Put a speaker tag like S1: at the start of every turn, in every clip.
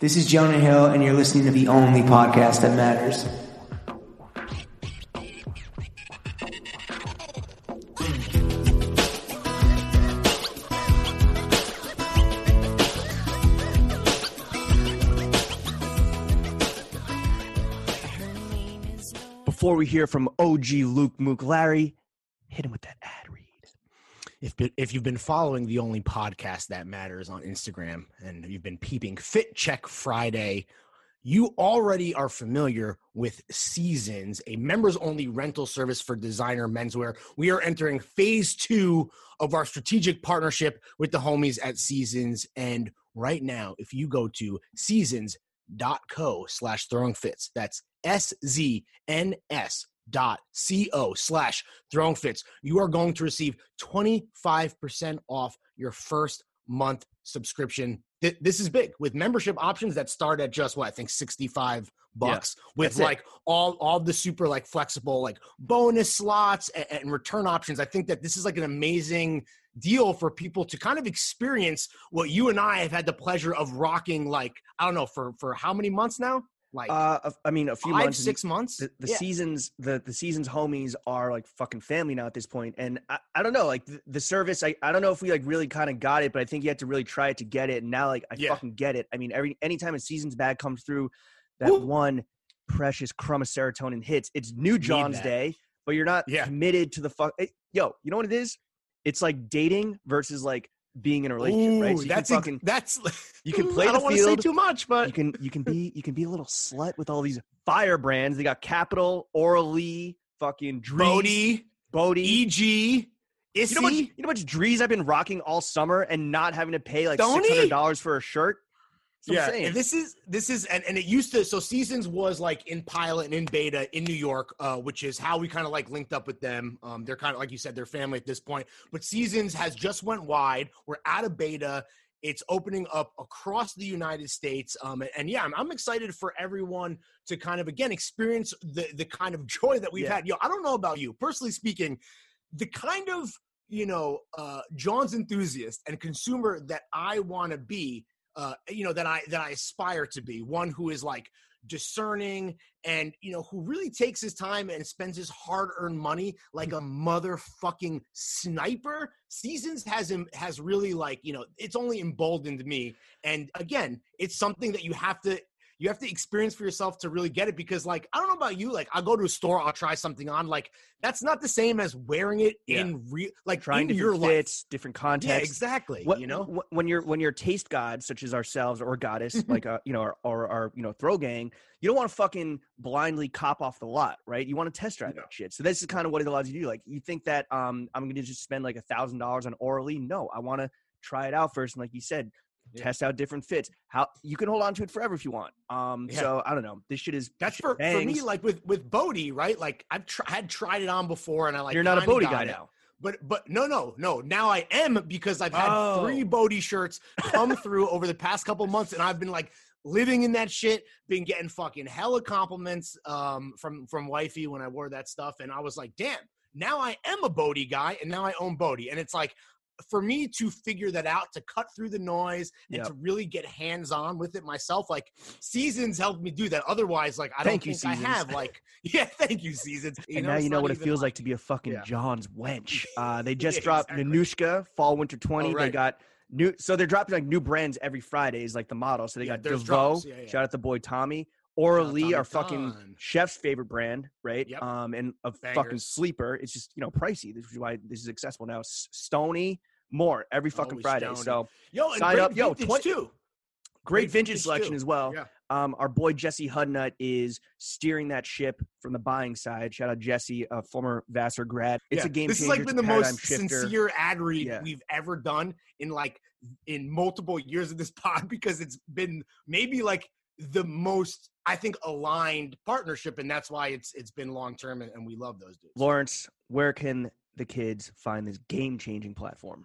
S1: This is Jonah Hill, and you're listening to the only podcast that matters.
S2: Before we hear from OG Luke Mook Larry, hit him with that ad read.
S3: If, if you've been following the only podcast that matters on Instagram and you've been peeping Fit Check Friday, you already are familiar with Seasons, a members only rental service for designer menswear. We are entering phase two of our strategic partnership with the homies at Seasons. And right now, if you go to seasons.co slash throwing fits, that's S Z N S dot co slash throwing fits you are going to receive 25% off your first month subscription Th- this is big with membership options that start at just what i think 65 bucks with
S2: that's it.
S3: like all all the super like flexible like bonus slots and, and return options i think that this is like an amazing deal for people to kind of experience what you and i have had the pleasure of rocking like i don't know for for how many months now like
S2: Uh, a- I mean, a few
S3: five
S2: months.
S3: six months
S2: the, the
S3: Yeah.
S2: seasons, the the seasons homies are like fucking family now at this point, and I, I don't know, like the, the service, I, I don't know if we like really kind of got it, but I think you had to really try it to get it, and now like I
S3: Yeah.
S2: fucking get it. I mean, every anytime a seasons bag comes through, that
S3: Woo.
S2: one precious crumb of serotonin hits. It's New John's
S3: that.
S2: Day, but you're not
S3: Yeah.
S2: committed to the fuck. it- yo, you know what it is? It's like dating versus like being in a relationship, right?
S3: Ooh,
S2: So you can
S3: that's
S2: fucking-
S3: ex- that's.
S2: you can play
S3: I
S2: the
S3: don't want to say
S2: field.
S3: too much,
S2: you
S3: but
S2: can you can be you can be a little slut with all these fire brands. They got Capital, Orally, fucking Drees,
S3: Bodie,
S2: Bodie.
S3: E.G.,
S2: you know, how much,
S3: Issy.
S2: you know how much Drees I've been rocking all summer and not having to pay like
S3: Stoney?
S2: six hundred dollars for a shirt. That's what I'm saying.
S3: and this is this is and, and it used to so seasons was like in pilot and in beta in New York, uh, which is how we kind of like linked up with them. Um, they're kind of like you said, they're family at this point. But seasons has just went wide. We're out of beta. It's opening up across the United States, um, and, and yeah, I'm, I'm excited for everyone to kind of again experience the the kind of joy that we've
S2: Yeah.
S3: had. Yo, I don't know about you, personally speaking, the kind of you know uh, John's enthusiast and consumer that I want to be, uh, you know that I that I aspire to be, one who is like discerning and you know who really takes his time and spends his hard-earned money like a motherfucking sniper seasons has him has really like you know it's only emboldened me and again it's something that you have to you have to experience for yourself to really get it because like i don't know about you like i'll go to a store i'll try something on like that's not the same as wearing it
S2: Yeah.
S3: in real like
S2: Trying
S3: in your
S2: different
S3: life
S2: fits, different
S3: yeah
S2: contexts.
S3: exactly
S2: What-
S3: you know
S2: wh- when you're when you're taste gods such as ourselves or goddess like uh, you know or our, our you know throw gang you don't want to fucking blindly cop off the lot right you want to test drive
S3: No.
S2: that shit so this is kind of what it allows you to do like you think that um i'm gonna just spend like a thousand dollars on orally no i want to try it out first and like you said
S3: Yeah.
S2: test out different fits how you can hold on to it forever if you want um
S3: Yeah.
S2: so i don't know this shit is
S3: that's
S2: shit
S3: for, for me
S2: bangs.
S3: like with with bodhi right like i've tr- had tried it on before and i like
S2: you're not a
S3: kinda
S2: Bodhi
S3: got
S2: guy
S3: it.
S2: now
S3: But but no no no. Now I am because I've had
S2: Oh.
S3: three Bodhi shirts come through over the past couple months, and I've been like living in that shit. Been getting fucking hella compliments um, from from wifey when I wore that stuff, and I was like, damn. Now I am a Bodhi guy, and now I own Bodhi, and it's like for me to figure that out, to cut through the noise, and
S2: Yep.
S3: to really get hands on with it myself. Like seasons helped me do that. Otherwise, like I
S2: Thank
S3: don't
S2: you,
S3: think
S2: Seasons.
S3: I have. Like yeah, thank you, seasons.
S2: and now
S3: it's
S2: you know
S3: not
S2: what it
S3: even,
S2: feels
S3: like-
S2: like to be a fucking
S3: Yeah.
S2: John's wench. Uh, they just
S3: Yeah,
S2: dropped
S3: exactly. Oh,
S2: Nanushka Fall Winter 20. They
S3: right.
S2: got new, so they're dropping like new brands every Friday is like the model. So they
S3: Yeah,
S2: got
S3: there's
S2: DeVoe,
S3: drops. Yeah, yeah.
S2: shout out the boy Tommy, Aura
S3: Shout out
S2: Lee,
S3: Tommy
S2: our fucking
S3: Don.
S2: chef's favorite brand, right?
S3: Yep.
S2: Um, and a fucking
S3: Bangers.
S2: sleeper. It's just, you know, pricey. This is why this is accessible now. S- Stony, more every fucking
S3: Always
S2: Friday.
S3: Stoney.
S2: So
S3: Yo, and
S2: Sign
S3: great
S2: up. Yo,
S3: vintage
S2: twen-
S3: too.
S2: great,
S3: Great
S2: vintage
S3: vintage
S2: selection
S3: too.
S2: as well.
S3: Yeah.
S2: Um, our boy Jesse Hudnut is steering that ship from the buying side. Shout out Jesse, a former Vassar grad. It's
S3: Yeah.
S2: a game
S3: This has
S2: changer.
S3: like
S2: It's
S3: been
S2: a
S3: the
S2: paradigm
S3: most
S2: shifter.
S3: sincere ad read
S2: Yeah.
S3: we've ever done in like in multiple years of this pod because it's been maybe like the most I think aligned partnership, and that's why it's it's been long term, and, and we love those dudes.
S2: Lawrence, where can the kids find this game changing platform?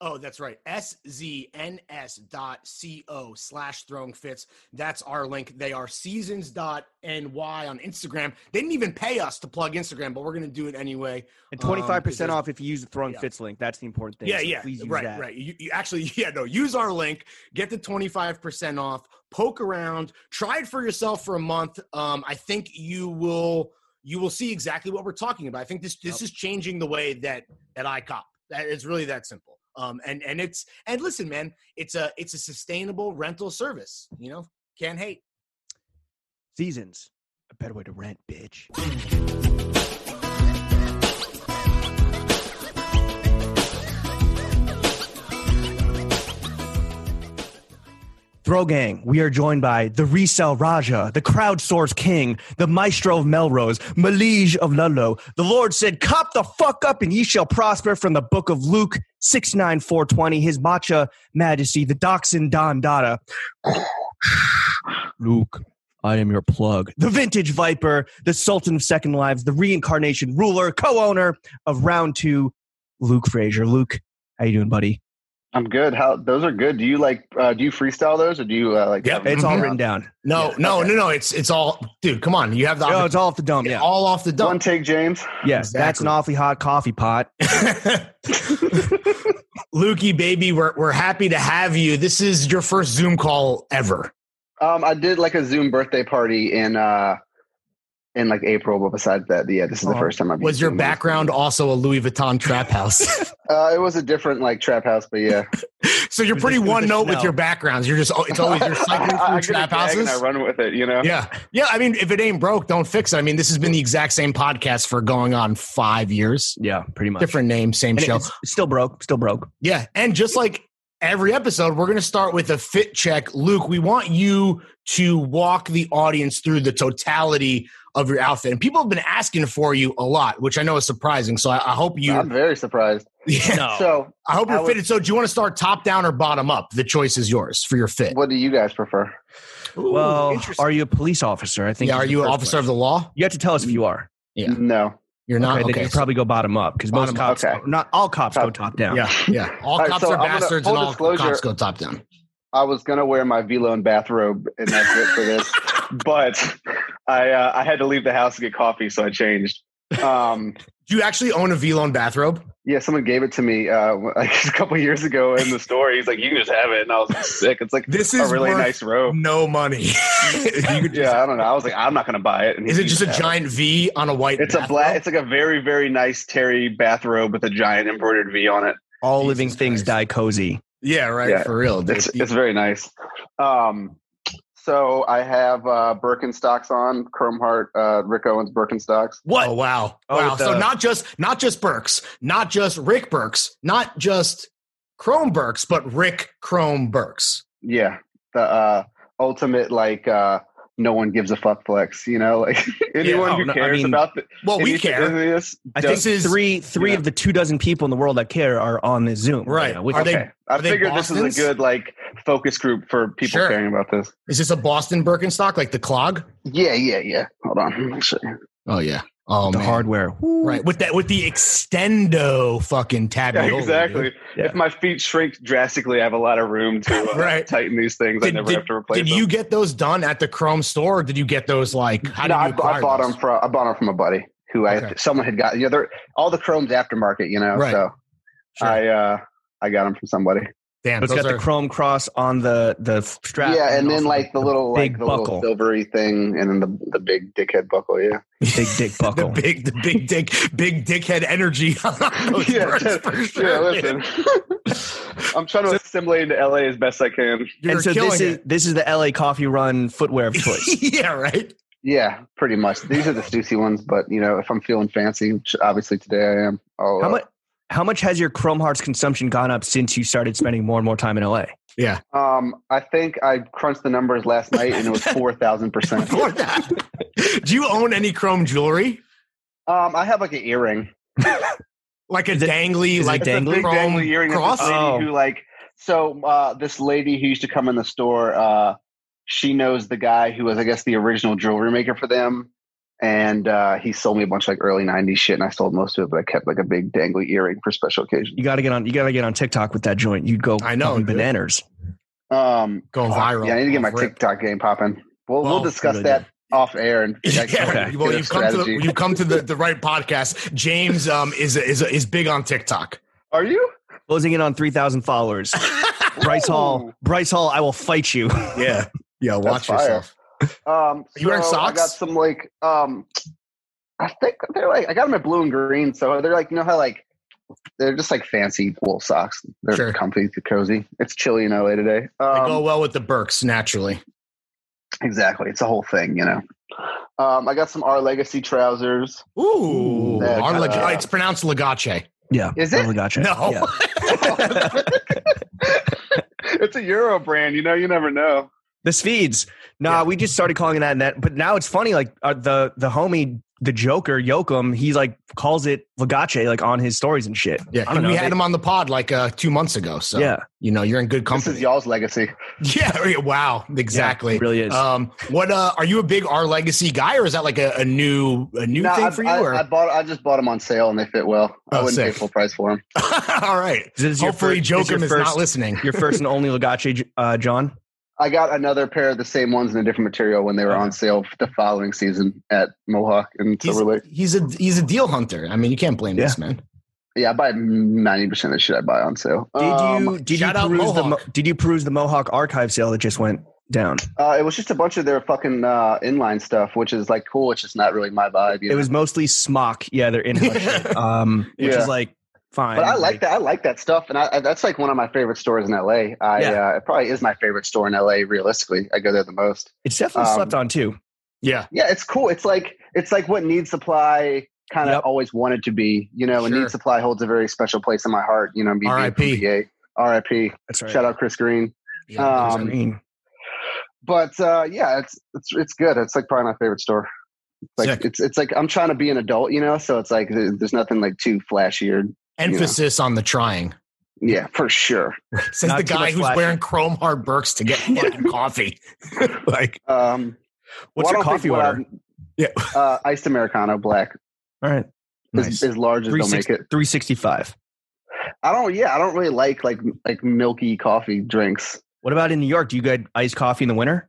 S3: Oh, that's right. SZNS dot co slash throwing fits. That's our link. They are seasons dot ny on Instagram. They didn't even pay us to plug Instagram, but we're going to do it anyway.
S2: And
S3: Um,
S2: twenty five percent
S3: because-
S2: off if you use the throwing
S3: yeah.
S2: fits link. That's the important thing.
S3: Yeah,
S2: so
S3: yeah,
S2: Please use
S3: right,
S2: that.
S3: right. You, you actually, yeah, no. Use our link, get the twenty five percent off. Poke around, try it for yourself for a month. Um, I think you will, you will see exactly what we're talking about. I think this this is changing the way that that I cop. That it's really that simple. Um, and and it's and listen, man, it's a it's a sustainable rental service. You know, can't hate.
S2: Seasons, a better way to rent, bitch. Throw Gang, we are joined by the Resell Raja, the Crowdsource King, the Maestro of Melrose, Malige of Ludlow. The Lord said, Cop the fuck up and ye shall prosper from the book of Luke 69 420, His Matcha Majesty, the Dachshund Don Dada. Luke, I am your plug. The Vintage Viper, the Sultan of Second Lives, the reincarnation ruler, co-owner of Round Two, Luke Frazier. Luke, how you doing, buddy?
S4: I'm good. How those are good. Do you like uh, do you freestyle those or do you uh, like?
S3: Yep,
S4: have them
S2: It's all
S4: written
S2: written down.
S3: No,
S4: Yeah,
S3: no,
S4: okay.
S3: no, no. It's it's all, dude. Come on, you have the
S2: No,
S3: opportunity.
S2: it's all off the dome. Yeah.
S3: all off the
S4: down? One
S3: dump.
S4: take, James.
S2: Yes, that's
S3: Exactly.
S2: an awfully hot coffee pot.
S3: Lukey, baby, we're we're happy to have you. This is your first Zoom call ever.
S4: Um, I did like a Zoom birthday party in uh in like April, but besides that, yeah, this is the
S2: Oh.
S4: first time I've.
S3: Was your
S4: used Zoom.
S3: background also a Louis Vuitton trap house?
S4: Uh, it was a different like trap house, but yeah,
S3: so you're
S2: It was
S3: pretty
S2: the- it was the
S3: one note with
S2: Chanel.
S3: your backgrounds. You're just oh, it's always you're cycling
S4: I- I
S3: through
S4: get a
S3: trap
S4: gag
S3: houses.
S4: And I run with it, you know.
S3: Yeah, yeah. I mean, if it ain't broke, don't fix it. I mean, this has been the exact same podcast for going on five years.
S2: Yeah, pretty much.
S3: Different name, same
S2: And
S3: show.
S2: it's still broke. Still broke.
S3: Yeah. And just like every episode, we're going to start with a fit check. Luke, we want you to walk the audience through the totality of your outfit. And people have been asking for you a lot, which I know is surprising. So I, I hope you, Oh.
S4: I'm very surprised.
S3: yeah,
S4: So,
S3: I hope you're
S4: I would-
S3: fitted. So do you want to start top down or bottom up? The choice is yours for your fit.
S4: what do you guys prefer?
S3: Ooh,
S2: well,
S3: interesting.
S2: are you a police officer? I think.
S3: yeah,
S2: is
S3: are
S2: the
S3: you an
S2: first
S3: officer of
S2: question.
S3: the law?
S2: You have to tell us if you are.
S3: Yeah.
S4: No.
S3: You're not.
S2: okay,
S3: Okay.
S2: then you probably go bottom up because
S3: Bottom
S2: most
S4: up,
S2: cops,
S4: okay.
S2: not all cops, go
S4: Top-
S2: top down.
S3: yeah, yeah. All,
S4: All right,
S3: cops
S4: so
S3: are
S4: I'm gonna-
S3: bastards,
S4: full
S3: and all
S4: disclosure-
S3: cops go top down.
S4: I was gonna wear my V-Lone bathrobe, and that's it for this. But I uh, I had to leave the house to get coffee, so I changed. Um,
S3: Do you actually own a V-Lone bathrobe?
S4: Yeah, someone gave it to me uh, like a couple years ago in the store. He's like, "You can just have it," and I was like, sick. It's like
S3: This
S4: a
S3: is
S4: really
S3: worth
S4: nice robe.
S3: no money.
S4: yeah, I don't know. I was like, "I'm not gonna buy it." And he
S3: Is it
S4: said,
S3: just a
S4: "Yeah."
S3: giant V on a white?
S4: It's a
S3: bathrobe?
S4: black. It's like a very very nice terry bathrobe with a giant embroidered V on it.
S2: All
S3: Jesus
S2: living things
S3: Christ.
S2: die cozy.
S3: yeah, right.
S4: Yeah.
S3: For real. dude.
S4: It's it's very nice. Um, so I have uh, Birkenstocks on, Chrome Heart, uh, Rick Owens Birkenstocks.
S2: What?
S3: Oh wow!
S2: Oh,
S3: wow.
S2: with
S3: so
S2: the-
S3: not just not just Burks, not just Rick Burks, not just Chrome Burks, but Rick Chrome Burks.
S4: Yeah, the uh, ultimate like uh, no one gives a fuck flex. You know, like anyone
S2: oh,
S4: who
S2: no, I
S4: cares
S2: mean-
S4: about the,
S3: Well, Oh, we
S4: anything
S3: care,
S4: in this
S2: I
S4: does-
S2: think
S3: This is-
S2: three three
S4: Yeah.
S2: of the two dozen people in the world that care are on this Zoom.
S3: right?
S2: now, which-
S3: Are they?
S4: okay. I
S3: are they
S4: figured
S3: Bostons?
S4: this is a good like focus group for people
S3: Sure.
S4: caring about this.
S3: Is this a Boston Birkenstock, like the clog?
S4: Yeah, yeah, yeah. Hold on. Let's see.
S3: Oh yeah. Oh
S2: the
S3: man.
S2: hardware. Woo.
S3: Right with that with the extendo fucking tab.
S4: Yeah, exactly.
S2: Yeah.
S4: If my feet shrink drastically, I have a lot of room to uh,
S3: Right.
S4: tighten these things. I
S3: Did-
S4: never have to replace
S3: Did
S4: them.
S3: you get those done at the Chrome store? Or did you get those like? How
S4: no,
S3: did
S4: I,
S3: you acquire
S4: I bought
S3: those?
S4: them from I bought them from a buddy who I
S3: Okay.
S4: someone had got. You know, they're all the Chrome's aftermarket. You know,
S3: Right.
S4: so
S3: Sure.
S4: I uh I got them from somebody.
S3: Damn,
S2: But it's
S3: those
S2: got
S3: are-
S2: the chrome cross on the the strap.
S4: yeah, and then
S2: also
S4: like the little
S2: big
S4: like the
S2: buckle.
S4: little silvery thing, and then the the big dickhead buckle. Yeah.
S2: big dick buckle.
S3: The big, the big dick, big dickhead energy. on those
S4: yeah,
S3: birds for
S4: yeah,
S3: sure,
S4: listen.
S3: man.
S4: I'm trying to assimilate into LA as best I can.
S3: You're
S2: and so
S3: killing
S2: this is
S3: it.
S2: this is the LA Coffee Run footwear of choice.
S3: yeah, right.
S4: Yeah, pretty much. These are the Stussy ones, but you know, if I'm feeling fancy, which obviously today I am. I'll,
S2: how
S4: uh,
S2: much how much has your Chrome Hearts consumption gone up since you started spending more and more time in LA?
S4: Um, I think I crunched the numbers last night, and it was four thousand percent.
S3: For that. Do you own any chrome jewelry?
S4: Um, I have like an earring,
S3: Like a
S2: Is it-
S3: dangly,
S2: is it
S3: like
S4: It's a
S3: dangly
S4: big
S3: chrome
S4: dangly earring. uh, of
S3: cross?
S4: This lady
S2: Oh.
S4: who like so uh, this lady who used to come in the store. Uh, she knows the guy who was, I guess, the original jewelry maker for them. and uh, he sold me a bunch of like early '90s shit, and I sold most of it, but I kept like a big dangly earring for special occasions.
S2: You got to get on. You got to get on TikTok with that joint. You'd go.
S3: I know,
S2: fucking
S3: dude.
S2: bananas.
S4: Um,
S3: Go viral.
S4: yeah, I need to get my
S3: Off rip.
S4: TikTok game popping. We'll we'll,
S3: Well,
S4: discuss
S2: good
S4: that off air and
S3: Yeah,
S2: Okay.
S4: Get
S3: well,
S4: a
S3: you've come to the,
S4: strategy.
S3: you've come to the, the right podcast. James um, is is is big on TikTok.
S4: Are you?
S2: Closing in on three thousand followers. Bryce Hall.
S4: Ooh.
S2: Bryce Hall. I will fight you.
S3: Yeah, yeah. Watch
S4: fire.
S3: yourself.
S4: Um,
S3: You wearing
S4: so I
S3: socks?
S4: got some like um, I think they're like I got them in blue and green, so they're like you know how like they're just like fancy wool socks. They're
S3: Sure.
S4: comfy, they're cozy. It's chilly in LA today.
S3: They
S4: Um,
S3: go well with the Burks naturally.
S4: exactly, it's a whole thing, you know. Um, I got some R Legacy trousers.
S3: Ooh,
S4: that,
S3: our leg-
S4: uh,
S3: it's pronounced Legace.
S2: Yeah.
S4: Is it?
S2: Totally gotcha.
S3: No,
S2: Yeah.
S4: it's a Euro brand, you know. You never know.
S2: The speeds. Nah,
S3: Yeah.
S2: we just started calling it that, and that. But now it's funny. Like uh, the the homie, the Joker, Yoakum, he like calls it Legace like on his stories and shit.
S3: yeah,
S2: I don't
S3: and
S2: know.
S3: we had
S2: They-
S3: him on the pod like uh, two months ago. So
S2: yeah,
S3: you know you're in good
S4: This is
S3: company.
S4: y'all's legacy.
S3: yeah, yeah, wow,
S2: Yeah,
S3: exactly.
S2: it really is.
S3: um, what uh, are you a big R Legacy guy, or is that like a, a new a new
S4: No,
S3: thing
S4: I,
S3: for you?
S4: I,
S3: or
S4: I bought. I just bought them on sale, and they fit well. I
S3: Oh,
S4: wouldn't pay
S3: sick.
S4: full price for them.
S3: all right.
S2: This is your
S3: Hopefully,
S2: first- this
S3: Joker
S2: your
S3: is,
S2: first-
S3: not listening.
S2: Your first and only Legace, uh, John.
S4: I got another pair of the same ones in a different material when they were on sale the following season at Mohawk in
S3: He's,
S4: Silver Lake.
S3: he's a he's a deal hunter. I mean, you can't blame this man.
S4: Yeah, I buy ninety percent of the shit I buy on sale.
S2: Did you
S4: Um,
S2: did you
S3: shout out
S2: peruse the Mo-
S3: Mohawk.
S2: did you peruse the Mohawk archive sale that just went down?
S4: uh, it was just a bunch of their fucking uh, inline stuff, which is like cool. It's just not really my vibe. you
S2: It
S4: know?
S2: was mostly smock. Yeah, they're in shit. Um, which
S4: Yeah.
S2: is like fine.
S4: but I like that. I like that stuff, and I, I- that's like one of my favorite stores in LA. I
S2: Yeah.
S4: uh, it probably is my favorite store in LA. Realistically, I go there the most.
S2: It's definitely
S4: Um,
S2: slept on too.
S3: Yeah,
S4: Yeah, it's cool. It's like it's like what Need Supply kind of
S2: Yep.
S4: always wanted to be. You know, and
S3: Sure.
S4: Need Supply holds a very special place in my heart. You know, me being from
S3: R.I.P..
S4: PA. R.I.P.
S2: That's right.
S4: Shout out Chris Green.
S3: Yeah,
S4: Um,
S2: Green.
S4: But uh, yeah, it's it's it's good. It's like probably my favorite store. Like
S3: Sick.
S4: it's it's like I'm trying to be an adult, you know. So it's like th- there's nothing like too flashy or
S3: emphasis on the trying.
S4: yeah, for sure.
S3: Says
S2: Not
S3: the
S2: too
S3: guy
S2: much
S3: who's
S2: flash.
S3: wearing chrome hard Burks to get fucking coffee. like,
S4: Um,
S2: What's
S4: well,
S2: your
S4: I don't
S2: coffee
S4: think what
S2: order?
S3: yeah,
S4: I'm- Uh, iced americano, black,
S2: All right,
S4: as, as large as they'll make it.
S2: three sixty five.
S4: I don't. Yeah, I don't really like like like milky coffee drinks.
S2: What about in New York? Do you get iced coffee in the winter?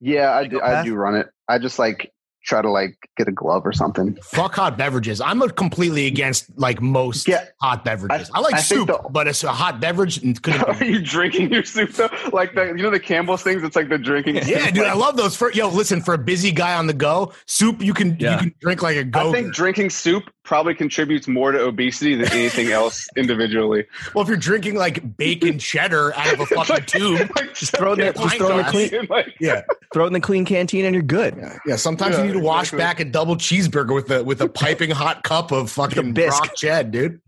S4: Yeah, I do. I
S2: Psychopath?
S4: do run it. I just like try to like get a glove or something.
S3: fuck hot beverages. I'm a completely against like most
S4: Yeah.
S3: hot beverages. I, like
S4: I
S3: soup,
S4: think the-
S3: but it's a hot beverage. and Could
S4: Are you drinking your soup though? Like the you know the Campbell's things. It's like the drinking.
S3: yeah, dude, I love those. For yo, listen, for a busy guy on the go, soup you can
S2: Yeah.
S3: you can drink like a
S4: I
S3: go.
S4: think drinking soup probably contributes more to obesity than anything else individually.
S3: Well, if you're drinking like bacon cheddar out of a fucking tube,
S4: just
S2: throw it in-
S3: just throw it in the
S2: clean-
S4: Like,
S3: yeah,
S2: Throw it in the clean canteen and you're good.
S3: yeah, yeah. Sometimes
S4: Yeah,
S3: you need to wash
S4: exactly.
S3: back a double cheeseburger with a with a piping hot cup of fucking
S2: bisque.
S3: Brock Chad, dude.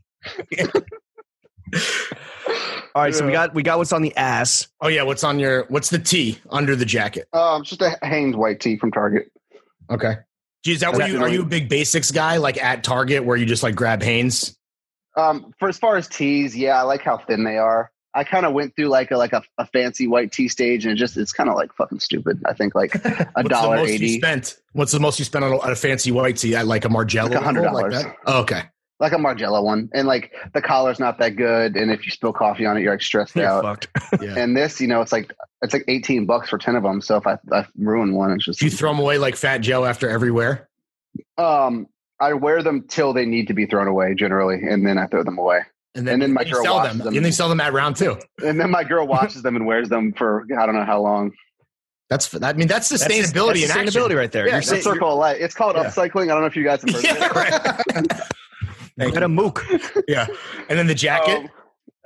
S2: All right, so we
S4: Yeah.
S2: got we got what's on the ass.
S3: Oh yeah, what's on your what's the T under the jacket?
S4: um, just a hanged white tee from Target.
S3: Okay. Gee, is that
S4: Is
S3: where
S4: that
S3: you are
S4: really-
S3: you a big basics guy like at Target where you just like grab Hanes?
S4: Um, for as far as tees, yeah, I like how thin they are. I kind of went through like a like a, a fancy white tee stage, and it just it's kind of like fucking stupid. I think like a
S3: What's
S4: dollar
S3: the most you
S4: eighty,
S3: spent? What's the most you spent on a, on a fancy white tee at like a Margiela?
S4: Like a hundred
S3: level,
S4: dollars.
S3: that? Oh, okay.
S4: like a Margiela one, and like the collar's not that good, and if you spill coffee on it, you're like stressed
S2: You're
S4: out.
S2: fucked.
S4: And this, you know, it's like it's like eighteen bucks for ten of them. So if I, I ruin one, it's just
S3: Do you throw them away like Fat Joe after every wear?
S4: um, I wear them till they need to be thrown away generally, and then I throw them away. And then my
S3: you
S4: girl
S3: sell
S4: washes
S3: them.
S4: them.
S3: And they sell them at round two.
S4: And then my girl watches them and wears them for I don't know how long.
S3: That's I mean that's
S2: That's-
S3: sustainability
S2: that's
S3: and
S2: sustainability
S3: action.
S2: right there.
S4: Yeah,
S2: you're
S4: the
S2: saying,
S4: circle of life. It's called
S3: Yeah.
S4: upcycling. I don't know if you guys have heard
S3: Yeah,
S4: of it.
S3: right. Thank
S2: Get a
S3: you.
S2: mook.
S3: Yeah. And then the jacket.
S4: Um,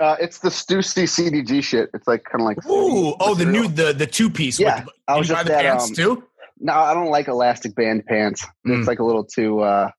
S4: uh, it's the Stussy CDG shit. It's like kind of like
S3: Ooh, oh the new the the two piece.
S4: Yeah,
S3: with,
S4: I
S3: you
S4: was
S3: buy
S4: just
S3: the
S4: at,
S3: pants
S4: um,
S3: too.
S4: No, I don't like elastic band pants.
S3: Mm.
S4: It's like a little too uh,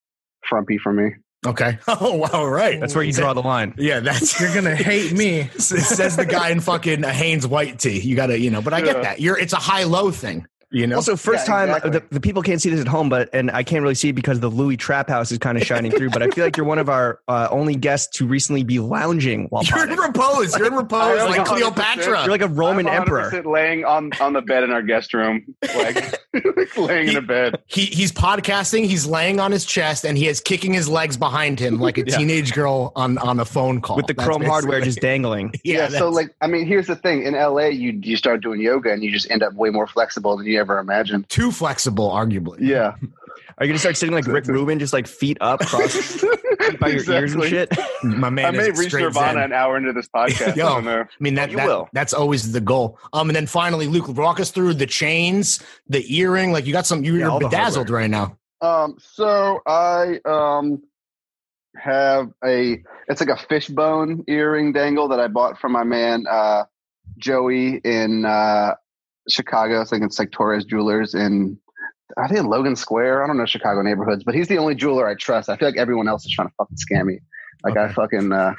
S4: frumpy for me.
S3: Okay. Oh wow, right.
S2: That's where you draw the line.
S3: Yeah, that's
S5: You're gonna hate me.
S3: says the guy in fucking a Hanes white tee. You gotta, you know, but I
S4: Yeah.
S3: get that. You're it's a high low thing. You know,
S2: Also, first
S4: Yeah,
S2: time uh,
S4: exactly.
S2: the, the people can't see this at home, but and I can't really see it because the Louis Trap House is kind of shining through. But I feel like you're one of our uh, only guests to recently be lounging while
S3: you're in
S2: potting.
S3: repose. You're in repose,
S4: I
S3: like
S4: was 100%.
S3: Cleopatra.
S2: You're like a Roman
S4: I'm
S2: emperor.
S4: 100% laying on on the bed in our guest room, like like laying in a bed.
S3: He he's podcasting. He's laying on his chest and he is kicking his legs behind him like a
S2: Yeah.
S3: teenage girl on on a phone call
S2: with the
S3: That's
S2: chrome hardware
S3: basically-
S2: just dangling.
S4: Yeah.
S3: Yeah.
S4: so
S3: that's-
S4: like, I mean, here's the thing: in LA, you you start doing yoga, and you just end up way more flexible than you ever imagined.
S3: too flexible, arguably.
S4: Yeah,
S2: Are you gonna start sitting like Rick Rubin, just like feet up, crossed by your ears and
S4: Exactly.
S2: shit?
S3: My
S4: I
S3: man
S4: may
S3: is
S4: reach
S3: straight
S4: Nirvana
S3: zen.
S4: an hour into this podcast.
S3: Yo.
S4: I don't know.
S3: I mean that,
S2: You
S3: that-
S2: will.
S3: that's always the goal. Um, and then finally, Luke, walk us through the chains, the earring. Like you got some, you're
S2: Yeah, all the
S3: bedazzled right now.
S4: Um, so I um have a it's like a fishbone earring dangle that I bought from my man uh Joey in uh Chicago. I think it's like Torres Jewelers in I think in Logan Square. I don't know Chicago neighborhoods, but he's the only jeweler I trust. I feel like everyone else is trying to fucking scam me. Like I
S3: Okay.
S4: fucking uh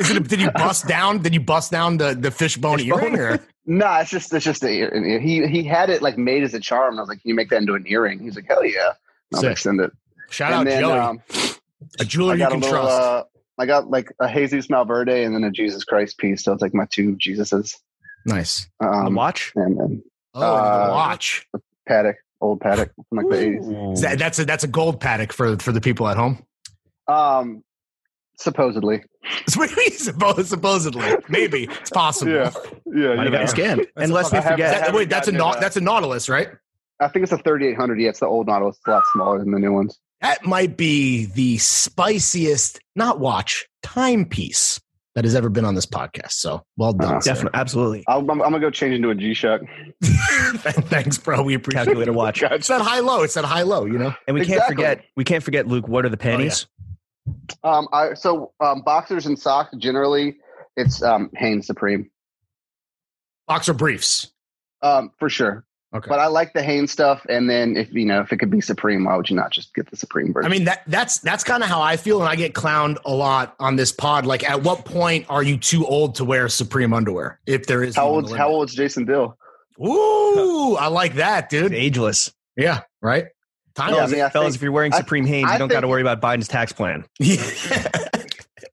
S3: Is it, did you bust down? Did you bust down the the fishbone
S2: Fishbone?
S3: earring? Or?
S4: nah, it's just it's just a, ear- an ear- he he had it like made as a charm. And I was like, Can you make that into an earring? He's like, Hell yeah. I'll
S3: Sick.
S4: extend it.
S3: Shout
S4: And
S3: out
S4: then,
S3: Joey,
S4: um,
S3: a jeweler you
S4: I got
S3: can
S4: a little,
S3: trust.
S4: Uh, I got like a Jesus Malverde and then a Jesus Christ piece. So it's like my two Jesuses.
S3: nice.
S2: the
S4: Um,
S2: watch.
S4: and then
S3: Oh, and the
S4: uh,
S3: watch.
S4: Paddock, old Paddock from like the
S3: Is that- that's a that's a gold paddock for for the people at home.
S4: 80s. Um, supposedly.
S3: Suppo- Supposedly, maybe it's possible.
S4: Yeah, Yeah.
S2: Might
S4: you
S2: have got
S4: know.
S3: That's scammed.
S2: And let's
S4: I
S2: not
S4: haven't-
S2: forget-
S4: I
S3: That-
S4: haven't
S3: wait, that's a
S4: gotten it,
S3: nau-
S4: uh,
S3: that's a Nautilus, right?
S4: I think it's a 3800. Yeah, it's the old Nautilus. It's a lot smaller than the new ones.
S3: That might be the spiciest, not watch, timepiece that has ever been on this podcast. So well done.
S4: Uh,
S3: sir.
S2: Definitely, absolutely.
S4: I'll, I'm, I'm gonna go change into a G Shock.
S3: Thanks, bro. We appreciate it.
S2: Calculator watch.
S3: It's that high low. It's that high low, you know?
S2: And we can't
S4: Exactly. Oh,
S2: forget. We can't forget, Luke. What are the panties?
S4: Um, I, so um, boxers and socks generally, it's um, Hanes Supreme
S3: Boxer briefs.
S4: um, for sure.
S3: Okay.
S4: But I like the Hanes stuff. And then if you know if it could be Supreme, why would you not just get the Supreme version?
S3: I mean that that's that's kind of how I feel, and I get clowned a lot on this pod. Like, at what point are you too old to wear Supreme underwear? If there is,
S4: How
S3: one on
S4: old?
S3: the
S4: How old's Jason Dill?
S3: limit? Ooh, I like that,
S2: It's
S3: dude.
S2: ageless,
S3: Yeah, right. Time.
S4: Yeah, I
S2: fellas.
S4: mean, I
S2: fellas,
S4: think-
S2: if you're wearing
S4: I-
S2: Supreme Hanes,
S4: I
S2: you don't got to
S4: think-
S2: worry about Biden's tax plan.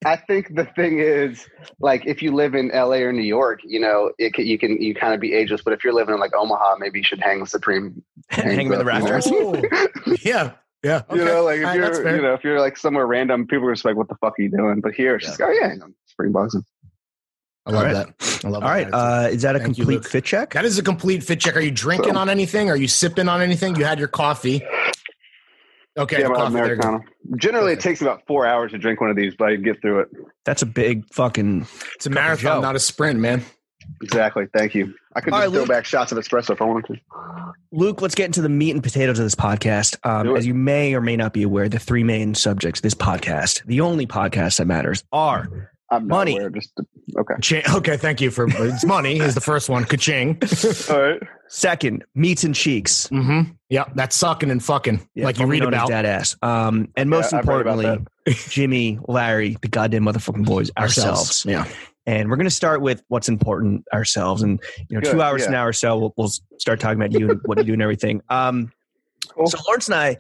S4: I think the thing is, like, if you live in LA or New York, you know, it can, you can you kind of be ageless. But if you're living in like Omaha, maybe you should hang the Supreme. Hanes
S2: Hang 'em in the
S4: up, you know?
S2: rafters.
S3: Ooh. yeah, yeah. Okay.
S4: You know, like
S3: All right,
S4: if
S3: that's
S4: you're
S3: fair.
S4: you know if you're like somewhere random, people are just like, "What the fuck are you doing?" But here, it's just oh yeah, hang on, Supreme boxing.
S3: I love
S2: All
S3: that. I love.
S2: All right,
S3: that attitude.
S2: uh, is that a
S3: Thank you,
S2: complete
S3: Luke.
S2: fit check?
S3: that is a complete fit check. Are you drinking
S4: So-
S3: on anything? Are you sipping on anything? You had your coffee. Okay,
S4: Yeah,
S3: the
S4: but
S3: coffee. There you go.
S4: Americano. Generally, it
S3: Okay.
S4: takes about four hours to drink one of these, but I get through it.
S2: That's a big fucking.
S3: It's a
S2: Cup of Joe.
S3: marathon, not a sprint, man.
S4: Exactly. Thank you. I could
S2: All
S4: just
S2: right,
S4: throw
S2: Luke.
S4: back shots of espresso if I wanted
S2: Luke, let's get into the meat and potatoes of this podcast. Um,
S4: Do it.
S2: as you may or may not be aware, the three main subjects of this podcast, the only podcast that matters, are
S4: to. I'm not
S2: Money.
S4: aware, Just okay.
S3: Cha- okay, thank you for it's money is the first one. Ka-ching.
S4: All right.
S2: second, meats and cheeks.
S3: hmm Yep, that's sucking and fucking,
S2: Yeah,
S3: like you
S2: formerly
S3: read
S2: known as
S3: about.
S2: Dad ass. Um, and most
S4: Yeah, I've heard about
S2: importantly, Jimmy, Larry, the goddamn motherfucking boys, ourselves.
S3: Yeah.
S2: And we're going to start with what's important ourselves. And, you know, two
S4: Good,
S2: hours
S4: yeah.
S2: an hour or so, we'll, we'll start talking about you and what you do and everything. Um,
S4: Cool.
S2: So, Lawrence and I,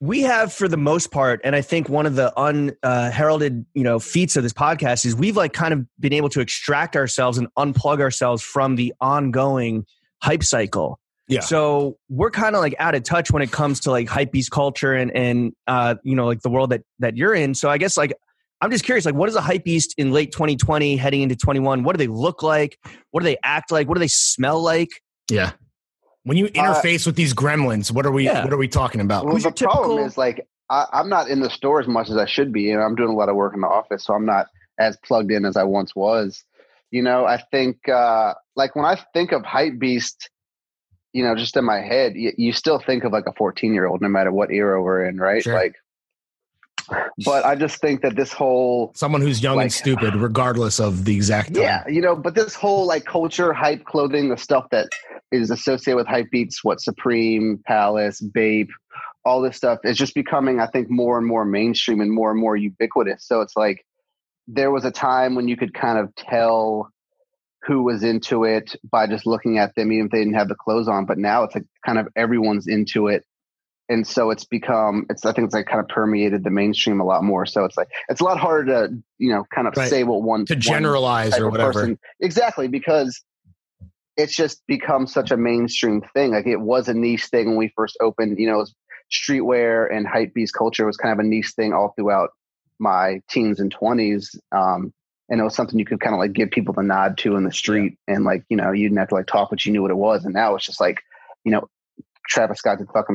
S2: we have for the most part, and I think one of the unheralded, you know, feats of this podcast is we've like kind of been able to extract ourselves and unplug ourselves from the ongoing hype cycle.
S3: Yeah.
S2: So we're kind of like out of touch when it comes to like hypebeast culture and and uh you know like the world that that you're in. So I guess like I'm just curious like what is a hypebeast in late 2020 heading into 21? What do they look like? What do they act like? What do they smell like?
S3: Yeah. When you interface with these gremlins, what are we
S2: Yeah.
S3: what are we talking about?
S4: Uh, Well,
S2: Who's
S4: the
S2: your typical-
S4: problem is like I, I'm not in the store as much as I should be, and I'm doing a lot of work in the office, so I'm not as plugged in as I once was. You know, I think uh, like when I think of hype beast, you know, just in my head, you, you still think of like a 14 year old, no matter what era we're in, right?
S3: Sure.
S4: Like, but I just think that this whole
S3: Someone who's young
S4: Like- uh,
S3: and stupid, regardless of the exact uh, time.
S4: yeah, you know, but this whole like culture, hype, clothing, the stuff that is associated with hype beats, what Supreme, Palace, Bape, all this stuff is just becoming, I think, more and more mainstream and more and more ubiquitous. So it's like there was a time when you could kind of tell who was into it by just looking at them, even if they didn't have the clothes on. But now it's like kind of everyone's into it. And so it's become it's I think it's like kind of permeated the mainstream a lot more. So it's like it's a lot harder to, you know, kind of
S3: Right.
S4: say what one
S3: To
S4: one-
S3: generalize
S4: type
S3: or
S4: of
S3: whatever.
S4: person. Exactly, because it's just become such a mainstream thing. Like it was a niche thing when we first opened. You know, it was streetwear and hypebeast culture was kind of a niche thing all throughout my teens and twenties. Um, and it was something you could kind of like give people the nod to in the street, and like you know, you didn't have to like talk, but you knew what it was. And now it's just like, you know, Travis Scott did fucking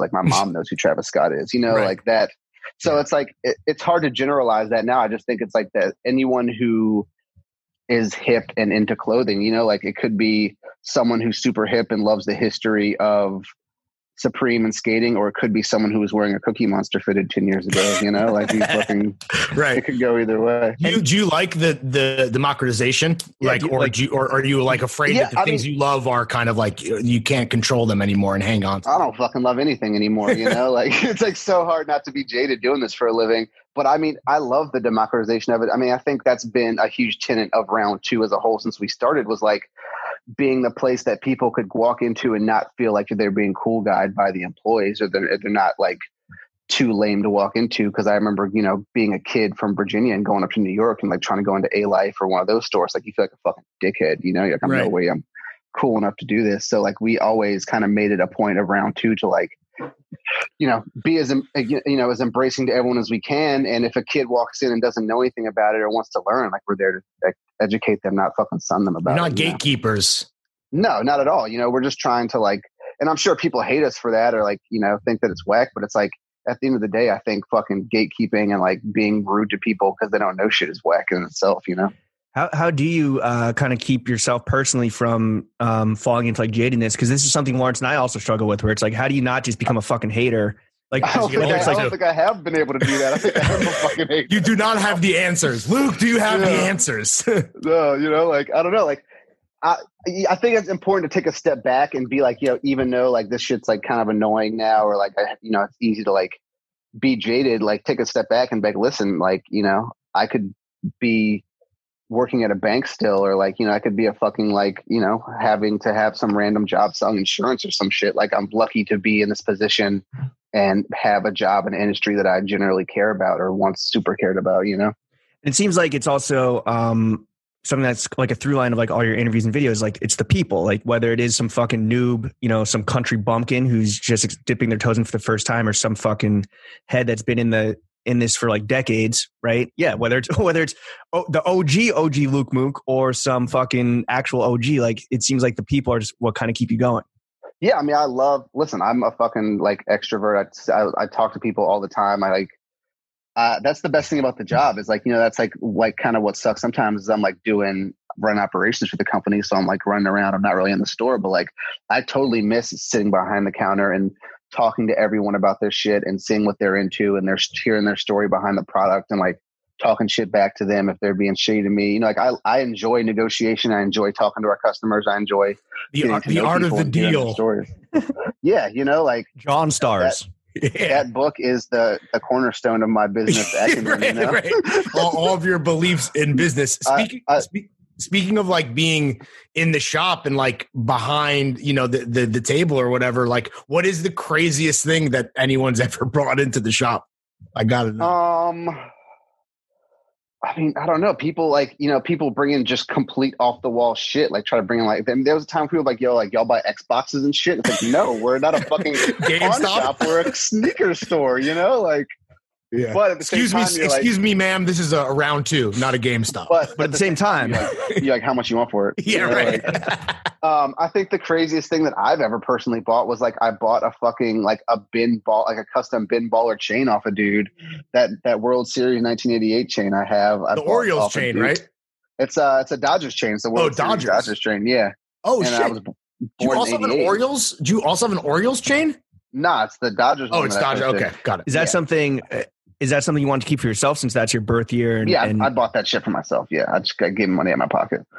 S4: Like my mom knows who Travis Scott is. You know,
S3: Right.
S4: like that. So
S3: Yeah.
S4: it's like it, it's hard to generalize that now. I just think it's like that anyone who is hip and into clothing, you know, like it could be someone who's super hip and loves the history of Supreme and skating, or it could be someone who was wearing a Cookie Monster fitted ten years ago. You know, like you fucking
S3: right.
S4: it could go either way.
S3: Do you, do you like the the democratization,
S2: Yeah,
S3: like,
S2: do you
S3: or
S2: like-
S3: do you, or are you like afraid
S4: Yeah,
S3: that the
S4: I
S3: things you love are kind of like uh, you can't control them anymore and hang on? To
S4: I
S3: them?
S4: don't fucking love anything anymore, you know? like it's like so hard not to be jaded doing this for a living. But I mean, I love the democratization of it. I mean, I think that's been a huge tenet of round two as a whole since we started was like being the place that people could walk into and not feel like they're being cool guyed by the employees or they're, they're not like too lame to walk into. Cause I remember, you know, being a kid from Virginia and going up to New York and like trying to go into A Life or one of those stores. Like you feel like a fucking dickhead, you know? You're like, I'm no
S3: Right.
S4: way I'm cool enough to do this. So like we always kind of made it a point of round two to like, you know, be as em- eh, you know as embracing to everyone as we can. And if a kid walks in and doesn't know anything about it or wants to learn, like we're there to like, educate them, not fucking sun them about
S3: You're
S4: it.
S3: not
S4: you know?
S3: gatekeepers.
S4: No, not at all. You know, we're just trying to like, and I'm sure people hate us for that or like, you know, think that it's whack, but it's like, at the end of the day, I think fucking gatekeeping and like being rude to people because they don't know shit is whack in itself, you know?
S2: How how do you uh, kind of keep yourself personally from um, falling into like jadedness? Because this is something Lawrence and I also struggle with, where it's like, how do you not just become a fucking hater? Like,
S4: I don't,
S2: you know,
S4: think I,
S2: it's
S4: I
S2: like
S4: don't think I have been able to do that. I think I am a fucking hate.
S3: You do not have the answers, Luke. Do you have the
S4: Yeah.
S3: answers?
S4: No, you know, like, I don't know. Like, I, I think it's important to take a step back and be like, you know, even though like this shit's like kind of annoying now or like, I, you know, it's easy to like be jaded, like take a step back and be like, listen, like, you know, I could be working at a bank still, or like, you know, I could be a fucking like, you know, having to have some random job selling insurance or some shit. Like I'm lucky to be in this position and have a job in an industry that I generally care about or once super cared about, you know?
S2: it seems like it's also um, something that's like a through line of like all your interviews and videos. Like, it's the people. Like, whether it is some fucking noob, you know, some country bumpkin who's just ex- dipping their toes in for the first time, or some fucking head that's been in the in this for like decades, right? Yeah, whether it's whether it's o- the OG OG Luke Mook or some fucking actual OG, like it seems like the people are just what kind of keep you going.
S4: Yeah, I mean, I love. Listen, I'm a fucking like extrovert. I, I, I talk to people all the time. I like. Uh, that's the best thing about the job is like you know that's like like kind of what sucks sometimes is I'm like doing run operations for the company so I'm like running around I'm not really in the store but like I totally miss sitting behind the counter and talking to everyone about their shit and seeing what they're into and they're hearing their story behind the product and like talking shit back to them if they're being shitty to me you know like I I enjoy negotiation I enjoy talking to our customers I enjoy
S3: The,
S4: getting
S3: ar-
S4: to
S3: the
S4: know
S3: art of
S4: people
S3: the
S4: and hearing their
S3: deal.
S4: stories. yeah, you know, like
S2: John Stars.
S3: Yeah.
S4: that book is the the cornerstone of my business acumen. you
S3: right,
S4: know?
S3: right. All, all of your beliefs in business.
S4: I-
S3: Speaking,
S4: I-
S3: spe- speaking of like being in the shop and like behind, you know, the, the the table or whatever. Like, what is the craziest thing that anyone's ever brought into the shop? I got it.
S4: Um, I mean, I don't know. People like you know, people bring in just complete off the wall shit. Like try to bring in like them. There was a time people were like yo, like y'all buy Xboxes and shit. It's like no, we're not a fucking pawn
S3: GameStop.
S4: shop. We're a sneaker store. You know, like
S3: Yeah.
S4: but at the
S3: Excuse
S4: same
S3: me,
S4: time, you're
S3: excuse me, ma'am. This is a, a round two, not a GameStop.
S4: Like, but
S2: But at the same time,
S4: you're like, you're like how much you want for it? you
S3: yeah,
S4: know,
S3: right.
S4: like- Um, I think the craziest thing that I've ever personally bought was like I bought a fucking like a bin ball, like a custom bin baller chain off a dude. That that World Series 1988 chain I have. I
S3: the
S4: bought
S3: Orioles
S4: off a
S3: chain,
S4: dude.
S3: right?
S4: It's uh, it's a Dodgers chain. It's a World
S3: Oh,
S4: Series
S3: Dodgers.
S4: Dodgers chain. Yeah.
S3: Oh
S4: and
S3: shit.
S4: I was born
S3: do you also
S4: in
S3: have an
S4: 88.
S3: Orioles? Do you also have an Orioles chain?
S4: Nah, it's the Dodgers.
S3: Oh,
S4: one
S3: it's
S4: that I
S3: Dodger.
S4: posted.
S3: Okay, got it.
S2: is that
S4: Yeah.
S2: something? eh, Is that something you want to keep for yourself since that's your birth year? And,
S4: yeah, I-
S2: and-
S4: I, bought that shit for myself. Yeah, I just got gave him money out of my pocket.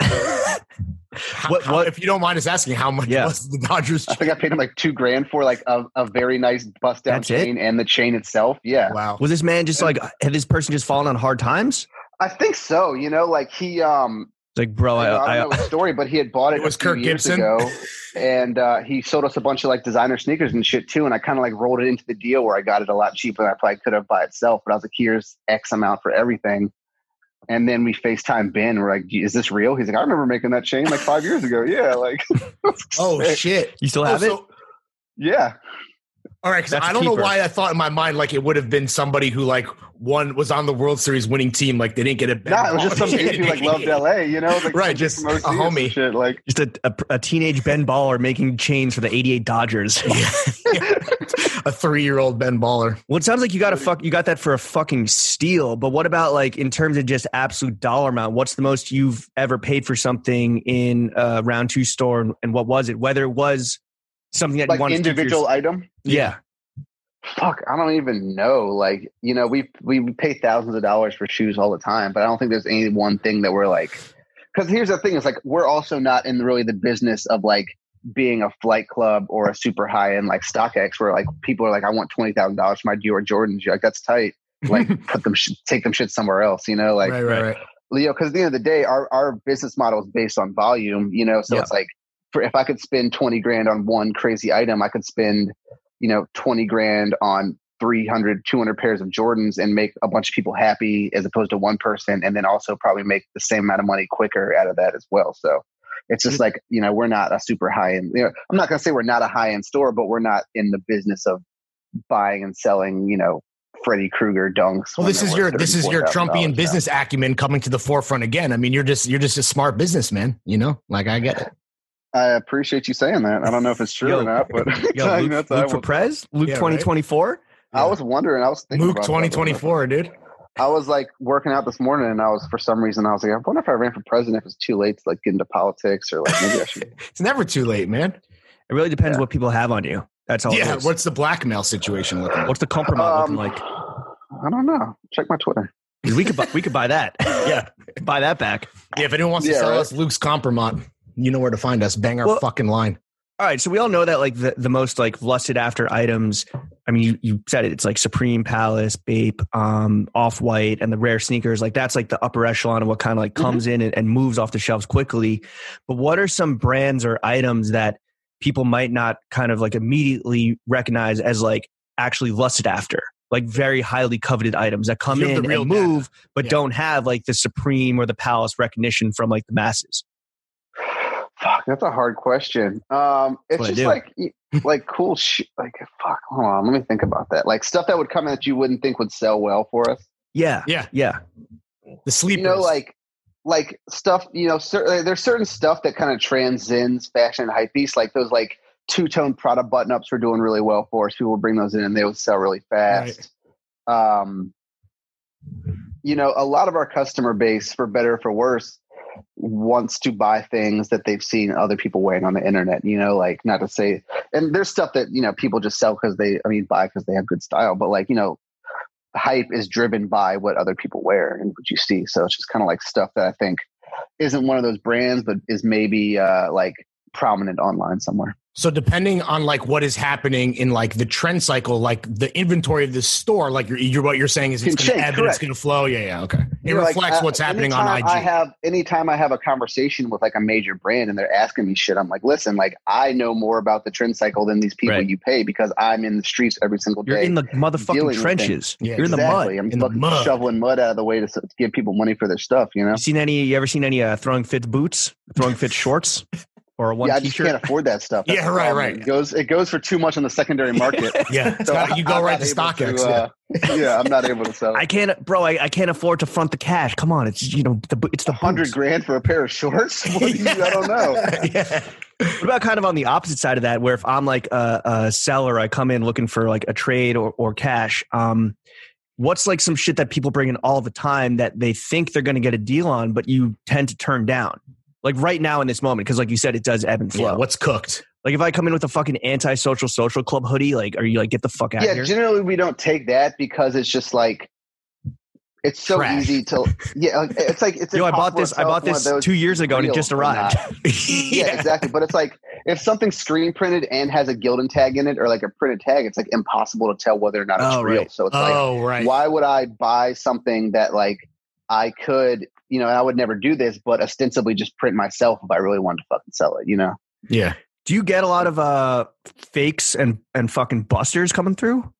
S3: How-
S2: What-
S3: how-
S2: what-
S3: if you don't mind us asking, how much
S2: Yeah.
S3: was the Dodgers?
S4: I think I paid him like two grand for like a, a very nice bust down
S2: That's it?
S4: chain and the chain itself. Yeah.
S3: Wow.
S2: Was this man just like had this person just fallen on hard times?
S4: I think so. You know, like he um
S2: It's like, bro,
S4: I,
S2: Oh, I, I,
S4: don't know his story, but he had bought it.
S3: It was
S4: a few
S3: Kirk
S4: years
S3: Gibson.
S4: ago, and uh, he sold us a bunch of like designer sneakers and shit too. And I kind of like rolled it into the deal where I got it a lot cheaper than I probably could have by itself. But I was like, here's X amount for everything, And then we FaceTime Ben. We're like, "Is this real?" He's like, "I remember making that chain like five years ago." Yeah, like,
S3: Oh shit!
S2: You still have
S3: Oh,
S2: it?
S3: so-
S4: yeah.
S3: All right, because
S2: That's
S3: I don't
S2: keeper.
S3: know why I thought in my mind like it would have been somebody who like one was on the World Series winning team, like they didn't get it.
S4: Nah, it was just some kid who like loved LA, you know, like
S3: Right,
S4: some
S3: just
S4: from OC
S3: a
S4: or some
S3: homie.
S4: Shit, like,
S2: Just a, a, a teenage Ben Baller making chains for the 88 Dodgers.
S3: a three-year-old Ben Baller.
S2: well, it sounds like you got a fuck you got that for a fucking steal, but what about like in terms of just absolute dollar amount? What's the most you've ever paid for something in a round two store and, and what was it? Whether it was something that you
S4: like
S2: wanted
S4: individual
S2: to
S4: item.
S2: keep for your- Yeah.
S4: Fuck, I don't even know. Like, you know, we we pay thousands of dollars for shoes all the time, but I don't think there's any one thing that we're like. Because here's the thing: is like we're also not in really the business of like being a flight club or a super high end like StockX, where like people are like, I want twenty thousand dollars for my Dior Jordans. You're like, that's tight. Like, put them, sh- take them shit somewhere else. You know, like
S3: right, right, right.
S4: you know, because at the end of the day, our, our business model is based on volume, you know, so
S2: Yeah.
S4: it's like for, if I could spend 20 grand on one crazy item, I could spend, you know, 20 grand on 300, 200 pairs of Jordans and make a bunch of people happy as opposed to one person. And then also probably make the same amount of money quicker out of that as well. So it's just like, you know, we're not a super high end, you know, I'm not going to say we're not a high end store, but we're not in the business of buying and selling, you know, Freddy Krueger dunks.
S3: Well,
S4: when
S3: this
S4: they're
S3: is
S4: worth
S3: your this is your
S4: $34,000
S3: Trumpian
S4: now.
S3: business acumen coming to the forefront again. I mean, you're just you're just a smart businessman. You know, like I get it.
S4: I appreciate you saying that. I don't know if it's true
S2: Yo.
S4: or not, but
S2: Yo, Luke,
S4: that's
S2: Luke
S4: I,
S2: for
S4: was,
S2: Prez? Luke
S3: Yeah, right.
S2: 2024?
S4: I was wondering. I was thinking
S3: Mook
S4: about that.
S3: 2024, dude.
S4: I was like working out this morning, and I was for some reason I was like, I wonder if I ran for president. If it's too late to like get into politics, or like maybe I should.
S3: It's never too late, man.
S2: It really depends
S4: Yeah.
S2: what people have on you. That's all.
S3: yeah.
S2: It is.
S3: What's the blackmail situation looking like?
S2: What's the compromise
S4: Um,
S2: looking like?
S4: I don't know. Check my Twitter.
S2: 'Cause We could buy, we could buy that.
S3: Yeah.
S2: buy that back.
S3: Yeah, if anyone wants to
S4: Yeah,
S3: sell
S4: right.
S3: us Luke's Compromont, you know where to find us. Bang our
S2: Well-
S3: fucking line.
S2: All right, so we all know that like the, the most like lusted after items. I mean, you, you said it. It's like Supreme, Palace, Bape, um, Off White, and the rare sneakers. Like that's like the upper echelon of what kind
S3: Mm-hmm.
S2: of like comes in and, and moves off the shelves quickly. But what are some brands or items that people might not kind of like immediately recognize as like actually lusted after? Like very highly coveted items that come
S3: You have the
S2: in
S3: real
S2: and
S3: data.
S2: move, but
S3: Yeah.
S2: don't have like the Supreme or the Palace recognition from like the masses.
S4: Fuck, that's a hard question. Um, it's
S2: what I
S4: just
S2: do.
S4: like y- like cool shit. Like fuck, hold on, let me think about that. Like stuff that would come in that you wouldn't think would sell well for us.
S2: Yeah,
S3: Yeah.
S2: yeah.
S3: The sleepers.
S4: you know like like stuff you know cer- there's certain stuff that kind of transcends fashion and hype beast like those like two-tone prada button-ups were doing really well for us people would bring those in and they would sell really fast um you know a lot of our customer base for better or for worse wants to buy things that they've seen other people wearing on the internet you know like not to say and there's stuff that you know people just sell because they i mean buy because they have good style but like you know hype is driven by what other people wear and what you see. So it's just kind of like stuff that I think isn't one of those brands, but is maybe uh, like prominent online somewhere.
S3: so depending on like what is happening in like the trend cycle, like the inventory of the store, like you're, you're what you're saying is it's
S4: Can
S3: going to
S4: change,
S3: ebb and it's
S4: correct.
S3: going to flow. Yeah, yeah, okay. It
S4: You know, like,
S3: reflects
S4: uh,
S3: what's happening on
S4: anytime
S3: IG.
S4: I have anytime I have a conversation with like a major brand and they're asking me shit, I'm like, listen, like I know more about the trend cycle than these people
S2: Right.
S4: you pay because I'm in the streets every single
S2: You're
S4: day.
S2: in the
S4: dealing with
S2: motherfucking
S4: things.
S2: trenches.
S3: Yeah,
S2: You're in the mud.
S4: exactly. I'm
S3: in the
S4: fucking
S3: mud.
S4: shoveling mud out of the way to, s- to give people money for their stuff. You know,
S2: You seen any? You ever seen any uh, throwing fits boots, throwing fits shorts, or a one
S4: yeah, I just
S2: t-shirt?
S4: can't afford that stuff.
S3: Yeah,
S4: That's the
S3: right,
S4: problem.
S3: right.
S4: It goes it goes for too much on the secondary market.
S3: yeah, it's gotta- you go
S4: I'm
S3: right
S4: not
S3: to
S4: able
S3: StockX.
S4: uh, yeah, I'm not able to sell.
S2: I can't, bro. I, I can't afford to front the cash. Come on, it's you know the bo- it's the
S4: hundred
S2: boots.
S4: grand for a pair of shorts? What do you- I don't know.
S3: yeah.
S2: What about kind of on the opposite side of that, where if I'm like a, a seller, I come in looking for like a trade or, or cash. Um, what's like some shit that people bring in all the time that they think they're going to get a deal on, but you tend to turn down. Like right now in this moment, because like you said, it does ebb and flow.
S3: yeah, what's cooked?
S2: Like if I come in with a fucking anti-social social club hoodie, like are you like get the fuck out
S4: Yeah,
S2: of here?
S4: generally we don't take that because it's just like it's so
S3: Trash.
S4: easy to yeah. Like, eh, it's like it's.
S2: Yo, I
S4: impossible
S2: bought
S4: to
S2: this. I
S4: tell
S2: bought
S4: if one of
S2: this
S4: those
S2: two years
S4: is
S2: ago, and it
S4: real
S2: just
S4: or
S2: arrived.
S4: not. Yeah, exactly. But it's like if something's screen printed and has a Gildan tag in it, or like a printed tag, it's like impossible to tell whether or not it's
S2: Oh,
S4: real.
S2: right.
S4: So it's like
S3: Oh, right.
S4: why would I buy something that like I could, you know, I would never do this, but ostensibly just print myself if I really wanted to fucking sell it, you know?
S3: Yeah.
S2: Do you get a lot of uh fakes and and fucking busters coming through?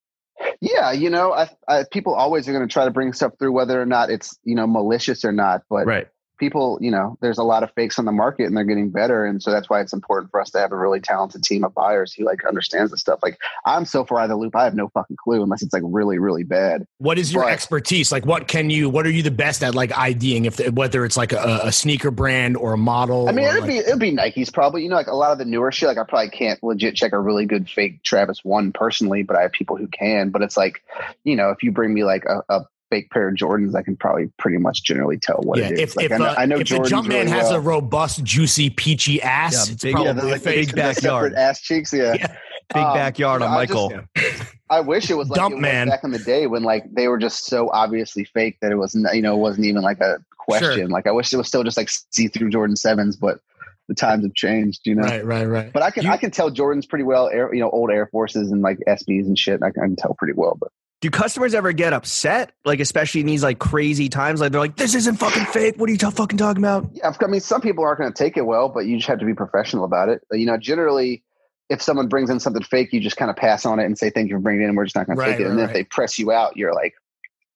S4: Yeah, you know, I, I, people always are going to try to bring stuff through, whether or not it's you know malicious or not. But
S2: Right.
S4: people, you know, there's a lot of fakes on the market, and they're getting better, and so that's why it's important for us to have a really talented team of buyers who like understands the stuff. Like I'm so far out of the loop, I have no fucking clue unless it's like really, really bad.
S3: What is your
S4: Right.
S3: expertise? Like, what can you? What are you the best at? Like IDing, if whether it's like a, a sneaker brand or a model.
S4: I mean,
S3: or
S4: it'd
S3: like-
S4: be it'd be Nike's probably. You know, like a lot of the newer shit. Like I probably can't legit check a really good fake Travis one personally, but I have people who can. But it's like, you know, if you bring me like a, a fake pair of Jordans, I can probably pretty much generally tell what
S3: yeah,
S4: it is.
S3: if
S4: like
S3: if,
S4: I know,
S3: uh,
S4: I know
S3: if the
S4: Jordans
S3: Jumpman
S4: really
S3: has a
S4: well.
S3: robust, juicy, peachy ass,
S2: Yeah,
S3: it's
S2: big- yeah,
S3: probably
S4: they're like
S3: fake.
S4: the
S2: backyard.
S4: separate ass cheeks. Yeah,
S3: Yeah.
S2: Big
S4: Um,
S2: backyard
S4: you
S2: on
S4: know, I just-
S2: Michael.
S4: I wish it was like
S3: Dump
S4: it was
S3: man.
S4: back in the day when like they were just so obviously fake that it was not, you know it wasn't even like a question. Like I wish it was still just like see through Jordan sevens, but the times have changed. You know.
S3: Right, right, right.
S4: But I can
S2: You-
S4: I can tell Jordans pretty well, Air, you know, old Air Forces and like SBs and shit. I can, I can tell pretty well. But
S2: Do customers ever get upset? Like, especially in these like crazy times, like they're like, "This isn't fucking fake. What are you ta- fucking talking about?"
S4: yeah, I mean, some people aren't going to take it well, but you just have to be professional about it. You know, generally, if someone brings in something fake, you just kind of pass on it and say, "Thank you for bringing it in. We're just not going
S3: Right,
S4: to take it."
S3: right,
S4: And then
S3: right.
S4: if they press you out, you're like,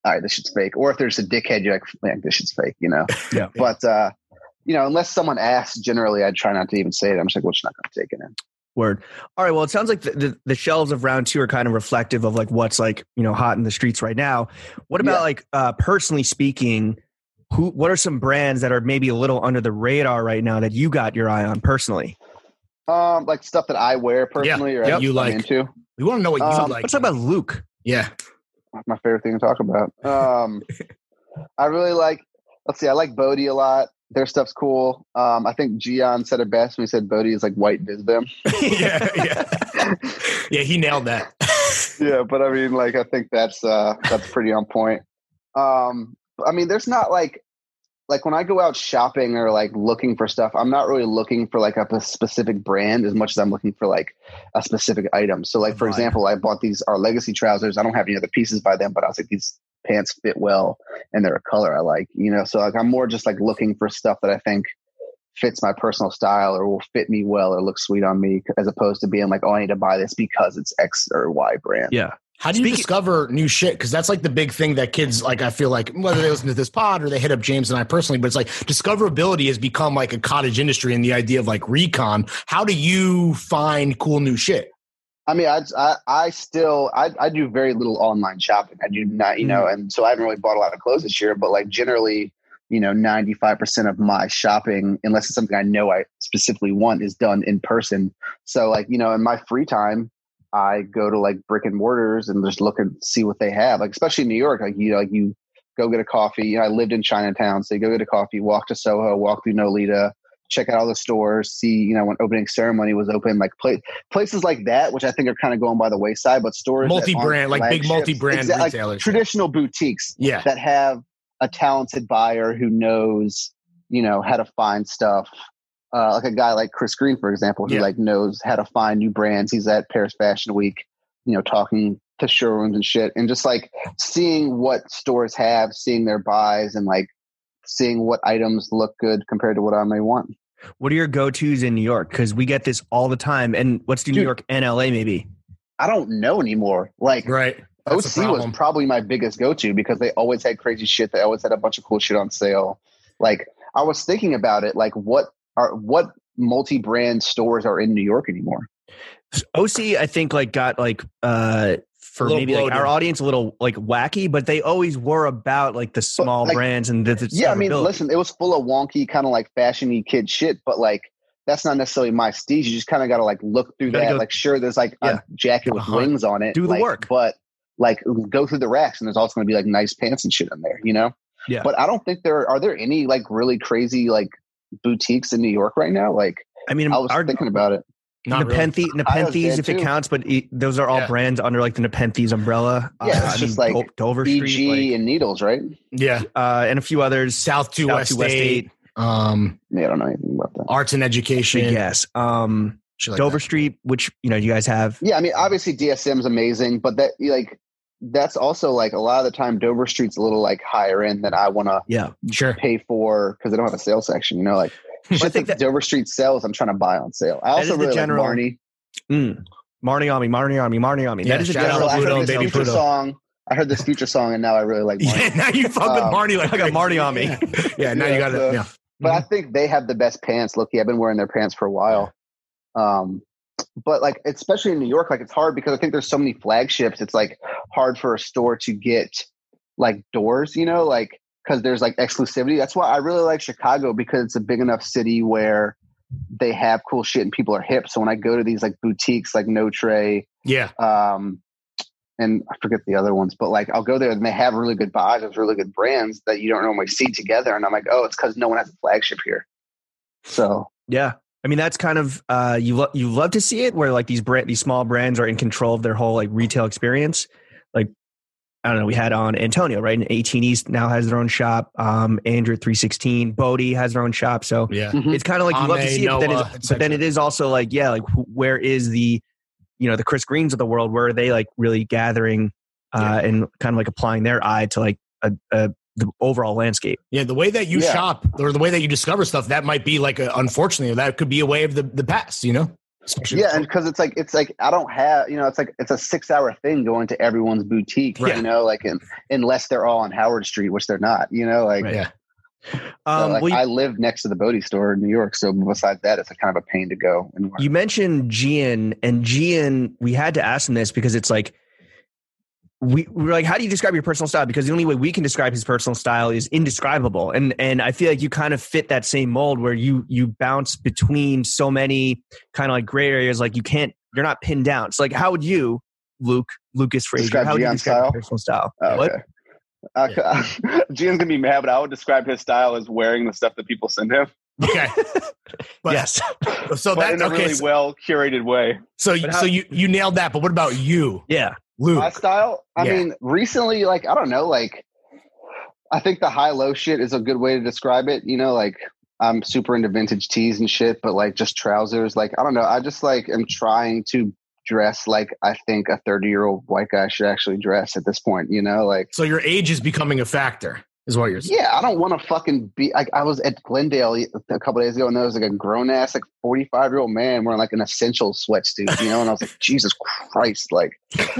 S4: "All right, this shit's fake." Or if there's a dickhead, you're like, "Man, this shit's fake." You know.
S2: Yeah.
S4: But uh, you know, unless someone asks, generally, I try not to even say it. I'm just like, "We're just not going to take it in."
S2: Word. All right. Well, it sounds like the, the, the shelves of round two are kind of reflective of like what's like you know hot in the streets right now. What about
S4: Yeah.
S2: like uh, personally speaking? Who? What are some brands that are maybe a little under the radar right now that you got your eye on personally?
S4: Um, like stuff that I wear personally or
S3: Yep.
S4: I-
S3: You
S4: I'm
S3: like-
S4: into.
S3: We want to know what you
S4: Um,
S3: like.
S2: Let's talk about Luke.
S3: yeah,
S4: my favorite thing to talk about. Um, I really like. Let's see. I like Bodie a lot. Their stuff's cool. Um, I think Gian said it best when he said Bodie is like white Bisbam.
S3: yeah, yeah, yeah. He nailed that.
S4: yeah, but I mean, like, I think that's uh, that's pretty on point. Um, I mean, there's not like like when I go out shopping or like looking for stuff, I'm not really looking for like a p- specific brand as much as I'm looking for like a specific item. So, like for
S2: Right.
S4: example, I bought these our legacy trousers. I don't have any other pieces by them, but I was like, these pants fit well and they're a color I like. You know, so like I'm more just like looking for stuff that I think fits my personal style or will fit me well or look sweet on me as opposed to being like oh i need to buy this because it's x or y brand
S2: Yeah.
S3: How do you
S2: Speaking-
S3: discover new shit? Because that's like the big thing that kids like. I feel like whether they listen to this pod or they hit up James and I personally, but it's like discoverability has become like a cottage industry, and the idea of like recon. How do you find cool new shit?
S4: I mean, I, I, I still, I, I do very little online shopping. I do not, you know, and so I haven't really bought a lot of clothes this year, but like generally, you know, 95% of my shopping, unless it's something I know I specifically want is done in person. So like, you know, in my free time, I go to like brick and mortars and just look and see what they have. Like, especially in New York, like, you know, like you go get a coffee. You know, I lived in Chinatown. So you go get a coffee, walk to Soho, walk through Nolita, check out all the stores, see, you know, when opening ceremony was open, like play, places like that, which I think are kind of going by the wayside, but stores that aren't
S3: Multi-brand, like big
S4: flagships.
S3: multi-brand
S4: Exact- like,
S3: retailers.
S4: traditional boutiques
S3: yeah,
S4: that have a talented buyer who knows, you know, how to find stuff. Uh, like a guy like Chris Green, for example, who
S3: Yeah.
S4: like knows how to find new brands. He's at Paris Fashion Week, you know, talking to showrooms and shit, and just like seeing what stores have, seeing their buys, and like seeing what items look good compared to what I may want.
S2: What are your go tos in New York? Because we get this all the time. And let's do New
S4: Dude.
S2: York and LA maybe.
S4: I don't know anymore. Like
S3: right. That's the
S4: OC was
S3: problem.
S4: probably my biggest go to because they always had crazy shit. They always had a bunch of cool shit on sale. Like I was thinking about it, like what are what multi brand stores are in New York anymore?
S2: OC, I think like got like uh
S3: A
S2: for
S3: little
S2: maybe like
S3: bloated.
S2: our audience a little like wacky, but they always were about like the small
S4: like-
S2: brands and the, the
S4: Yeah, I mean,
S2: discoverability.
S4: listen, it was full of wonky, kind of like fashiony kid shit, but like that's not necessarily my steez. You just kind of got to like look through
S2: You gotta
S4: that.
S2: go-
S4: like, sure, there's like
S2: Yeah.
S4: a jacket with
S3: Uh-huh.
S4: wings on it.
S2: Do the
S4: like,
S2: work.
S4: but like go through the racks, and there's also going to be like nice pants and shit in there, you know.
S2: Yeah.
S4: But I don't think there are there any like really crazy like boutiques in New York right now. Like
S2: I mean,
S4: I was
S2: our
S4: thinking about it.
S3: Not really.
S2: Nepenthe, Nepenthes,
S4: there
S2: if it
S4: too.
S2: counts, but e- those are all
S3: Yeah.
S2: brands under like the Nepenthes umbrella. Uh,
S4: Yeah, it's just, like,
S2: Do- Dover
S4: BG
S2: Street like,
S4: and Needles, right?
S3: Yeah,
S2: uh, and a few others.
S3: South to
S2: South
S3: West, State, um,
S4: Yeah, I don't know anything about that.
S3: Arts and Education.
S2: Big yes. Um,
S3: shit like
S2: Dover
S3: that.
S2: Street, which you know you guys have.
S4: Yeah, I mean, obviously DSM's amazing, but that like that's also like a lot of the time Dover Street's a little like higher end than I want to
S2: Yeah,
S3: Sure.
S4: pay for because they don't have a sales section. You know, like
S2: I
S4: shit
S2: think
S4: that, Dover Street sells, I'm trying to buy on sale. I
S2: That
S4: also
S2: is the
S4: really
S2: general-
S4: like Barney.
S2: Mm. Marnie on me, Marnie on me, Marnie on me.
S3: Yeah,
S2: that is a
S3: shout
S2: general
S3: out
S4: I
S2: Pluto,
S4: heard this
S2: baby
S4: future
S2: Pluto.
S4: song. I heard this future song, and now I really like. Marnie.
S2: Yeah, now you fuck with
S4: Um,
S2: Marty like I got Marty on me.
S3: yeah. Yeah, now you
S4: Yeah,
S3: got to
S4: the-
S3: yeah.
S4: But
S2: Mhm.
S4: I think they have the best pants. Looky, I've been wearing their pants for a while. Um, but like, especially in New York, like it's hard because I think there's so many flagships. It's like hard for a store to get like doors, you know, like because there's like exclusivity. That's why I really like Chicago because it's a big enough city where they have cool shit and people are hip. So when I go to these like boutiques, like No Tray,
S3: Yeah.
S4: um, and I forget the other ones, but like I'll go there and they have really good buys of really good brands that you don't normally see together. And I'm like, oh, it's because no one has a flagship here. So
S2: Yeah. I mean that's kind of uh, you lo- you love to see it where like these brand these small brands are in control of their whole like retail experience. Like I don't know, we had on Antonio, right? And 18 East now has their own shop. Um Andrew 316, Bodie has their own shop. So
S3: Yeah.
S4: Mhm.
S2: it's kind of like you love to
S3: Ame,
S2: see it, but then,
S3: Noah,
S2: it's, but then it is also like, yeah, like wh- where is the, you know, the Chris Greens of the world? Where are they like really gathering uh, and kind of like applying their eye to like a, a the overall landscape?
S3: Yeah, the way that you
S4: Yeah.
S3: shop or the way that you discover stuff, that might be like a, unfortunately, that could be a way of the, the past, you know? Especially
S4: yeah, and because it's like it's like I don't have you know it's like it's a six hour thing going to everyone's boutique,
S3: Right.
S4: you know, like in, unless they're all on Howard Street, which they're not, you know, like,
S3: yeah.
S4: so,
S2: Um,
S4: like
S2: well, you,
S4: I live next to the Bodie store in New York, so besides that, it's a kind of a pain to go. Anywhere.
S2: you mentioned Gian, and Gian, we had to ask him this because it's like, we we were like, how do you describe your personal style? Because the only way we can describe his personal style is indescribable, and and I feel like you kind of fit that same mold where you you bounce between so many kind of like gray areas. Like you can't, you're not pinned down. It's like, how would you, Luke Lucas Fraser,
S4: Describe
S2: how would you
S4: Gian's
S2: describe your
S4: style?
S2: personal style?
S4: Oh,
S2: What?
S4: okay. Uh, Gian's gonna be mad, but I would describe his style as wearing the stuff that people send him,
S3: Okay. But-
S2: yes,
S3: So
S4: but
S3: that
S4: in a
S3: okay.
S4: really
S3: so
S4: well curated way.
S3: so,
S2: But how-
S3: so you you nailed that. But what about you,
S2: yeah,
S4: my
S3: Luke?
S4: style i
S3: Yeah.
S4: mean recently like i don't know like i think the high low shit is a good way to describe it you know like i'm super into vintage tees and shit but like just trousers like i don't know i just like am trying to dress like i think a 30 year old white guy should actually dress at this point you know like
S3: So your age is becoming a factor, is what you're saying.
S4: yeah i don't want to fucking be like i was at glendale e, a couple days ago and there was like a grown-ass like 45 year old man wearing like an essential sweatsuit you know and i was like jesus christ like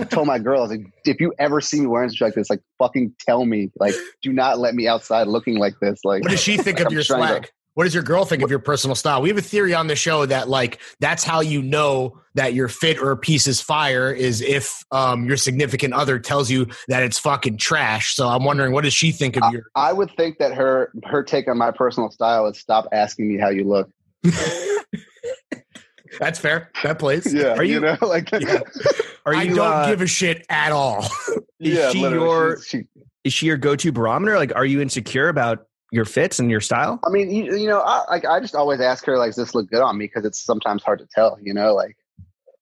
S4: told my girl i was like if you ever see me wearing something like this like fucking tell me like do not let me outside looking like this like
S3: What does she think of
S4: Like, I'm
S3: your
S4: trying to-
S3: swag? What does your girl think of your personal style? We have a theory on the show that like that's how you know that your fit or a piece is fire is if um, your significant other tells you that it's fucking trash. So I'm wondering what does she think
S4: Uh,
S3: of your?
S4: i would think that her her take on my personal style is stop asking me how you look
S3: That's fair. That plays.
S4: yeah
S2: Are you-
S4: you know like
S3: Yeah.
S2: are you?
S3: I don't
S2: uh,
S3: give a shit at all.
S2: Is she
S4: literally,
S2: your-
S4: she- she-
S2: is she your go-to barometer? Like, are you insecure about your fits and your style?
S4: I mean, you, you know, I like I just always ask her like, "Does this look good on me?" Because it's sometimes hard to tell, you know. Like,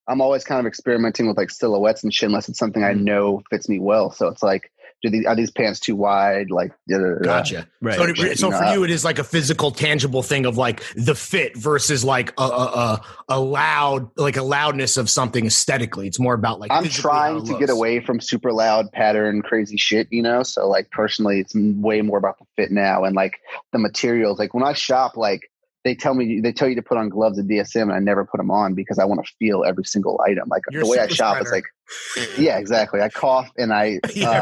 S4: I'm always kind of experimenting with like silhouettes and shit, unless it's something I know fits me well. So it's like, do these are these pants too wide? Like, da, da, da, da.
S3: Gotcha.
S2: Right.
S3: So, it- so
S4: You know,
S3: for
S4: I-
S3: you, it is like a physical, tangible thing of like the fit versus like a, a, a, a loud, like a loudness of something aesthetically. It's more about like
S4: I'm
S3: physically how
S4: trying
S3: it
S4: to
S3: looks.
S4: get away from super loud pattern crazy shit, you know. So like personally, it's m- way more about the fit now and like the materials. Like when I shop, like they tell me they tell you to put on gloves at DSM, and I never put them on because I want to feel every single item. Like
S3: You're
S4: the way I
S3: super
S4: shop is
S3: spreader.
S4: like, yeah, exactly. I cough and I.
S3: Yeah,
S4: uh,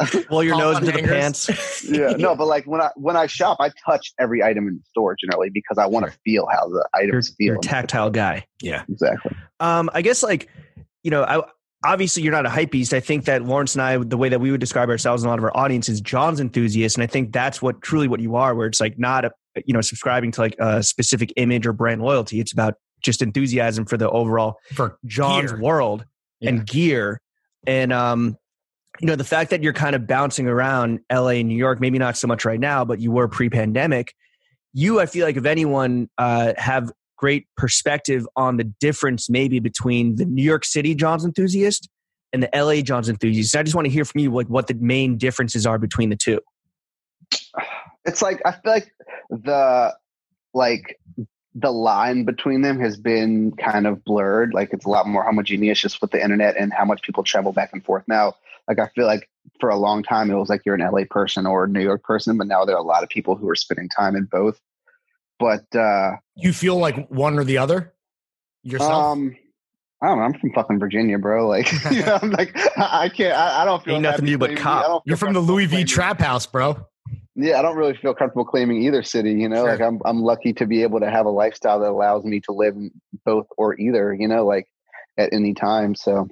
S3: right.
S2: Blow your
S3: Call
S2: nose
S3: on
S2: into the
S3: hangers.
S2: pants.
S4: yeah no but like when i when i shop i touch every item in the store generally because i want to feel how the
S2: You're,
S4: items
S2: you're
S4: feel
S2: a tactile guy.
S4: exactly
S2: Um, I guess like, you know, I obviously you're not a hype beast. I think that Lawrence and I, the way that we would describe ourselves and a lot of our audience is John's enthusiast, and I think that's what truly what you are, where it's like not a you know subscribing to like a specific image or brand loyalty. It's about just enthusiasm for the overall
S3: For
S2: John's
S3: gear.
S2: world and gear. And um, you know, the fact that you're kind of bouncing around LA and New York, maybe not so much right now, but you were pre-pandemic, you I feel like if anyone uh have great perspective on the difference maybe between the New York City John's enthusiast and the LA John's enthusiast. I just want to hear from you like what the main differences are between the two.
S4: it's like i feel like the like the line between them has been kind of blurred like it's a lot more homogeneous just with the internet and how much people travel back and forth now like i feel like for a long time it was like you're an la person or a new york person but now there are a lot of people who are spending time in both but uh
S3: You feel like one or the other yourself.
S4: Um, I don't know. I'm from fucking Virginia, bro. Like, you know, I'm like, I, I can't. I, I don't feel
S2: Ain't nothing to
S4: happy
S2: do but
S4: claiming-
S2: cop.
S4: I don't feel
S3: You're from the
S4: comfortable
S3: Louis V
S4: claiming-
S3: trap house, bro.
S4: Yeah, I don't really feel comfortable claiming either city. You know,
S3: Sure.
S4: like I'm, I'm lucky to be able to have a lifestyle that allows me to live in both or either. You know, like at any time. So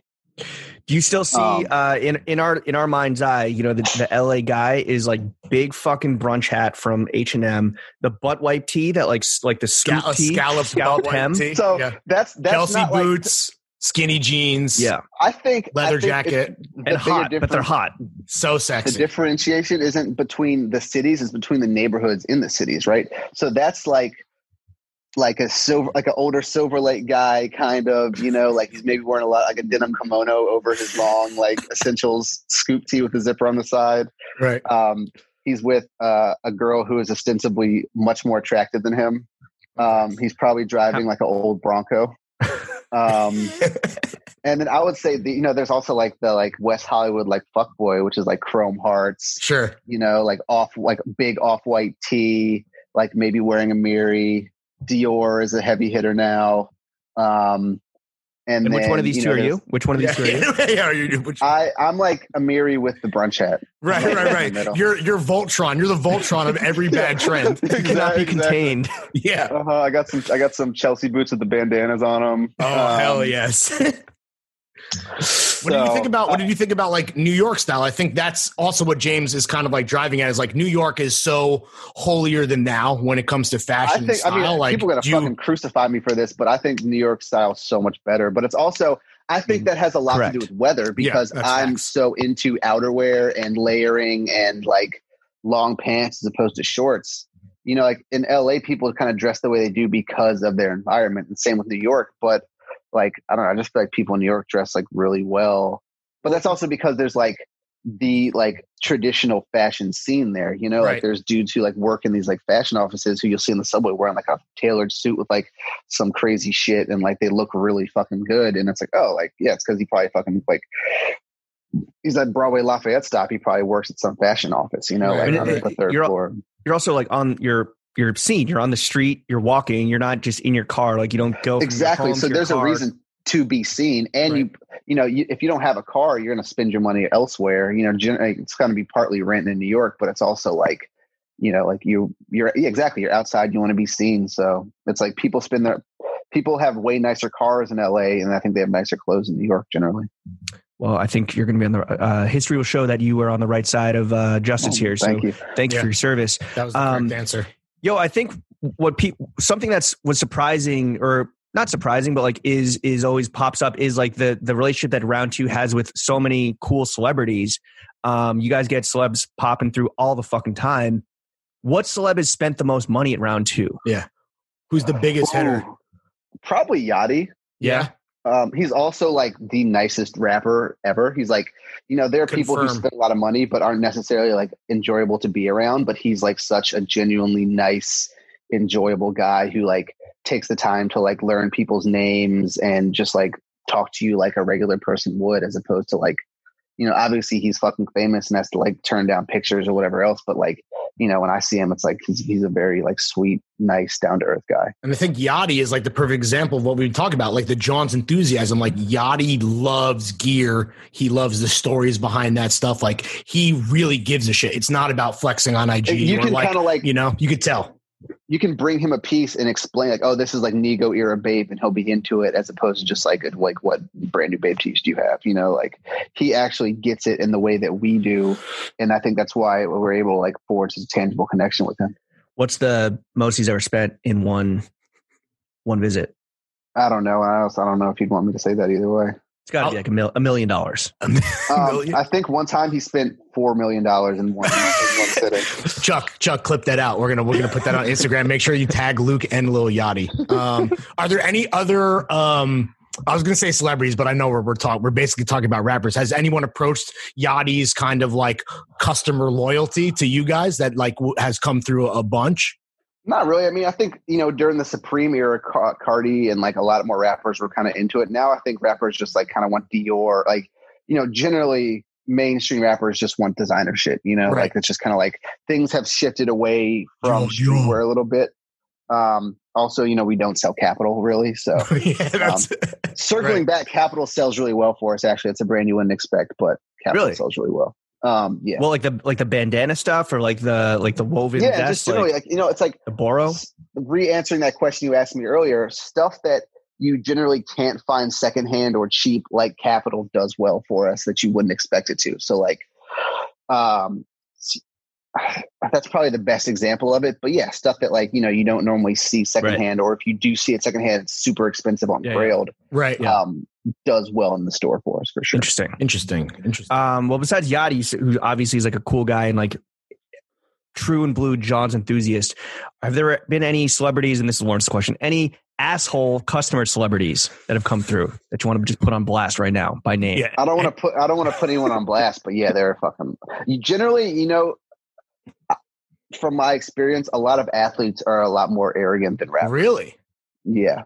S2: Do you still see
S4: Um,
S2: uh, in in our in our mind's eye? You know, the, the L.A. guy is like big fucking brunch hat from H and M, the butt wipe tee that like s- like the scoop
S3: Scal-
S2: tee.
S3: scallops,
S2: Scallop
S3: uh, belt
S2: hem.
S3: tee.
S4: So-
S3: yeah.
S4: that's that's
S3: Kelsey
S4: not like
S3: boots, skinny jeans.
S2: Yeah,
S4: I think I
S3: leather
S4: think it's-
S3: jacket,
S4: the
S2: and
S4: bigger
S2: hot, but they're
S4: difference-
S2: hot.
S3: so
S4: the
S3: sexy.
S4: differentiation isn't between the cities it's between the neighborhoods in the cities right so that's like like a silver like an older silver lake guy kind of you know like he's maybe wearing a lot like a denim kimono over his long like essentials scoop tee with a zipper on the side
S3: Right.
S4: um he's with uh, a girl who is ostensibly much more attractive than him um he's probably driving like an old bronco um and then i would say the, you know there's also like the like west hollywood like fuckboy which is like chrome hearts
S3: Sure.
S4: you know, like off, like big off white tee, like maybe wearing a Miri. Dior is a heavy hitter now. Um, and
S2: And, which
S4: then,
S2: one of these two
S4: know,
S2: are
S4: there's-
S2: you? Which one of these
S3: Yeah.
S2: two are you?
S3: Yeah, are you- which-
S4: I, I'm like a Miri with the brunch hat.
S3: right,
S4: I'm
S3: right,
S4: in the
S3: right.
S4: middle.
S3: You're you're Voltron. You're the Voltron of every bad trend.
S2: You cannot be
S4: Exactly.
S2: contained.
S3: Yeah.
S4: Uh-huh, I got some. I got some Chelsea boots with the bandanas on Um, them.
S3: Oh hell yes. What did you think about? What
S4: uh,
S3: did you think about like New York style? I think that's also what James is kind of like driving at. Is like New York is so holier than now when it comes to
S4: I
S3: fashion. and
S4: think I mean
S3: style. like
S4: people are gonna
S3: do you-
S4: fucking crucify me for this, but I think New York style is so much better. But it's also I think that has a lot to do
S2: Correct.
S4: with weather because
S3: Mm-hmm. that's
S4: I'm
S3: facts.
S4: so into outerwear and layering and like long pants as opposed to shorts. You know, like in LA, people kind of dress the way they do because of their environment, and same with New York. But like I don't know, I just feel like people in New York dress like really well. But that's also because there's like the like traditional fashion scene there. You know,
S3: Right.
S4: like there's dudes who like work in these like fashion offices who you'll see in the subway wearing like a tailored suit with like some crazy shit and like they look really fucking good. And it's like, oh, like, yeah, it's because he probably fucking like he's at Broadway Lafayette stop. He probably works at some fashion office, you know,
S3: Right.
S4: like
S2: I
S4: on
S2: mean,
S4: like, the
S2: it-
S4: 3rd
S2: you're-
S4: floor.
S2: You're also like on your your scene. You're on the street. You're walking. You're not just in your car. Like you don't go from your
S4: exactly
S2: home to
S4: so
S2: your
S4: there's a
S2: car.
S4: reason to be seen and you you know you, if you don't have a car you're going to spend your money elsewhere you know gen- like, it's going to be partly rent in new york but it's also like you know like you you're yeah, exactly you're outside you want to be seen so it's like people spend their people have way nicer cars in la and i think they have nicer clothes in new york generally
S2: Well, I think you're going to be on the uh, history will show that you were on the right side of uh, justice here. So
S4: Oh,
S2: thank
S4: thank
S2: you,
S4: you
S2: for
S3: Yeah.
S2: your service.
S3: That was the
S2: Um,
S3: correct answer.
S2: Yo, I think what people something that's was surprising or not surprising, but like is is always pops up is like the the relationship that Round Two has with so many cool celebrities. Um, you guys get celebs popping through all the fucking time. What celeb has spent the most money at round two?
S3: Who's the biggest hitter?
S4: Ooh. probably yachty
S3: Yeah.
S4: Um, he's also like the nicest rapper ever. He's like, you know, there are people who
S3: Confirm.
S4: spend a lot of money but aren't necessarily like enjoyable to be around. But he's like such a genuinely nice, enjoyable guy who like takes the time to like learn people's names and just like talk to you like a regular person would, as opposed to like, you know, obviously he's fucking famous and has to like turn down pictures or whatever else. But like, you know, when I see him, it's like he's he's a very like sweet, nice, down to earth guy.
S3: And I think Yachty is like the perfect example of what we talk about, like the John's enthusiasm. Like Yachty loves gear. He loves the stories behind that stuff. Like he really gives a shit. It's not about flexing on IG.
S4: you
S3: or
S4: can
S3: like,
S4: kind of like
S3: you know, you could tell.
S4: you can bring him a piece and explain like, oh, this is like Nego era Babe, and he'll be into it as opposed to just like like what brand new Babe tees do you have? You know, like he actually gets it in the way that we do, and I think that's why we're able to like forge a tangible connection with him.
S2: What's the most he's ever spent in one one visit?
S4: I don't know. I also I don't know if you'd want me to say that either way.
S2: It's got to be like a, mil- a million dollars.
S4: Um,
S3: Million?
S4: I think one time he spent four million dollars in one, in one sitting.
S3: Chuck, Chuck, clip that out. We're gonna we're gonna put that on Instagram. Make sure you tag Luke and Lil Yachty. Um, are there any other? Um, I was gonna say celebrities, but I know we're we're talking we're basically talking about rappers. Has anyone approached Yachty's kind of like customer loyalty to you guys that like w- has come through a bunch?
S4: Not really. I mean, I think you know during the Supreme era, Ca- Cardi and like a lot more rappers were kind of into it. Now I think rappers just like kind of want Dior. Like you know, generally mainstream rappers just want designer shit. You know,
S3: Right.
S4: like it's just kind of like things have shifted away from
S3: Yo, yo.
S4: streetwear a little bit. Um, also, you know, we don't sell capital really. So
S3: yeah, that's
S4: circling
S3: Right.
S4: back, capital sells really well for us. Actually, it's a brand you wouldn't expect, but capital
S2: Really?
S4: sells really well. Um, yeah.
S2: Well, like the like the bandana stuff, or like the like the woven
S4: yeah,
S2: vest,
S4: just generally,
S2: like
S4: like, you know, it's like
S2: the borrow.
S4: s- re-answering that question you asked me earlier, stuff that you generally can't find secondhand or cheap, like Capital does well for us that you wouldn't expect it to. So, like, um, s- that's probably the best example of it. But yeah, stuff that like you know you don't normally see secondhand, or if you do see it secondhand, it's super expensive on
S2: Yeah, yeah.
S4: Grailed.
S3: right.
S4: Um, does well in the store for us for sure.
S2: Interesting.
S3: Interesting. Interesting.
S2: Um, well, besides Yachty, who obviously is like a cool guy and like true and blue John's enthusiast, have there been any celebrities? And this is Lauren's question. Any asshole customer celebrities that have come through that you want to just put on blast right now by name?
S3: yeah.
S4: I don't want to put I don't want to put anyone on blast, but yeah, they're fucking. You generally, you know, from my experience, a lot of athletes are a lot more arrogant than rappers.
S3: Uh, Really?
S4: Yeah,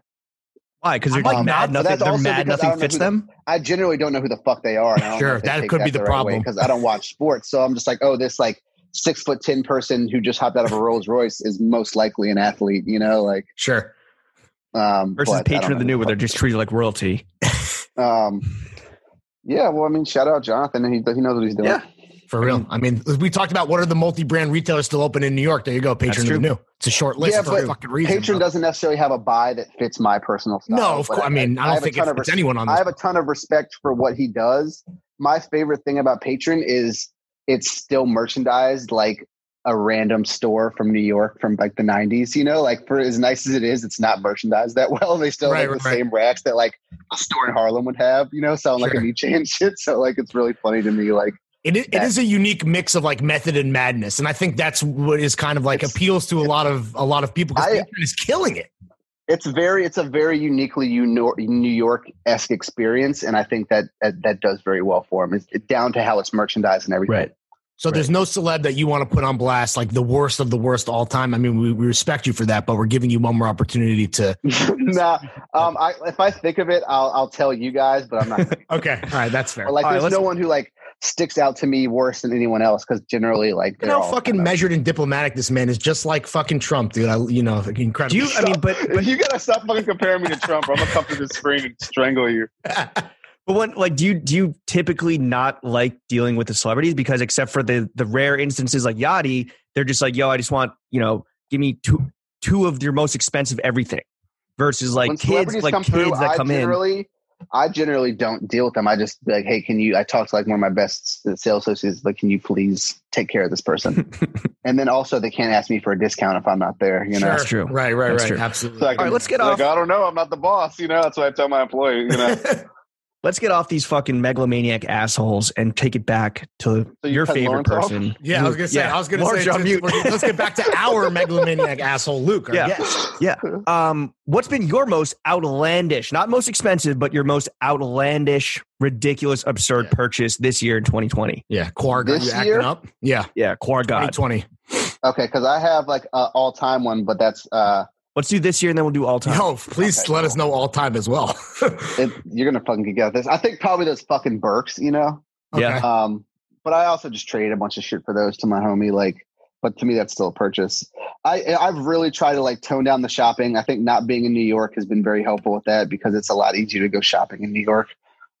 S2: Why? Because they're
S4: I'm like
S2: like mad.
S4: not-
S2: Nothing.
S4: Um, that's
S2: They're
S4: also
S2: mad.
S4: because I
S2: Nothing
S4: don't know
S2: fits
S4: who the-
S2: them.
S4: I generally don't know who the fuck they are. And I don't
S3: Sure,
S4: know if they
S3: that
S4: take
S3: could be the
S4: right
S3: problem.
S4: because I don't watch sports, so I'm just like, oh, this like six foot ten person who just hopped out of a Rolls Royce is most likely an athlete. You know, like
S3: Sure.
S4: um,
S2: Versus
S4: but I don't
S2: patron of
S4: know
S2: the
S4: who
S2: new, where
S4: fuck
S2: they're just treated like royalty.
S4: Um, yeah, well, I mean, shout out Jonathan. He, he knows what he's doing.
S2: Yeah.
S3: For real. I mean, we talked about what are the multi-brand retailers still open in New York. There you go. Patron of the
S2: true.
S3: new. It's a short list
S4: Yeah,
S3: for
S4: but
S3: a fucking reason.
S4: Patron
S3: bro.
S4: doesn't necessarily have a buy that fits my personal style.
S3: no, of
S4: but
S3: course. I mean, I
S4: have
S3: don't
S4: a
S3: think
S4: ton
S3: it's,
S4: of
S3: it's
S4: res-
S3: anyone on
S4: I
S3: this.
S4: have a ton of respect for what he does. My favorite thing about Patron is it's still merchandised like a random store from New York from like the 90s, you know, like for as nice as it is, it's not merchandised that well. They still
S3: Right,
S4: have the
S3: right, right.
S4: same racks that like a store in Harlem would have, you know, sound like
S3: Sure.
S4: a new chain shit. So like it's really funny to me. Like
S3: It, i- it is a unique mix of like method and madness, and I think that's what is kind of like
S4: It's-
S3: appeals to a lot of a lot of people because
S4: I-
S3: Patron is killing it.
S4: it's very it's a very uniquely you know- New York esque experience, and I think that, that that does very well for him. It's it's down to how it's merchandised and everything.
S2: Right.
S3: So there's no celeb that you want to put on blast, like the worst of the worst all time. I mean, we, we respect you for that, but we're giving you one more opportunity to.
S4: nah, um, I, if I think of it, I'll I'll tell you guys, but I'm not. gonna.
S3: Okay, all right, that's fair.
S4: But, like,
S2: All right,
S4: there's
S2: let's-
S4: no one who like sticks out to me worse than anyone else because generally, like,
S3: Look
S4: they're
S3: at how
S4: all
S3: fucking
S4: kinda-
S3: measured and diplomatic this man is, just like fucking Trump, dude. I, you know, incredible.
S2: Do you? I mean, but
S4: you gotta stop fucking comparing me to Trump. or I'm gonna come through the spring and strangle you.
S2: But when, like, do you do you typically not like dealing with the celebrities because, except for the the rare instances like Yachty, they're just like, "Yo, I just want you know, give me two two of your most expensive everything," versus like
S4: when
S2: kids
S4: celebrities
S2: like
S4: come
S2: kids
S4: through,
S2: that
S4: I
S2: come in.
S4: generally, I generally don't deal with them. I just be like, hey, can you? I talked to like one of my best sales associates, like, can you please take care of this person? and then also, they can't ask me for a discount if I'm not there. You know.
S2: That's true.
S3: Right, right,
S2: That's
S3: right.
S2: true.
S3: Absolutely.
S4: So I can-
S2: All right, let's get off-
S4: I don't know. I'm not the boss. You know, that's what I tell my employee. You know,
S2: Let's get off these fucking megalomaniac assholes and take it back to
S4: you
S2: your
S4: cut
S2: favorite
S4: Lawrence off?
S2: person.
S3: yeah, I was gonna say.
S2: Yeah.
S3: I was gonna
S2: Lawrence,
S3: say.
S2: you're on
S3: since
S2: mute.
S3: we're- Let's get back to our megalomaniac asshole, Luke.
S2: Yeah.
S3: Yeah. Yes.
S2: Um, what's been your most outlandish, not most expensive, but your most outlandish, ridiculous, absurd
S3: Yeah.
S2: purchase this year in 2020?
S3: Yeah. Quark, are
S4: This
S3: you acting
S4: year?
S3: up? Yeah.
S2: Yeah, Quar God.
S3: 2020.
S4: okay, because I have like a all time one, but that's uh,
S2: Let's do this year and then we'll do all time.
S3: No, please
S4: Okay,
S3: let us know all time as well.
S4: it, you're gonna fucking get this. I think probably those fucking Burks. You know,
S2: Yeah.
S4: Um, but I also just traded a bunch of shit for those to my homie. Like, but to me, that's still a purchase. I I've really tried to like tone down the shopping. I think not being in New York has been very helpful with that because it's a lot easier to go shopping in New York.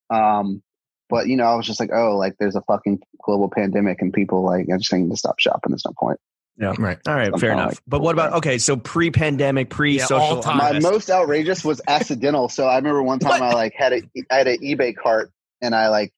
S4: Um, but you know, I was just like, oh, like there's a fucking global pandemic and people like I just need to stop shopping. There's no point.
S3: Right.
S2: All right,
S4: I'm
S2: fair
S4: kinda
S2: enough.
S4: like-
S2: but what about okay? So pre-pandemic, pre-social,
S3: all time.
S4: My
S2: unrest.
S4: most outrageous was accidental. So I remember one time I like had a I had an eBay cart and I like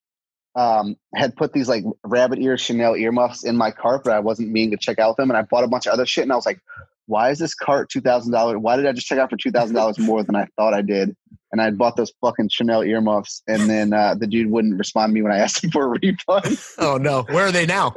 S4: um had put these like rabbit ear Chanel earmuffs in my cart, but I wasn't meaning to check out with them. And I bought a bunch of other shit and I was like, why is this cart two thousand dollars? Why did I just check out for two thousand dollars more than I thought I did? And I had bought those fucking Chanel earmuffs, and then uh, the dude wouldn't respond to me when I asked him for a refund.
S3: Oh no, where are they now?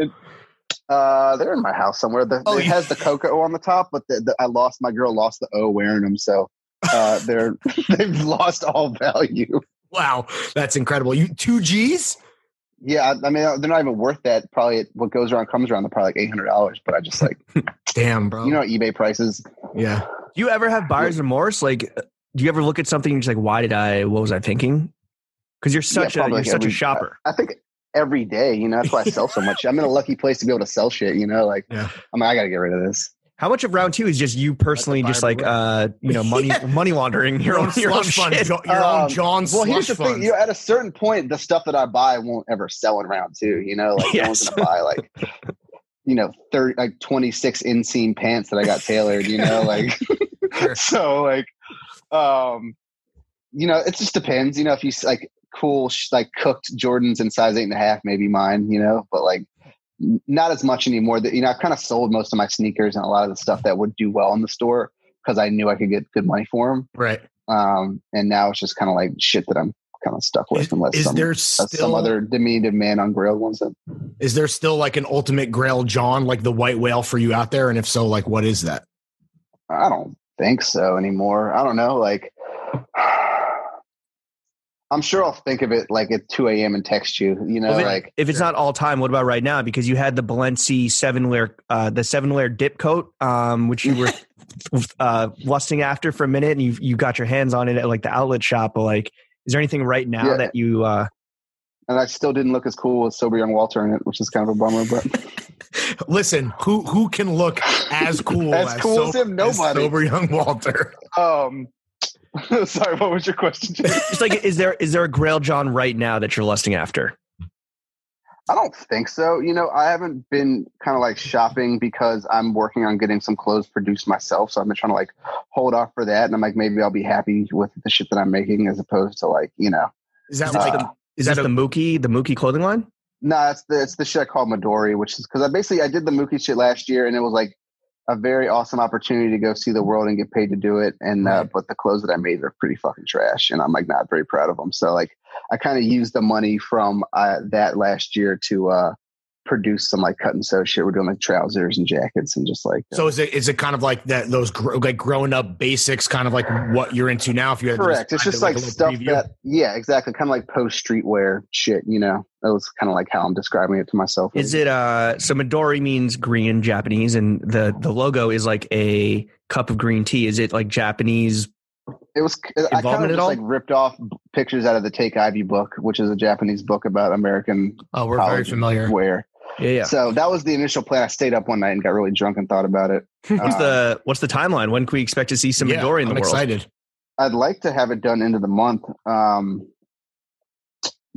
S4: Uh, they're in my house somewhere. The,
S3: Oh,
S4: it
S3: you-
S4: has the cocoa on the top, but the, the, I lost my girl lost the O wearing them, so uh, they're they've lost all value.
S3: Wow, that's incredible. You two G's?
S4: Yeah, I, I mean uh, they're not even worth that. Probably what goes around comes around. They're probably like eight hundred dollars, but I just like
S3: Damn, bro.
S4: you know eBay prices.
S3: yeah.
S2: Do you ever have buyer's remorse? Like, uh, do you ever look at something and you're just like, why did I? What was I thinking? Because you're such
S4: Yeah,
S2: a
S4: probably,
S2: you're
S4: like,
S2: such a
S4: every-
S2: shopper.
S4: I think every day, you know, that's why I sell so much. I'm in a lucky place to be able to sell shit. You know, like
S3: Yeah.
S4: I mean, I got to get rid of this.
S2: How much of round two is just you personally, just like uh, you know, money
S3: Yeah.
S2: money laundering your, own your own
S3: slush fund,
S2: shit.
S3: Jo- your
S4: Um,
S3: own John
S4: Well,
S3: slush
S4: here's the
S3: fund.
S4: thing: you know, at a certain point, the stuff that I buy won't ever sell in round two. You know, like no one's
S2: Yes.
S4: gonna buy like you know thirty like twenty six inseam pants that I got tailored. You know, like
S3: Sure.
S4: so like um you know it just depends. You know, if you s- like cool sh- like cooked Jordans in size eight and a half, maybe mine. You know, but like n- not as much anymore. That you know, I've kind of sold most of my sneakers and a lot of the stuff that would do well in the store because I knew I could get good money for them
S3: right.
S4: um, and now it's just kind of like shit that I'm kind of stuck with
S3: Is,
S4: unless
S3: is
S4: some,
S3: there
S4: uh, some
S3: still
S4: other diminutive man on grill wants it.
S3: is there still like an ultimate Grail John, like the white whale for you out there? And if so, like what is that?
S4: I don't think so anymore. I don't know. Like, I'm sure I'll think of it like at 2 a.m. and text you. You know,
S2: Well, if, it-
S4: like
S2: if it's not all time, what about right now? Because you had the Balenci seven layer, uh, the seven layer dip coat, um, which you were uh, lusting after for a minute, and you you got your hands on it at like the outlet shop. But like, is there anything right now
S4: Yeah.
S2: that you? Uh,
S4: and I still didn't look as cool as sober young Walter in it, which is kind of a bummer. But
S3: Listen, who who can look as cool
S4: As cool as him? Nobody.
S3: sober young Walter.
S4: um, sorry, what was your question? Jim?
S2: just like, is there is there a Grail John right now that you're lusting after?
S4: I don't think so. You know, I haven't been kind of like shopping because I'm working on getting some clothes produced myself. So I've been trying to like hold off for that. And I'm like, maybe I'll be happy with the shit that I'm making as opposed to like, you know,
S3: Is that
S4: Uh,
S3: like
S2: Is,
S3: is
S2: that,
S3: that a-
S2: the Mookie the Mookie clothing line?
S4: no, it's the, it's the shit I call Midori, which is because I basically, I did the Mookie shit last year and it was like a very awesome opportunity to go see the world and get paid to do it. And, uh, but the clothes that I made are pretty fucking trash and I'm like not very proud of them. So like I kind of used the money from uh, that last year to, uh, produce some like cut and sew shit. We're doing like trousers and jackets and just like,
S3: so is it is it kind of like that those gro- like growing up basics kind of like what you're into now if you had to
S4: Correct. It's
S3: describe
S4: just
S3: it
S4: like
S3: a little preview?
S4: stuff that, yeah, exactly. Kind of like post streetwear shit, you know. That was kind of like how I'm describing it to myself.
S2: Is it uh so Midori means green in Japanese and the the logo is like a cup of green tea. Is it like Japanese
S4: It was. I kind of
S2: involvement at
S4: just
S2: all?
S4: like ripped off b- pictures out of the Take Ivy book, which is a Japanese book about American
S3: Oh, we're very
S4: college
S3: familiar.
S4: wear.
S2: Yeah, yeah.
S4: So that was the initial plan. I stayed up one night and got really drunk and thought about it.
S2: What's
S4: Uh,
S2: the what's the timeline? When can we expect to see some
S3: Yeah,
S2: Midori in the
S3: I'm
S2: world?
S3: excited.
S4: I'd like to have it done into the month, um,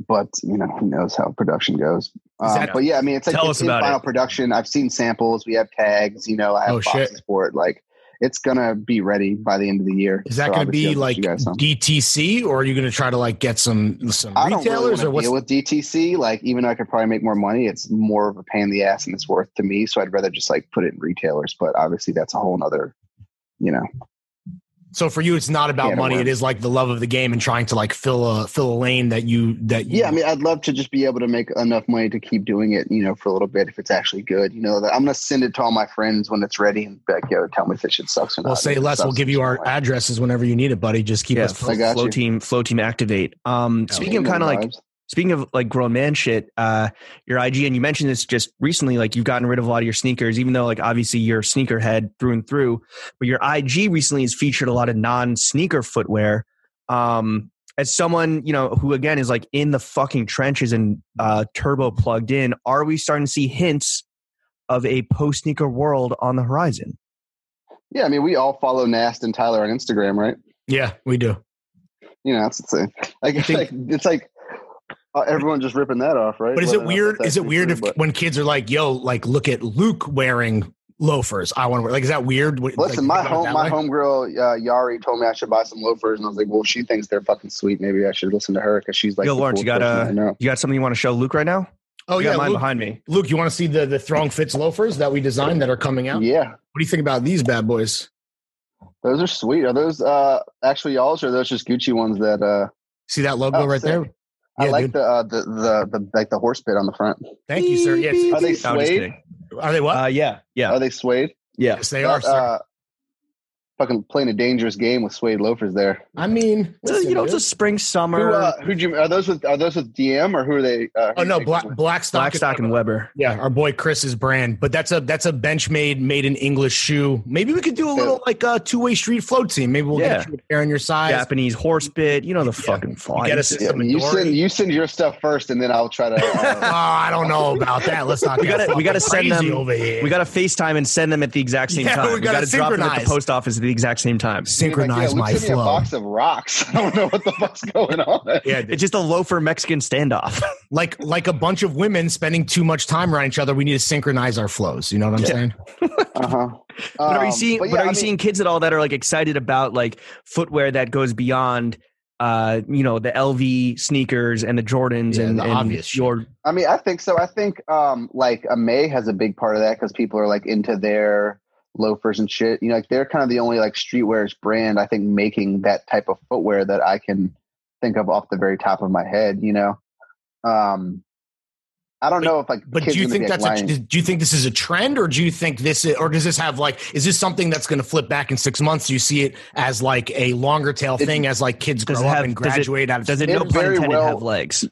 S4: but you know who knows how production goes. Um,
S3: that-
S4: but yeah, I mean it's like
S2: Tell
S4: it's
S2: us
S4: in
S2: about
S4: final
S2: it.
S4: production. I've seen samples. We have tags. You know, I have
S3: Oh, shit.
S4: boxes for it. Like it's gonna be ready by the end of the year.
S3: Is that
S4: So
S3: going to
S4: obviously I'll
S3: be
S4: get
S3: like
S4: you guys some.
S3: DTC, or are you going to try to like get some some
S4: I don't really
S3: retailers,
S4: want
S3: or
S4: to
S3: what's
S4: deal with DTC. Like, even though I could probably make more money, it's more of a pain in the ass and it's worth to me. So I'd rather just like put it in retailers. But obviously, that's a whole nother, you know,
S3: so for you? It's not about
S4: Yeah, it
S3: money. It
S4: works.
S3: is like the love of the game and trying to like fill a fill a lane that you that you,
S4: Yeah, I mean, I'd love to just be able to make enough money to keep doing it, you know, for a little bit if it's actually good. You know, that I'm gonna send it to all my friends when it's ready and be like, yo, tell me if this shit sucks or not.
S3: we'll say
S4: If it
S3: less. We'll
S4: sucks,
S3: give you our
S4: like,
S3: addresses whenever you need it, buddy. Just keep
S2: Yeah,
S3: us.
S2: flo-
S4: I got
S2: flow
S4: you.
S2: team flow team activate. Um speaking of
S4: you know,
S2: kind of like
S4: vibes.
S2: speaking of like grown man shit, uh your IG and you mentioned this just recently, like you've gotten rid of a lot of your sneakers, even though like obviously you're a sneakerhead through and through, but your IG recently has featured a lot of non sneaker footwear. Um as someone, you know, who again is like in the fucking trenches and uh turbo plugged in, are we starting to see hints of a post sneaker world on the horizon?
S4: Yeah, I mean, we all follow Nast and Tyler on Instagram, right?
S3: Yeah, we do.
S4: You know, that's insane. Like, it's like, it's like uh, everyone just ripping that off, right?
S3: But is it
S4: Whether or not
S3: weird?
S4: that's
S3: Is it
S4: actually
S3: weird
S4: true,
S3: if
S4: but-
S3: when kids are like, "Yo, like look at Luke wearing loafers. I want to wear." Like, is that weird? What-
S4: Listen,
S3: like,
S4: my
S3: think about it
S4: home,
S3: that
S4: my
S3: way?
S4: homegirl uh, Yari told me I should buy some loafers, and I was like, "Well, she thinks they're fucking sweet. Maybe I should listen to her because she's like."
S2: Yo,
S4: the
S2: Lawrence, you
S4: coolest
S2: gotta-
S4: person I know.
S2: You got something you want to show Luke right now?
S3: Oh
S2: I got
S3: yeah,
S2: mine
S3: Luke,
S2: behind me.
S3: Luke, you want to see the the Throng Fits loafers that we designed that are coming out?
S4: Yeah,
S3: What do you think about these bad boys?
S4: Those are sweet. Are those uh actually y'all's or are those just Gucci ones that uh
S3: See that logo
S4: Oh,
S3: right
S4: sick.
S3: there?
S4: I
S3: Yeah,
S4: like
S3: dude.
S4: the, uh, the the the like the horse bit on the front.
S3: Thank you, sir. Yes.
S4: Are they
S2: No, I'm just
S4: suede?
S2: kidding.
S3: Are they what?
S2: Uh, yeah, yeah,
S4: Are they suede?
S2: yeah.
S3: yes, they are.
S4: But,
S3: sir.
S4: uh, fucking playing a dangerous game with suede loafers there.
S3: I mean,
S2: So,
S3: listen,
S2: you know,
S3: dude.
S2: it's a spring
S4: Who,
S2: summer.
S4: uh, who do you, are those with? Are those with DM or who are they? Uh, who
S3: oh
S4: are
S3: no,
S4: they
S3: Black
S4: with?
S3: Blackstock,
S2: Blackstock and Weber.
S3: Yeah, our boy Chris's brand, but that's a that's a bench made made in English shoe. Maybe we could do a little like a two way street float team. Maybe we'll
S2: Yeah.
S3: get you a pair on your size.
S2: Japanese horse bit. You know the
S3: Yeah.
S2: fucking
S3: You
S2: fly.
S3: get us
S4: Yeah,
S3: some
S4: you
S3: Midori.
S4: send you send your stuff first, and then I'll try to.
S3: Oh,
S4: Uh,
S3: I don't know about that. Let's not.
S2: We
S3: get
S2: gotta- we gotta
S3: fucking
S2: send them-
S3: crazy over here.
S2: We got to FaceTime and send them at the exact same
S3: Yeah,
S2: time.
S3: we
S2: We, got
S3: gotta
S2: to drop them at the
S3: synchronize.
S2: post office at the exact same time.
S3: synchronize
S4: like, yeah,
S3: my
S4: Luke sent me a
S3: flow.
S4: box of rocks. I don't know what the fuck's going on.
S3: Yeah, dude.
S2: It's just a loafer Mexican standoff.
S3: like like a bunch of women spending too much time around each other. We need to synchronize our flows. You know what I'm saying?
S4: Uh-huh.
S2: But are you
S4: Um,
S2: seeing? But,
S4: yeah,
S2: are you
S4: I mean,
S2: seeing kids at all that are like excited about like footwear that goes beyond, uh, you know, the LV sneakers and the Jordans
S3: Yeah,
S2: and,
S3: the
S2: and
S3: obvious shit.
S2: your
S4: I mean, I think so. I think um, like a May has a big part of that because people are like into their loafers and shit. You know, like they're kind of the only like streetwears brand I think making that type of footwear that I can think of off the very top of my head. You know, um, I don't
S3: But-
S4: know if like
S3: But
S4: kids
S3: do you
S4: gonna
S3: think
S4: be, like,
S3: that's a,
S4: lying.
S3: do you think this is a trend, or do you think this is, or does this have like is this something that's going to flip back in six months? Do you see it as like a longer tail
S4: It-
S3: thing as like kids grow
S2: Does it
S3: up
S2: have-
S3: and
S2: does it-
S3: graduate out of
S2: does it,
S4: It
S2: no pun
S4: very
S2: intended
S4: well-
S2: have legs?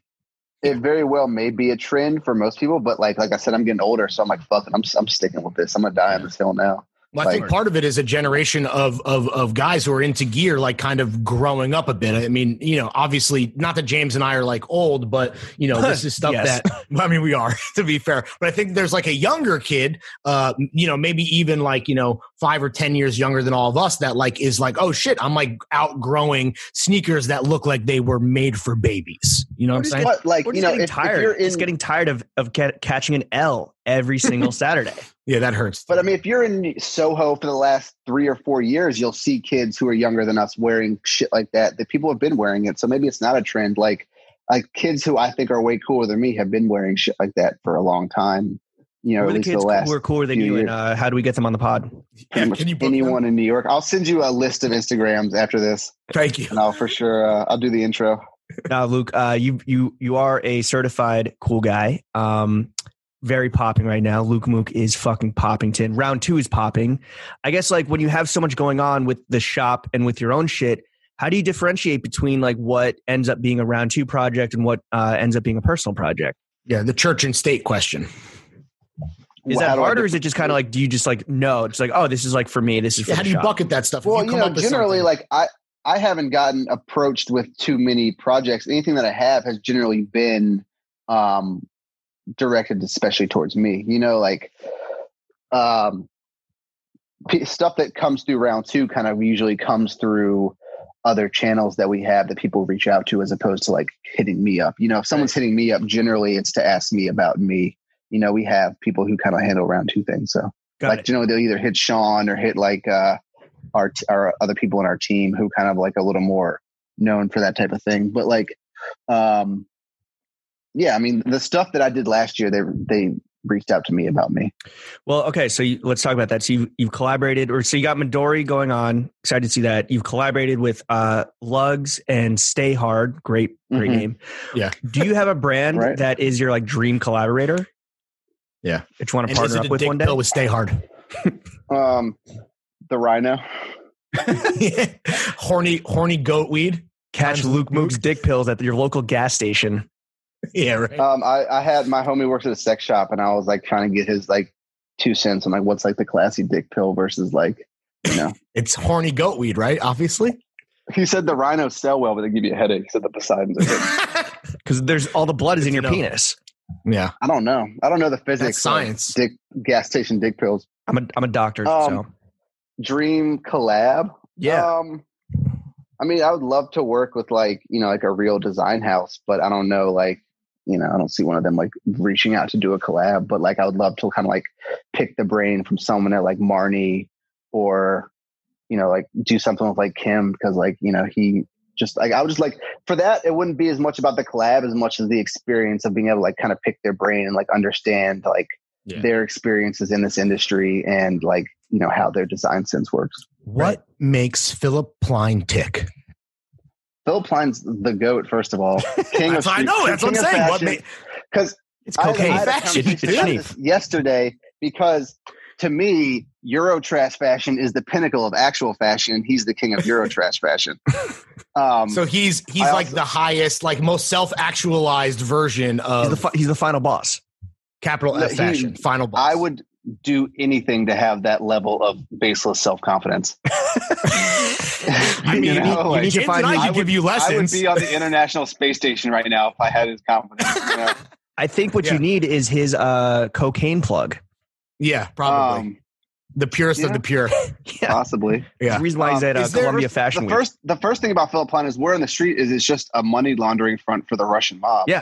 S4: it very well may be a trend for most people, but like like I said, I'm getting older, so I'm like, fuck it, I'm I'm sticking with this. I'm gonna die on this hill now.
S3: Well, I think
S4: Like-
S3: part of it is a generation of of of guys who are into gear, like kind of growing up a bit. I mean, you know, obviously, not that James and I are like old, but you know, this is stuff
S2: Yes.
S3: that I mean, we are to be fair. But I think there's like a younger kid, uh, you know, maybe even like you know five or ten years younger than all of us, that like is like, oh shit, I'm like outgrowing sneakers that look like they were made for babies. You know what I'm saying?
S4: But like
S2: We're
S4: you
S2: just
S4: know,
S2: getting
S4: if, if
S2: tired.
S4: you're in,
S2: It's getting tired of of ca- catching an L every single Saturday.
S3: Yeah, that hurts.
S4: but I mean, if you're in Soho for the last three or four years, you'll see kids who are younger than us wearing shit like that. That people have been wearing it, so maybe it's not a trend. Like like kids who I think are way cooler than me have been wearing shit like that for a long time. You know,
S2: Who are
S4: at
S2: the
S4: least the
S2: kids
S4: last
S2: who are cooler than
S4: few
S2: you? And
S4: years.
S2: uh, how do we get them on the pod?
S4: pretty much anyone in New York. I'll send you a list of Instagrams after this,
S3: Thank you.
S4: and I'll for sure uh, I'll do the intro.
S2: Now, Luke, uh, you you you are a certified cool guy. Um, very popping right now. Luke Mook is fucking poppington. Round two is popping. I guess like when you have so much going on with the shop and with your own shit, how do you differentiate between like what ends up being a round two project and what uh, ends up being a personal project?
S3: Yeah, the church and state question.
S2: Is
S4: Well, how
S2: that
S4: do I
S2: hard, or is it just kind of like do you just like no? It's like oh, this is like for me. This is for
S3: Yeah, how
S2: the
S3: do you
S2: shop.
S3: bucket that stuff? If
S4: Well, you,
S3: come
S4: know,
S3: up with
S4: generally,
S3: something-
S4: like I, I haven't gotten approached with too many projects. Anything that I have has generally been um, directed especially towards me. You know, like um, p- stuff that comes through round two kind of usually comes through other channels that we have that people reach out to as opposed to like hitting me up. You know, if someone's hitting me up, generally it's to ask me about me. You know, we have people who kind of handle round two things. So
S2: Got
S4: like
S2: it.
S4: generally they'll either hit Sean or hit like uh, our t- our other people in our team who kind of like a little more known for that type of thing. But like, um, yeah, I mean the stuff that I did last year, they they reached out to me about me.
S2: Well, okay, so you, let's talk about that. So you've, you've collaborated, or so you got Midori going on. Excited to see that you've collaborated with uh, Lugs and Stay Hard. Great, great
S4: Mhm.
S2: name.
S3: Yeah.
S2: Do you have a brand
S4: Right.
S2: that is your like dream collaborator?
S3: Yeah.
S2: That you want
S3: And
S2: to
S3: is
S2: partner
S3: it
S2: up
S3: a
S2: with
S3: dick
S2: one day?
S3: pill with Stay Hard?
S4: Um, the Rhino.
S3: horny, horny goat weed.
S2: Catch
S3: Times Luke.
S2: Luke Mook's dick pills at your local gas station.
S3: Yeah, right.
S4: Um, I I had my homie works at a sex shop, and I was like trying to get his like two cents on like what's like the classy dick pill versus like you know.
S3: it's horny goat weed, right? Obviously.
S4: He said the rhinos sell well, but they give you a headache. He said the Poseidon's. Are good.
S2: Because there's all the blood is
S3: Good to
S2: in your
S3: know.
S2: penis.
S3: yeah,
S4: I don't know. I don't know the physics.
S3: that's
S4: of
S3: science.
S4: Dick gas station dick pills.
S2: I'm a I'm a doctor.
S4: Um,
S2: so
S4: dream collab.
S2: yeah,
S4: Um, I mean, I would love to work with like you know like a real design house, but I don't know like you know I don't see one of them like reaching out to do a collab. But like I would love to kind of like pick the brain from someone at like Marnie or you know like do something with like Kim because like you know he just like I would just like for that it wouldn't be as much about the collab as much as the experience of being able to like kind of pick their brain and like understand like
S3: Yeah.
S4: their experiences in this industry and like you know how their design sense works.
S3: What makes Philip Pline tick?
S4: Phil Pline's the goat, first of all. King
S3: That's- I know, that's what I'm saying. What
S4: Because
S2: it's
S4: I,
S2: cocaine.
S4: I had a
S3: Fashion.
S4: conversation about
S2: Fashion.
S4: this yesterday because to me, Eurotrash fashion is the pinnacle of actual fashion, and he's the king of Eurotrash fashion. Um,
S3: So he's he's
S4: I
S3: like
S4: also-
S3: the highest, like most self-actualized version
S2: He's
S3: of
S2: the, fi- he's the final boss.
S3: capital
S4: No,
S3: F
S4: he-
S3: fashion. Final boss.
S4: I would do anything to have that level of baseless self confidence.
S3: I
S4: You
S3: mean, you, need,
S4: know,
S3: you
S4: like-
S3: need to
S2: James
S3: find.
S2: and I
S3: I
S2: could
S3: could give you
S4: I would
S3: lessons.
S4: be on the International Space Station right now if I had his confidence. You know?
S2: I think what
S3: Yeah.
S2: you need is his uh, cocaine plug.
S3: yeah, probably
S4: Um,
S3: the purest of
S4: yeah.
S3: the pure.
S2: Yeah.
S4: Possibly.
S2: It's
S3: Yeah.
S2: The reason why he's
S4: Uh, Um,
S2: at uh,
S4: is there-
S2: Columbia Fashion
S4: The
S2: Week.
S4: first, the first thing about Philip Klein is we're in the street. Is it's just a money laundering front for the Russian mob.
S2: Yeah.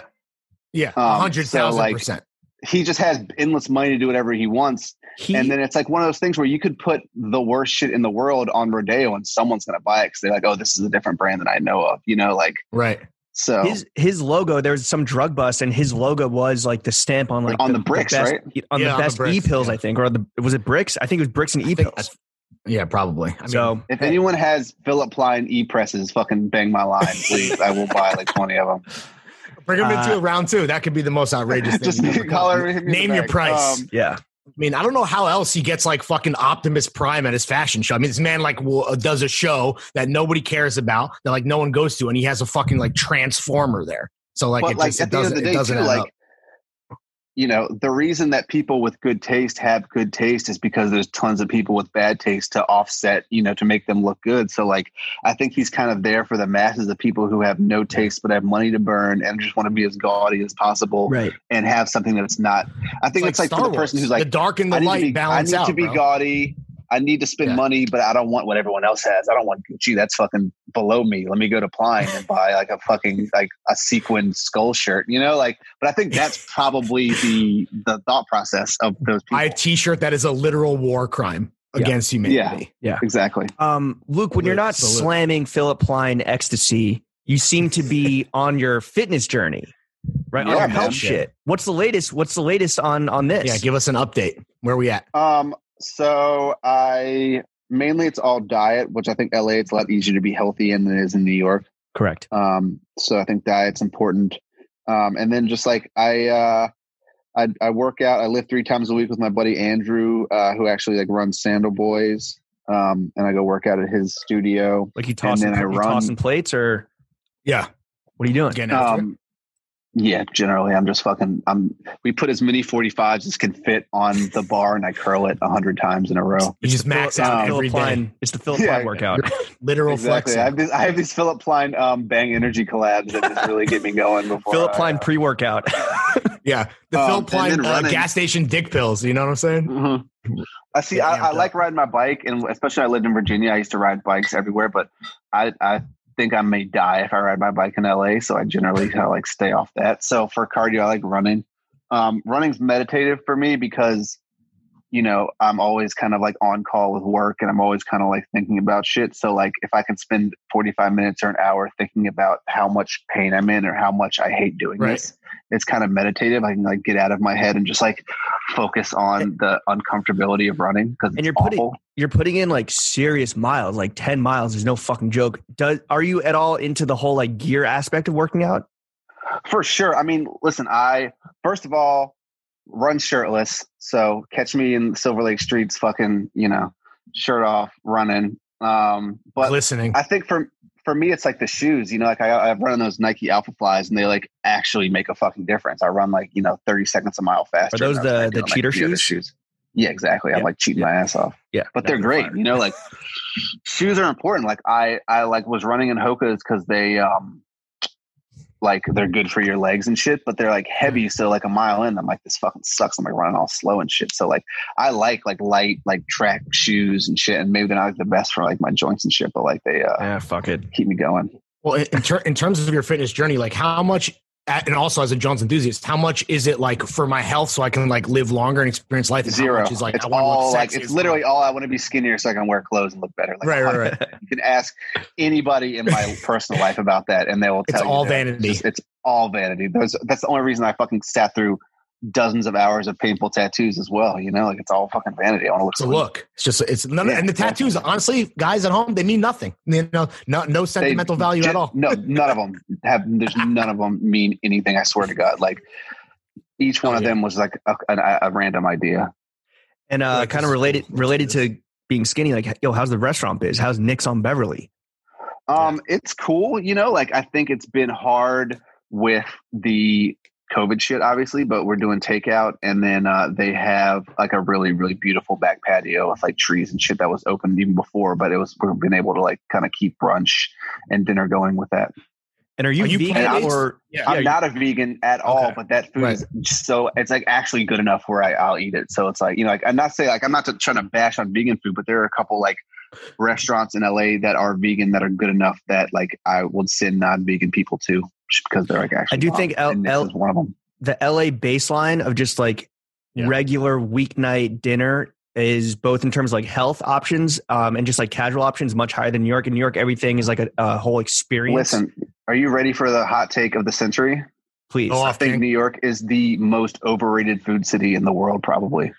S3: Yeah,
S4: Um,
S3: a hundred
S4: so,
S3: thousand
S4: like,
S3: percent.
S4: He just has endless money to do whatever he wants,
S2: He,
S4: and then it's like one of those things where you could put the worst shit in the world on Rodeo, and someone's gonna buy it because they're like, "Oh, this is a different brand than I know of." You know, like
S3: Right.
S4: so.
S2: his his logo there was some drug bust and his logo was like the stamp on like
S4: On the bricks,
S2: best, on
S3: Yeah,
S2: the
S3: on the
S2: best
S3: bricks,
S2: e pills
S3: yeah.
S2: I think or the was it bricks I think it was bricks and e
S3: think-
S2: pills
S3: Yeah, probably. I mean,
S2: so
S4: if anyone has Philip Klein e presses, fucking bang my line, please. I will buy like twenty of them.
S3: bring him into
S2: uh,
S3: a round two. That could be the most outrageous thing.
S4: Just
S3: you've ever
S4: call
S3: caught.
S4: her- hit me in the
S3: Name your
S4: back.
S3: price.
S4: Um,
S2: yeah
S3: I mean, I don't know how else he gets like fucking Optimus Prime at his fashion show. I mean, this man like will, uh, does a show that nobody cares about, that like no one goes to, and he has a fucking like transformer there. So like,
S4: but
S3: it
S4: like
S3: just,
S4: at
S3: it
S4: the end of
S3: doesn't,
S4: the
S3: it
S4: day,
S3: doesn't
S4: too,
S3: add
S4: like
S3: up.
S4: you know, the reason that people with good taste have good taste is because there's tons of people with bad taste to offset, you know, to make them look good. So like, I think he's kind of there for the masses of people who have no taste but have money to burn and just want to be as gaudy as possible
S2: right
S4: and have something that's not. I think it's like, for the
S3: Star
S4: person who's
S3: Wars.
S4: like,
S3: the dark and the
S4: I need
S3: light
S4: to be, I
S3: balance
S4: need
S3: out.
S4: to be
S3: bro.
S4: gaudy. I need to spend
S3: Yeah.
S4: money, but I don't want what everyone else has. I don't want Gucci. That's fucking below me. Let me go to Pline and buy like a fucking like a sequined skull shirt, you know? Like, but I think that's probably the the thought process of those people.
S3: Buy a T-shirt that is a literal war crime
S2: Yeah.
S3: against humanity.
S4: exactly.
S2: um Luke when you're not
S3: Salute.
S2: slamming Philip Klein ecstasy you seem to be on your fitness journey right on
S4: Yeah,
S2: your
S4: man.
S2: health shit what's the latest what's the latest on on this
S3: Yeah, give us an update. Where we at?
S4: Um, so I mainly it's all diet, which I think LA it's a lot easier to be healthy in than it is in New York.
S2: correct
S4: Um, so I think diet's important. Um, and then just like I, uh, I, I work out, I lift three times a week with my buddy Andrew, uh, who actually like runs Sandal Boys. Um, and I go work out at his studio.
S2: like you tossing
S4: then I
S2: you
S4: run-
S2: tossing plates or
S3: Yeah,
S2: what are you doing
S3: again. after it.
S4: Um, yeah, generally I'm just fucking, I'm, we put as many 45s as can fit on the bar and I curl it a hundred times in a row.
S3: you just
S2: Philip-
S3: max out
S4: um,
S3: every
S2: Philip
S3: day.
S2: uh, Klein it's the Philip
S4: Yeah,
S2: Klein
S4: yeah.
S2: workout
S3: Literal
S4: Exactly. I
S3: flexing.
S4: have, this, I have these Philip Klein um, Bang Energy collabs that just really get me going. Before
S2: Philip
S4: I,
S2: Klein
S4: uh,
S2: pre-workout
S3: Yeah, the
S4: Um,
S3: Phil
S4: and
S3: Klein
S4: then
S3: uh,
S4: running.
S3: gas station dick pills. You know what I'm saying?
S4: Mhm. I see.
S3: Get
S4: I, I
S3: amped
S4: like riding my bike, and especially I lived in Virginia. I used to ride bikes everywhere, but I I think I may die if I ride my bike in LA. So I generally kind of like stay off that. So for cardio, I like running. Um, running's meditative for me because you know I'm always kind of like on call with work, and I'm always kind of like thinking about shit. So like if I can spend 45 minutes or an hour thinking about how much pain I'm in or how much I hate doing
S3: Right.
S4: this, it's kind of meditative. I can like get out of my head and just like focus on the uncomfortability of running because
S2: And
S4: it's
S2: you're putting-
S4: awful.
S2: you're putting in like serious miles, like 10 miles is no fucking joke. Does are you at all into the whole like gear aspect of working out?
S4: For sure. I mean, listen, I first of all run shirtless, so catch me in Silver Lake streets, fucking you know, shirt off, running. Um, but
S3: Listening.
S4: I think for for me, it's like the shoes. You know, like I, I run on those Nike Alpha Flies, and they like actually make a fucking difference. I run like you know thirty seconds a mile faster.
S2: those
S4: than I
S2: the-
S4: was, like,
S2: the
S4: doing, like,
S2: cheater
S4: other
S2: shoes?
S4: shoes? Yeah, exactly.
S2: Yeah.
S4: I'm like cheating my ass off.
S2: Yeah.
S4: but they're
S2: That'd be
S4: great.
S2: fire.
S4: You know, like shoes are important. Like I, I like was running in Hoka's because they, um, like they're good for your legs and shit, but they're like heavy.
S2: Mm.
S4: So like a mile in, I'm like, this fucking sucks. I'm like running all slow and shit. So like, I like like light like track shoes and shit, and maybe they're not like the best for like my joints and shit, but like they uh,
S2: Yeah, fuck it.
S4: keep me going.
S3: Well, in, in, ter- in terms of your fitness journey, like how much, and also as a John's enthusiast, how much is it like for my health so I can like live longer and experience life? And how
S4: Zero.
S3: much is like
S4: it's
S3: I wanna look
S4: all like
S3: sexy
S4: it's
S3: as
S4: literally
S3: fuck?
S4: all I want to be skinnier so I can wear clothes and look better. Like,
S3: right, right, right.
S4: You can ask anybody in my personal life about that, and they will
S3: It's
S4: tell you
S3: all
S4: that
S3: vanity.
S4: It's, just- it's all vanity. Those, that's the only reason I fucking sat through dozens of hours of painful tattoos as well. You know, like it's all fucking vanity. I want to look
S3: It's a
S4: sweet.
S3: look. It's just it's none. of
S4: Yeah,
S3: and the tattoos, honestly, guys at home, they mean nothing. You know, no, no
S4: They-
S3: sentimental value at
S4: ju-
S3: all.
S4: No, none of them have. There's none of them mean anything. I swear to God, like each one
S3: Oh,
S4: of
S3: yeah.
S4: them was like a, a, a random idea.
S2: And uh,
S3: Like
S2: kind of
S3: this-
S2: related related to being skinny, like yo, how's the restaurant biz? How's Nick's on Beverly?
S4: Um, it's cool, you know. Like I think it's been hard with the COVID shit, obviously, but we're doing takeout, and then uh, they have like a really, really beautiful back patio with like trees and shit that was open even before, but it was we've been able to like kind of keep brunch and dinner going with that.
S2: And are you,
S3: Are you
S2: vegan
S4: plant-based?
S2: or
S3: Yeah.
S4: I'm not a vegan at all,
S3: Okay.
S4: but that food is just so it's like actually good enough where I, I'll eat it. So it's like you know, like I'm not saying like I'm not t- trying to bash on vegan food, but there are a couple like restaurants in LA that are vegan that are good enough that like I would send non-vegan people to just because they're like actually.
S2: I do
S4: bomb.
S2: think L-
S4: And this
S2: L-
S4: is one of them.
S2: the LA baseline of just like
S3: Yeah.
S2: regular weeknight dinner is both in terms of like health options um, and just like casual options much higher than New York. In New York, everything is like a, a whole experience.
S4: Listen, are you ready for the hot take of the century?
S2: please.
S3: Oh,
S4: I think
S3: King.
S4: New York is the most overrated food city in the world, probably.
S3: I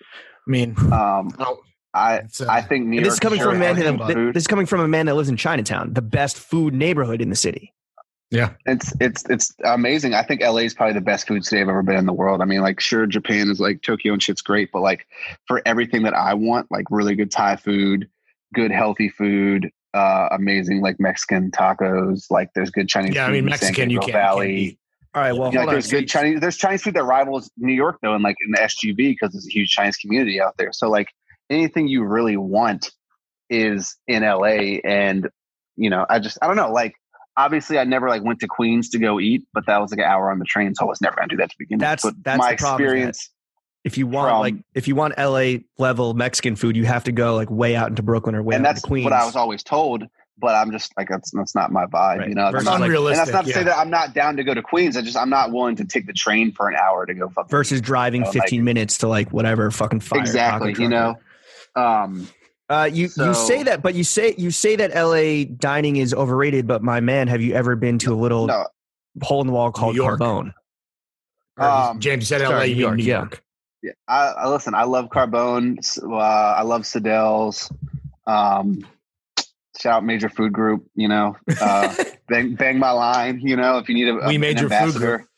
S3: mean,
S4: Um,
S3: Oh.
S4: I
S3: it's, uh,
S4: I think New
S2: And
S4: York.
S2: this is coming
S4: sure
S2: from a man
S4: has
S2: who,
S4: good
S2: th-
S4: food.
S2: this is coming from a man that lives in Chinatown, the best food neighborhood in the city.
S4: It's it's it's amazing. I think LA is probably the best food city I've ever been in the world. I mean, like sure, Japan is like Tokyo and shit's great, but like for everything that I want, like really good Thai food, good healthy food, uh, amazing like Mexican tacos. Like there's good Chinese.
S3: yeah, I
S4: food
S3: mean,
S4: in San
S3: Mexican, you
S4: Gabriel
S3: can't.
S4: Valley.
S3: can't
S2: All right,
S3: Yeah,
S2: well,
S4: Yeah,
S2: Oh, hold
S4: like,
S2: on.
S4: there's good Chinese. There's Chinese food that rivals New York though, and like in the SGV because there's a huge Chinese community out there. So like anything you really want is in LA, and you know, I just I don't know. Like obviously, I never like went to Queens to go eat, but that was like an hour on the train, so I was never gonna do that to begin
S2: That's-
S4: with. But
S2: that's
S4: my
S2: the problem, is that-
S4: experience.
S2: If you want
S4: from-
S2: like if you want LA level Mexican food, you have to go like way out into Brooklyn or way
S4: and
S2: out
S4: that's
S2: into Queens.
S4: what I was always told. But I'm just like that's that's not my vibe,
S2: Right.
S4: you know.
S3: It's
S2: Versus,
S4: That's not-
S2: like-
S4: and
S3: unrealistic.
S4: that's not to
S3: yeah.
S4: say that I'm not down to go to Queens. I just I'm not willing to take the train for an hour to go fucking
S2: versus driving
S4: Oh, like-
S2: 15 minutes to like whatever fucking fire
S4: exactly,
S2: taco
S4: you
S2: truck.
S4: know. Um,
S2: Uh, you you
S4: So-
S2: say that, but you say you say that L.A. dining is overrated. But my man, have you ever been to a little
S4: no,
S2: hole in the wall called
S3: York.
S2: Carbone?
S3: Or you-
S4: Um,
S3: James, you said
S2: sorry,
S3: LA, you
S2: New York,
S3: mean New
S2: yeah.
S3: York.
S4: Yeah, I, I listen. I love Carbone. s- Uh, I love Sidell's. Um, shout out Major Food Group. You know, uh, bang bang my line. You know, if you need a
S3: We
S4: an
S3: Major Food
S4: ambassador.
S3: Group.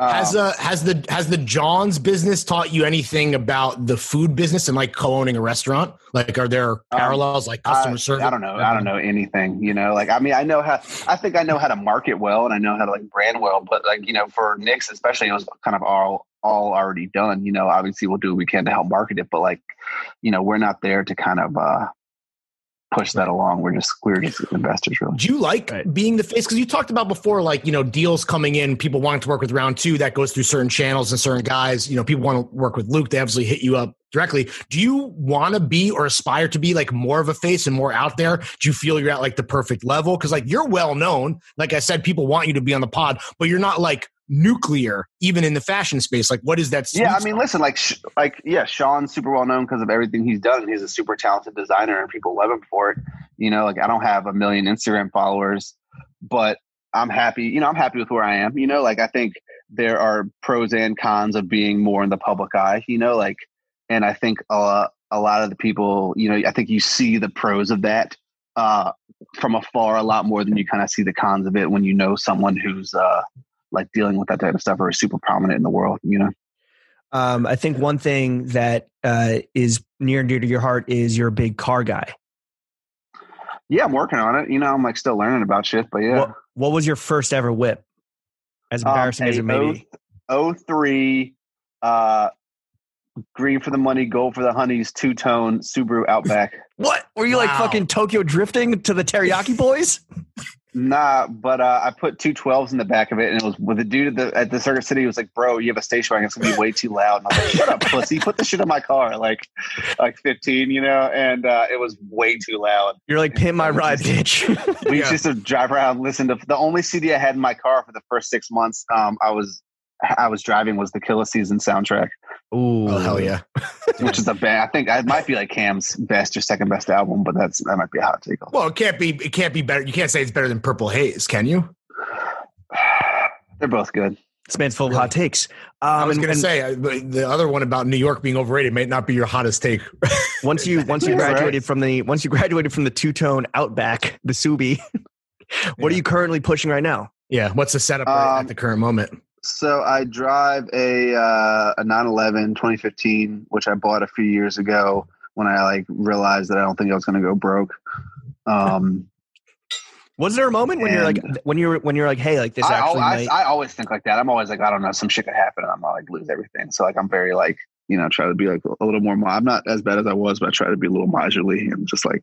S3: Has
S4: Um,
S3: uh has the has the John's business taught you anything about the food business and like co-owning a restaurant? Like, are there parallels like customer
S4: I-
S3: service?
S4: I don't know. I don't know anything. You know, like I mean, I know how. I think I know how to market well, and I know how to like brand well. But like you know, for Nick's especially, it was kind of all all already done. You know, obviously we'll do what we can to help market it, but like you know, we're not there to kind of uh push that along. We're just we're just investors, really.
S3: Do you like
S2: Right.
S3: being the face? Because you talked about before, like you know, deals coming in, people wanting to work with round two. That goes through certain channels and certain guys. You know, people want to work with Luke. They obviously hit you up directly. Do you want to be or aspire to be like more of a face and more out there? Do you feel you're at like the perfect level? Because like you're well known. Like I said, people want you to be on the pod, but you're not like nuclear, even in the fashion space. Like, what is that? sweet
S4: Yeah, I mean,
S3: spot?
S4: listen, like, sh- like, yeah, Sean's super well known because of everything he's done. He's a super talented designer, and people love him for it. You know, like, I don't have a million Instagram followers, but I'm happy. You know, I'm happy with where I am. You know, like, I think there are pros and cons of being more in the public eye. You know, like, and I think uh, a lot of the people, you know, I think you see the pros of that uh, from afar a lot more than you kind of see the cons of it when you know someone who's uh, like dealing with that type of stuff or is super prominent in the world. You know.
S2: Um, I think one thing that uh, is near and dear to your heart is you're a big car guy.
S4: Yeah, I'm working on it. You know, I'm like still learning about shit, but yeah.
S2: What what was your first ever whip? As
S4: Um,
S2: embarrassing as
S4: a
S2: it may be.
S4: 03 uh green for the money, gold for the honeys, two tone Subaru Outback.
S2: What were you like
S3: Wow.
S2: fucking Tokyo drifting to the Teriyaki Boys?
S4: nah, but uh I put two twelves in the back of it and it was with the dude at the, at the circuit city was like, Bro, you have a station wagon, it's gonna be way too loud. And I was like, Shut up, pussy, put the shit in my car, like like fifteen, you know, and uh it was way too loud.
S2: You're like pin my ride, bitch.
S4: We
S3: Yeah.
S4: used to drive around, listen to the only CD I had in my car for the first six months um I was I was driving was the Killer Season soundtrack.
S2: Ooh,
S3: oh hell yeah.
S4: which is a bad. I think it might be like Cam's best or second best album, but that's that might be a hot take. also.
S3: Well, it can't be. It can't be better. You can't say it's better than Purple Haze, can you?
S4: They're both good.
S2: This man's full of hot takes. Um,
S3: I was
S2: and-
S3: going to
S2: and
S3: say uh, the the other one about New York being overrated may not be your hottest take.
S2: once you once you
S4: Yeah, right.
S2: graduated from the once you graduated from the two tone Outback, the Subi. what are
S3: Yeah.
S2: you currently pushing right now?
S3: Yeah, what's the setup right
S4: Um,
S3: at the current moment?
S4: So I drive a uh, a 911 2015, which I bought a few years ago when I like realized that I don't think I was going to go broke. Um,
S2: Was there a moment when you're like when you're when you're like, hey, like this
S4: I,
S2: actually
S4: I,
S2: might?
S4: I always think like that. I'm always like, I don't know, some shit could happen, and I'm like lose everything. So like, I'm very like, you know, try to be like a little more. mi- I'm not as bad as I was, but I try to be a little miserly and just like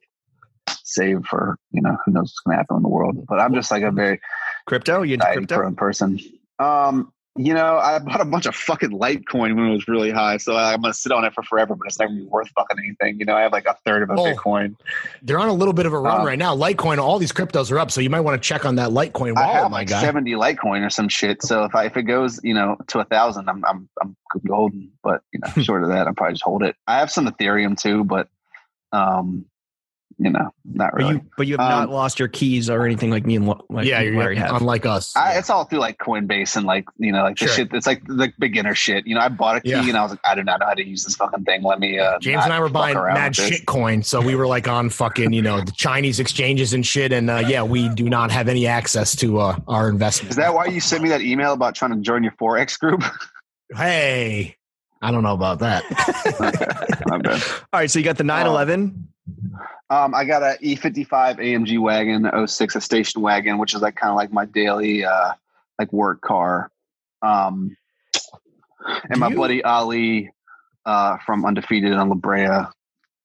S4: save for you know who knows what's going to happen in the world. But I'm just like a very
S2: crypto? You into
S4: anxiety
S2: crypto?
S4: prone person. Um, you know, I bought a bunch of fucking Litecoin when it was really high, so I, I'm gonna sit on it for forever, but it's never gonna be worth fucking anything. You know, I have like a third of a
S3: Oh.
S4: Bitcoin.
S3: They're on a little bit of a run
S4: Um,
S3: right now. Litecoin, all these cryptos are up, so you might want to check on that Litecoin wallet,
S4: I have
S3: my
S4: like
S3: guy.
S4: 70 Litecoin or some shit. So if I if it goes, you know, to a thousand, I'm I'm I'm golden. But you know, short of that, I'll probably just hold it. I have some Ethereum too, but um, you know, not
S2: But
S4: really.
S2: you but you have not
S4: Um,
S2: lost your keys or anything like me and Lo- like
S3: yeah, you're
S2: Larry have.
S3: unlike us.
S4: I, it's all through like Coinbase and like you know like the
S3: Sure.
S4: shit. It's like the beginner shit. You know, I bought a key
S3: Yeah.
S4: and I was like, I do not know how to use this fucking thing. Let me. Uh,
S3: James
S4: not
S3: and I were
S4: fuck
S3: buying
S4: around
S3: mad
S4: with this.
S3: shitcoin, so we were like on fucking you know the Chinese exchanges and shit, and uh, yeah, we do not have any access to uh, our investments.
S4: Is that why you sent me that email about trying to join your forex group?
S3: Hey, I don't know about that.
S4: My bad.
S2: All right, so you got the 911.
S4: Um, I got a E55 AMG wagon, a 06, a station wagon, which is like kind of like my daily uh, like work car. Um, and
S3: Do
S4: my
S3: you-
S4: buddy Ali uh, from Undefeated on La Brea,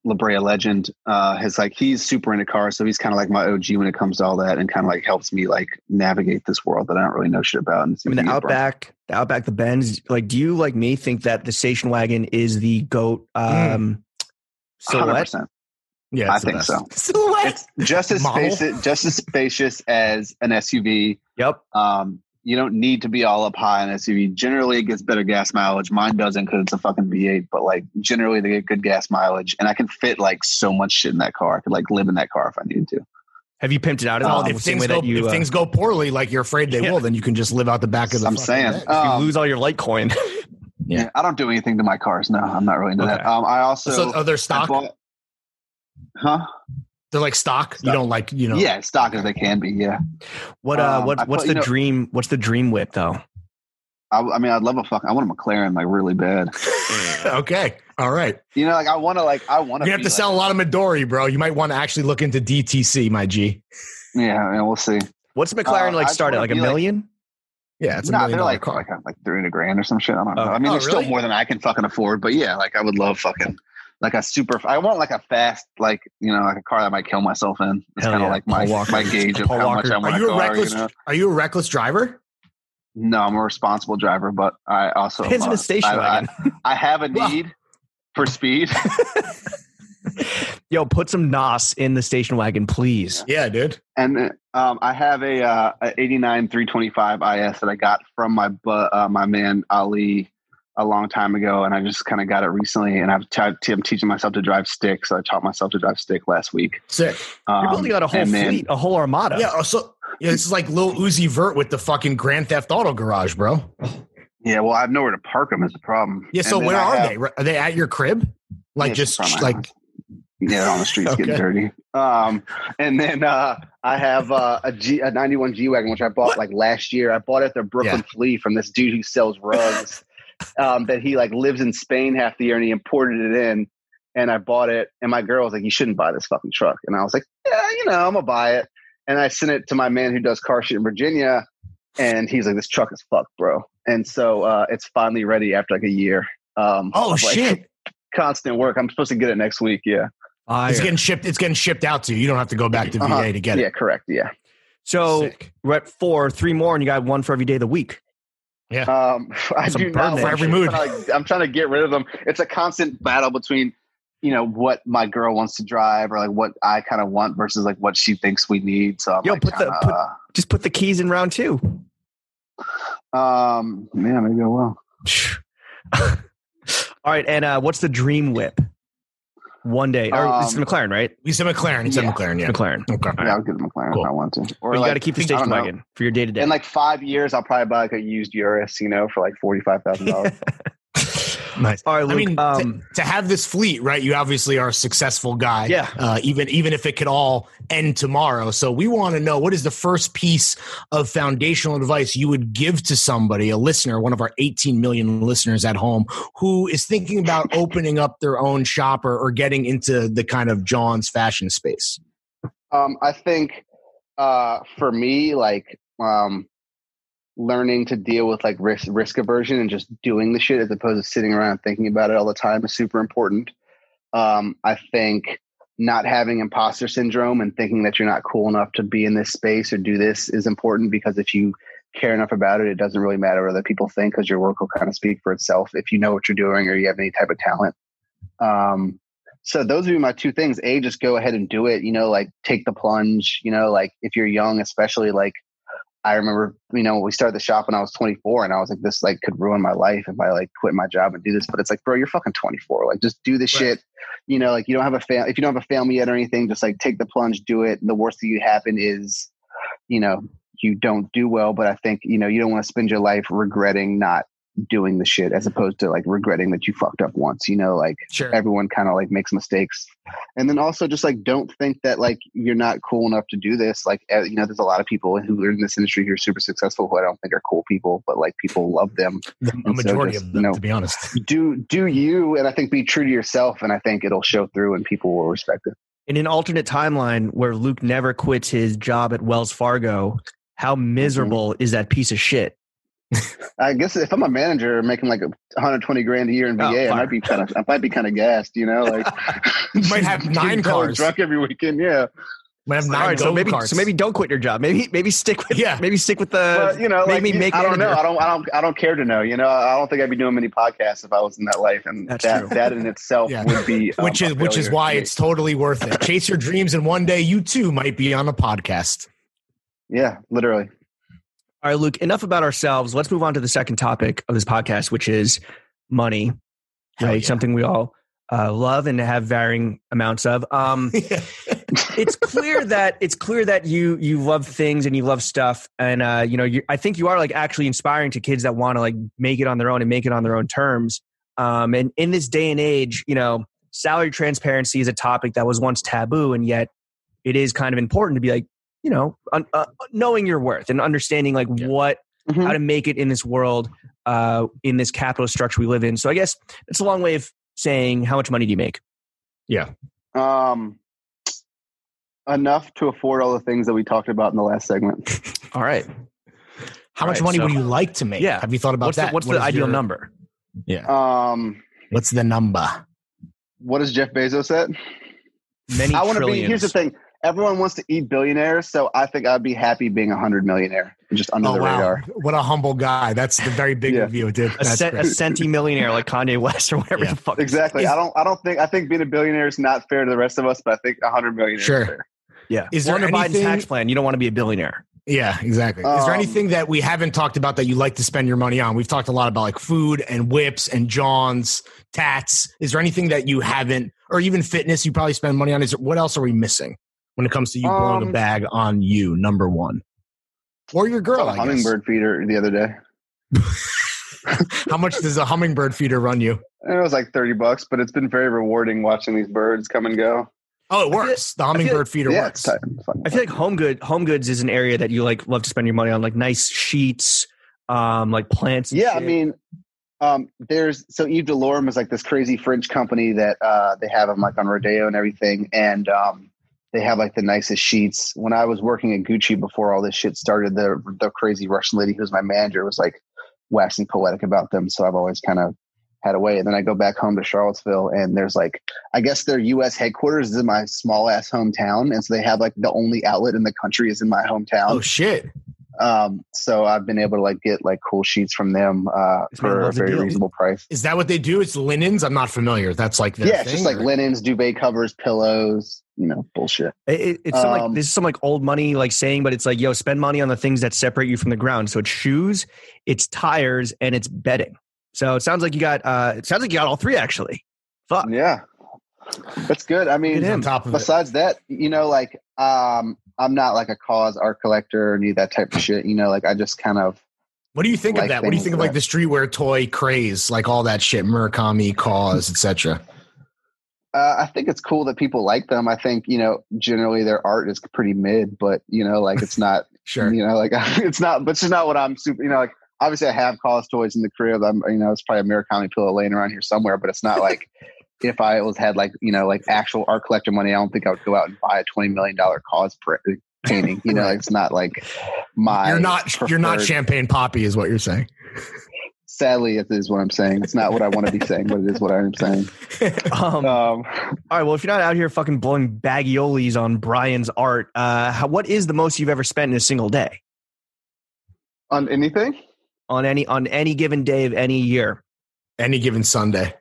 S4: La Brea Legend, uh, has like he's super into cars, so he's kind of like my OG when it comes to all that, and kind of like helps me like navigate this world that I don't really know shit about. And
S2: I mean, the
S4: seems to be a bro-
S2: Outback, the Outback, the Benz. Like, do you like me think that the station wagon is the goat? Um, silhouette?
S4: 100%.
S3: yeah,
S4: I
S3: it's the
S4: think
S3: best.
S4: so.
S3: Silhouette.
S4: It's just as
S3: Model?
S4: spacious, just as spacious as an SUV.
S2: Yep.
S4: Um, you don't need to be all up high in SUV. Generally, it gets better gas mileage. Mine doesn't because it's a fucking V8, but like generally they get good gas mileage, and I can fit like so much shit in that car. I could like live in that car if I needed to.
S2: Have you pimped it out at
S4: Um,
S2: all?
S3: Oh, if
S2: The same
S3: things
S2: way
S3: go
S2: that you,
S3: if
S2: uh,
S3: things go poorly, like you're afraid they
S2: Yeah.
S3: will, then you can just live out the back of the.
S4: I'm
S3: fucking
S4: saying,
S3: bed.
S2: you
S4: um,
S2: lose all your Litecoin.
S3: Yeah.
S4: yeah, I don't do anything to my cars. No, I'm not really into that.
S2: Okay.
S4: Um, I also
S3: so, are there
S4: I
S3: stock?
S4: bought, huh?
S3: They're like stock. You
S4: Stock.
S3: don't like you know.
S4: Yeah, as stock as they can be. Yeah,
S2: What uh,
S4: Um, I
S2: what
S4: put-
S2: what's
S4: you
S2: the
S4: know-
S2: dream? What's the dream whip though?
S4: I, I mean, I'd love a fucking. I want a McLaren like really bad. Mm.
S3: okay. All right.
S4: You know, like I want to like I want
S3: You have
S4: be,
S3: to
S4: like-
S3: sell a lot of Midori, bro. You might want to actually look into DTC, my G.
S4: Yeah, and we'll see.
S2: What's McLaren
S4: Uh, I
S2: like
S4: just
S2: started
S4: wanna
S2: like a
S4: be like-
S2: million?
S3: Yeah, it's a
S4: Nah,
S3: million
S4: they're
S3: dollar
S4: like,
S3: car.
S4: like like three hundred grand or some shit. I don't know.
S2: Okay.
S4: I mean,
S3: Oh,
S4: it's
S3: really?
S4: still more than I can fucking afford. But yeah, like I would love fucking like a super. I want like a fast, like you know, like a car that I might kill myself in. It's
S2: Hell
S4: kind of
S2: yeah.
S4: like my
S2: Paul Walker.
S4: my gauge of
S2: Paul
S4: how
S2: Walker.
S4: much I want
S3: Are you
S4: a
S3: a
S4: car.
S3: reckless?
S4: You know?
S3: Are you a reckless driver?
S4: No, I'm a responsible driver, but I also am
S2: It's in
S4: a-
S2: a station
S4: I,
S2: wagon.
S4: I, I have a
S3: Well-
S4: need for speed.
S2: Yo, put some nos in the station wagon, please.
S3: Yeah, dude.
S4: and um, I have a, uh, a 89 325 IS that I got from my bu- uh, my man Ali a long time ago, and I just kind of got it recently. And I've t- I'm teaching myself to drive stick, so I taught myself to drive stick last week.
S3: Sick.
S4: Um,
S2: You're building out a whole
S4: and then-
S2: fleet, a whole armada.
S3: Yeah. oh, So yeah, this is like Lil Uzi Vert with the fucking Grand Theft Auto garage, bro.
S4: yeah, well, I have nowhere to park them is the problem.
S3: Yeah. So
S4: And then
S3: where
S4: I
S3: are
S4: have-
S3: they? Are they at your crib? Like
S4: Yeah,
S3: just
S4: from my
S3: like
S4: house. yeah, they're on the streets getting
S3: Okay.
S4: dirty. Um, and then uh, I have uh, a G a 91 G wagon which I bought like last year. I bought it at the Brooklyn Flea from this dude who sells rugs. um, that he like lives in Spain half the year and he imported it in. And I bought it, and my girl was like, "You shouldn't buy this fucking truck." And I was like, "Yeah, you know, I'm gonna buy it." And I sent it to my man who does car shit in Virginia, and he's like, "This truck is fucked, bro." And so uh, it's finally ready after like a year. Um,
S3: oh
S4: of, like,
S3: shit,
S4: constant work. I'm supposed to get it next week. Yeah.
S2: Fire.
S3: it's getting shipped. It's getting shipped out to you. You don't have to go back to VA
S4: Uh-huh.
S3: to get
S4: Yeah.
S3: it.
S4: Correct. Yeah.
S2: so
S3: Sick.
S2: we're at four, three more, and you got one for every day of the week.
S4: Um, I
S2: Some
S4: do
S2: burden
S4: not
S2: for
S4: like
S3: every
S4: it.
S3: mood.
S4: I'm trying, to, I'm trying to get rid of them. It's a constant battle between, you know, what my girl wants to drive or like what I kind of want versus like what she thinks we need. So I'm
S2: Yo,
S4: like,
S2: put the-
S4: kinda,
S2: put- Just put the keys in round two.
S4: um, yeah, maybe I will.
S2: All right, and uh, what's the dream whip? One day, or it's
S4: Um,
S2: McLaren, right?
S3: We said McLaren. It's
S4: Yeah.
S3: a McLaren. Yeah.
S2: McLaren.
S3: Okay.
S4: Yeah, I'll get the McLaren
S3: Cool.
S4: if I want to. Or
S2: But you
S4: like,
S2: got to keep the
S4: I think- I
S2: station
S4: don't know.
S2: wagon for your day to day.
S4: In like five years, I'll probably buy like a used Urus, you know, for like forty five thousand dollars.
S2: Nice.
S1: All right, Luke.
S3: I mean, to-
S1: um,
S3: to, have this fleet, right? You obviously are a successful guy.
S2: Yeah.
S3: Uh, even even if it could all end tomorrow, so we want to know what is the first piece of foundational advice you would give to somebody, a listener, one of our 18 million listeners at home, who is thinking about opening up their own shop or, or getting into the kind of John's fashion space.
S4: Um, I think uh, for me, like um, learning to deal with like risk risk aversion and just doing the shit as opposed to sitting around and thinking about it all the time is super important. Um, I think not having imposter syndrome and thinking that you're not cool enough to be in this space or do this is important because if you care enough about it, it doesn't really matter what other people think because your work will kind of speak for itself if you know what you're doing or you have any type of talent. Um, so those would be my two things. A, just go ahead and do it. You know, like take the plunge. You know, like if you're young, especially like I remember, you know, we started the shop when I was 24, and I was like, this like could ruin my life if I like quit my job and do this. But it's like, bro, you're fucking 24. Like, just do this
S3: Right.
S4: shit. You know, like you don't have a family. If you don't have a family yet or anything, just like take the plunge, do it. And the worst that you happen is, you know, you don't do well. But I think you know you don't want to spend your life regretting not doing the shit as opposed to like regretting that you fucked up once. You know, like
S3: Sure.
S4: everyone kind of like makes mistakes and then also just like don't think that like you're not cool enough to do this like eh, you know there's a lot of people who are in this industry who are super successful who i don't think are cool people but like people love them
S3: The
S4: so
S3: majority
S4: just,
S3: of them,
S4: no.
S3: to be honest.
S4: do do you and i think be true to yourself and i think it'll show through and people will respect it
S2: in an alternate timeline where Luke never quits his job at Wells Fargo, how miserable is that piece of shit?
S4: i guess if i'm a manager making like 120 grand a year in va
S2: Oh,
S4: i
S2: fire.
S4: might be kind of i might be kind of gassed you know like
S3: Might have
S4: getting
S3: nine
S4: called
S3: cars.
S4: drunk every weekend yeah
S3: Might have nine
S2: All right, so maybe
S3: go-karts.
S2: so maybe don't quit your job. Maybe maybe stick with
S3: Yeah.
S2: maybe stick with the
S4: But you know,
S2: make
S4: like,
S2: me
S4: you-
S2: make
S4: I don't know.
S2: manager.
S4: I don't. I don't. I don't care to know. You know, I don't think I'd be doing many podcasts if I was in that life, and
S2: That's
S4: that
S2: true.
S4: that in itself
S3: Yeah.
S4: would be um,
S3: which
S4: a
S3: is which is
S4: failure
S3: why
S4: for me.
S3: it's totally worth it. Chase your dreams, and one day you too might be on a podcast.
S4: yeah, literally.
S2: All right, Luke, enough about ourselves. Let's move on to the second topic of this podcast, which is money.
S3: Hell
S2: right?
S3: yeah.
S2: Something we all uh, love and have varying amounts of. Um, it's clear that it's clear that you you love things and you love stuff and uh you know you i think you are like actually inspiring to kids that want to like make it on their own and make it on their own terms um and in this day and age you know salary transparency is a topic that was once taboo and yet it is kind of important to be like you know un- uh, knowing your worth and understanding like
S3: Yeah. Mm-hmm.
S2: what
S4: Mhm.
S2: how to make it in this world uh in this capitalist structure we live in so i guess it's a long way of saying how much money do you make
S4: Um, enough to afford all the things that we talked about in the last segment.
S2: all right
S3: How much
S2: Right,
S3: money
S2: so-
S3: would you like to make?
S2: Yeah.
S3: Have you thought about
S2: what's
S3: that?
S2: the, what's
S3: What
S2: the
S3: is
S2: ideal
S3: your-
S2: number
S3: Yeah.
S4: Um,
S3: What's the number?
S4: what does Jeff Bezos at?
S2: many
S4: I want to be.
S2: trillions.
S4: Here's the thing. Everyone wants to eat billionaires, so I think I'd be happy being a hundred millionaire, just under
S3: oh
S4: the
S3: wow!
S4: radar.
S3: What a humble guy. That's the very big
S4: Yeah.
S3: review, dude.
S2: a,
S3: That's
S2: cent, a
S3: great.
S2: centi millionaire like Kanye West or whatever
S3: Yeah.
S2: the fuck.
S4: Exactly.
S3: Is-
S4: I don't. I don't think. I think being a billionaire is not fair to the rest of us, but I think a hundred millionaire.
S3: Sure.
S4: Is fair.
S2: Yeah.
S3: Is
S2: Well,
S3: there
S2: under Biden's
S3: anything-
S2: tax plan? You don't want to be a billionaire.
S3: Yeah, exactly. Is there
S4: Um,
S3: anything that we haven't talked about that you like to spend your money on? We've talked a lot about like food and whips and Johns, tats. Is there anything that you haven't, or even fitness, you probably spend money on? Is what else are we missing when it comes to you blowing a
S4: Um,
S3: bag on you? Number one, or your girl?
S4: Bought
S3: I
S4: a
S3: guess.
S4: hummingbird feeder the other day.
S3: How much does a hummingbird feeder run you?
S4: And it was like 30 bucks, but it's been very rewarding watching these birds come and go.
S3: Oh, it works. the hummingbird feeder
S4: yeah,
S3: works.
S4: it's time. Fun.
S2: I feel like home good home goods is an area that you like love to spend your money on, like nice sheets, um, like plants. and
S4: yeah, I
S2: shit.
S4: mean, um, there's so Eve Delorme is like this crazy French company that uh, they have them like on Rodeo and everything, and um, they have like the nicest sheets. When I was working at Gucci before all this shit started, the the crazy Russian lady who's my manager was like waxing poetic about them, so I've always kind of had a way. And then I go back home to Charlottesville, and there's like I guess their U.S. headquarters is in my small ass hometown, and so they have like the only outlet in the country is in my hometown.
S3: Oh shit!
S4: Um, so I've been able to like get like cool sheets from them uh,
S2: This man
S4: for a
S2: loves a
S4: very
S2: deal.
S4: reasonable price.
S3: Is that what they do? It's linens. I'm not familiar. That's like their
S4: yeah, it's just
S3: thing,
S4: like
S3: or-
S4: linens, duvet covers, pillows, you know, bullshit.
S2: It- it- it's some like
S4: um,
S2: this is some like old money like saying, but it's like yo, spend money on the things that separate you from the ground. So it's shoes, it's tires, and it's bedding. So it sounds like you got uh, it sounds like you got all three actually. Fuck.
S4: Yeah, that's good. I
S2: Look
S4: mean,
S2: at
S3: on top of it.
S4: besides that, you know, like um, I'm not like a cause art collector or any of that type of shit. You know, like I just kind of
S3: What do you think of
S4: Like
S3: that? What do you
S4: things
S3: think of like the
S4: that-
S3: streetwear toy craze, like all that shit, Murakami, Cause, etc.
S4: Uh, I think it's cool that people like them. I think you know generally their art is pretty mid, but you know like it's not
S3: Sure.
S4: You know, like it's not, but it's just not what I'm super. You know, like obviously I have college toys in the crib. I'm, you know, it's probably a Murakami pillow laying around here somewhere, but it's not like if I was had like you know like actual art collector money, I don't think I would go out and buy a twenty million dollar cause pra- painting. You know, like, it's not like my.
S3: You're not you're not
S4: preferred-
S3: champagne poppy, is what you're saying.
S4: Sadly, it is what I'm saying. It's not what I want to be saying, but it is what I'm saying.
S2: Um,
S4: Um,
S2: All right. Well, if you're not out here fucking blowing bagioles on Brian's art, uh, how, what is the most you've ever spent in a single day
S4: on anything,
S2: on any on any given day of any year?
S3: Any given Sunday.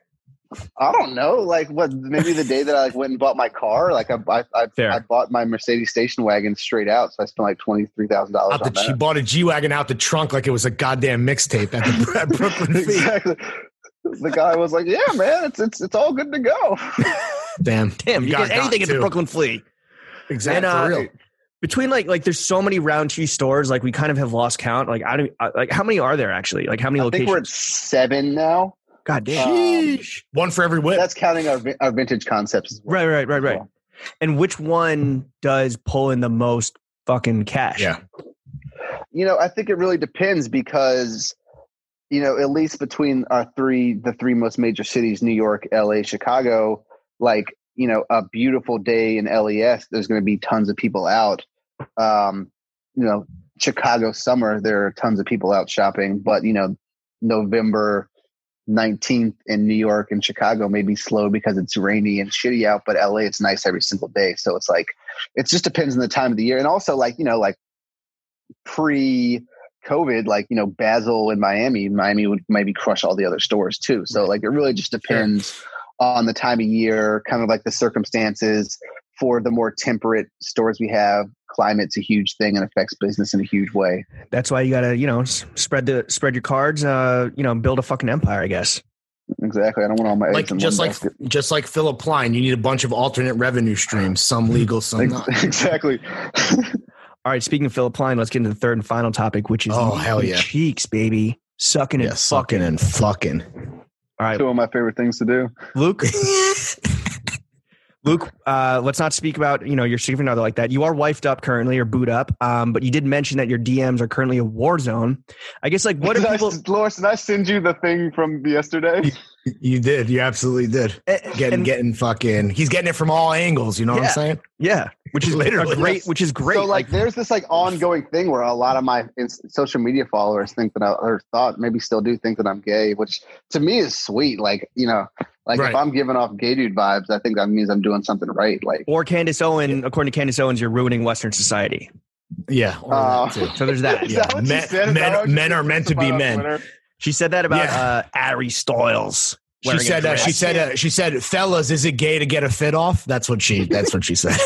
S4: I don't know. Like what? Maybe the day that I like went and bought my car. Like I, I, I,
S2: Fair.
S4: I bought my Mercedes station wagon straight out, so I spent like twenty three thousand dollars
S3: Out
S4: on
S3: the, she
S4: that.
S3: bought a G wagon out the trunk like it was a goddamn mixtape at, the, at Brooklyn Feet.
S4: exactly. The guy was like, "Yeah, man, it's it's it's all good to go."
S3: Damn,
S2: Damn, you,
S3: got
S2: get anything at the
S3: too.
S2: Brooklyn Flea.
S3: Exactly,
S2: And, uh,
S3: for real.
S2: Between like like there's so many round tree stores, like we kind of have lost count. Like I don't I, like how many are there actually? Like how many
S4: I think
S2: locations?
S4: we're at seven now.
S2: God damn.
S4: Uh,
S3: Sheesh. One for every whip.
S4: That's counting our vi- our vintage concepts. As well.
S2: right, right, right, right.
S4: Well.
S2: And which one does pull in the most fucking cash?
S3: Yeah,
S4: You know, I think it really depends because, you know, at least between our three the three most major cities, New York, L.A., Chicago, like you know, a beautiful day in LES, there's going to be tons of people out. Um, you know, Chicago summer, there are tons of people out shopping, but you know, November 19th in New York and Chicago may be slow because it's rainy and shitty out, but LA it's nice every single day. So it's like it just depends on the time of the year. And also like, you know, like pre COVID, like, you know, Basel and Miami, Miami would maybe crush all the other stores too. So like it really just depends on the time of year, kind of like the circumstances for the more temperate stores we have. Climate's a huge thing and affects business in a huge way.
S2: That's why you gotta, you know, s- spread the spread your cards, uh, you know, build a fucking empire, I guess.
S4: Exactly. I don't want all my eggs
S3: like
S4: in
S3: just
S4: one
S3: like
S4: basket.
S3: just like Philip Klein, you need a bunch of alternate revenue streams, some legal, some not.
S4: Ex- exactly.
S2: All right, speaking of Philip Klein, let's get into the third and final topic, which is
S3: Oh,
S2: meat
S3: hell
S2: and
S3: yeah.
S2: cheeks, baby, sucking
S3: Yeah,
S2: and fucking.
S3: sucking and fucking.
S2: All right,
S4: Two of my favorite things to do.
S2: Luke, Luke, uh, let's not speak about you know your significant other like that. You are wifed up currently or boot up, um, but you did mention that your DMs are currently a war zone. I guess like what
S4: did
S2: are
S4: I,
S2: people?
S4: Loris, did I send you the thing from yesterday?
S3: You did. You absolutely did. Getting
S2: eh, and-
S3: getting fucking. He's getting it from all angles. You know what
S2: Yeah.
S3: I'm saying?
S2: yeah, which is later
S3: Literally.
S2: great, which is great.
S4: So like, there's this like ongoing thing where a lot of my ins- social media followers think that I or thought maybe still do think that I'm gay, which to me is sweet. Like you know, like
S3: Right.
S4: if I'm giving off gay dude vibes, I think that means I'm doing something right. Like
S2: or Candace Owen, according to Candace Owens, you're ruining Western society.
S3: Yeah. or
S4: Uh,
S3: that too.
S2: So there's that.
S4: Is
S3: Yeah,
S4: that what you
S3: men-
S4: said? Is that
S3: men-
S4: what you
S3: men are
S4: said
S3: meant to be
S4: on
S3: men.
S4: Twitter?
S2: She said that about
S3: Yeah.
S2: uh, Ari Styles.
S3: She
S2: wearing a
S3: said. Uh, she
S2: dress.
S3: said. Uh, she said. Fellas, is it gay to get a fit off? That's what she. That's what she said.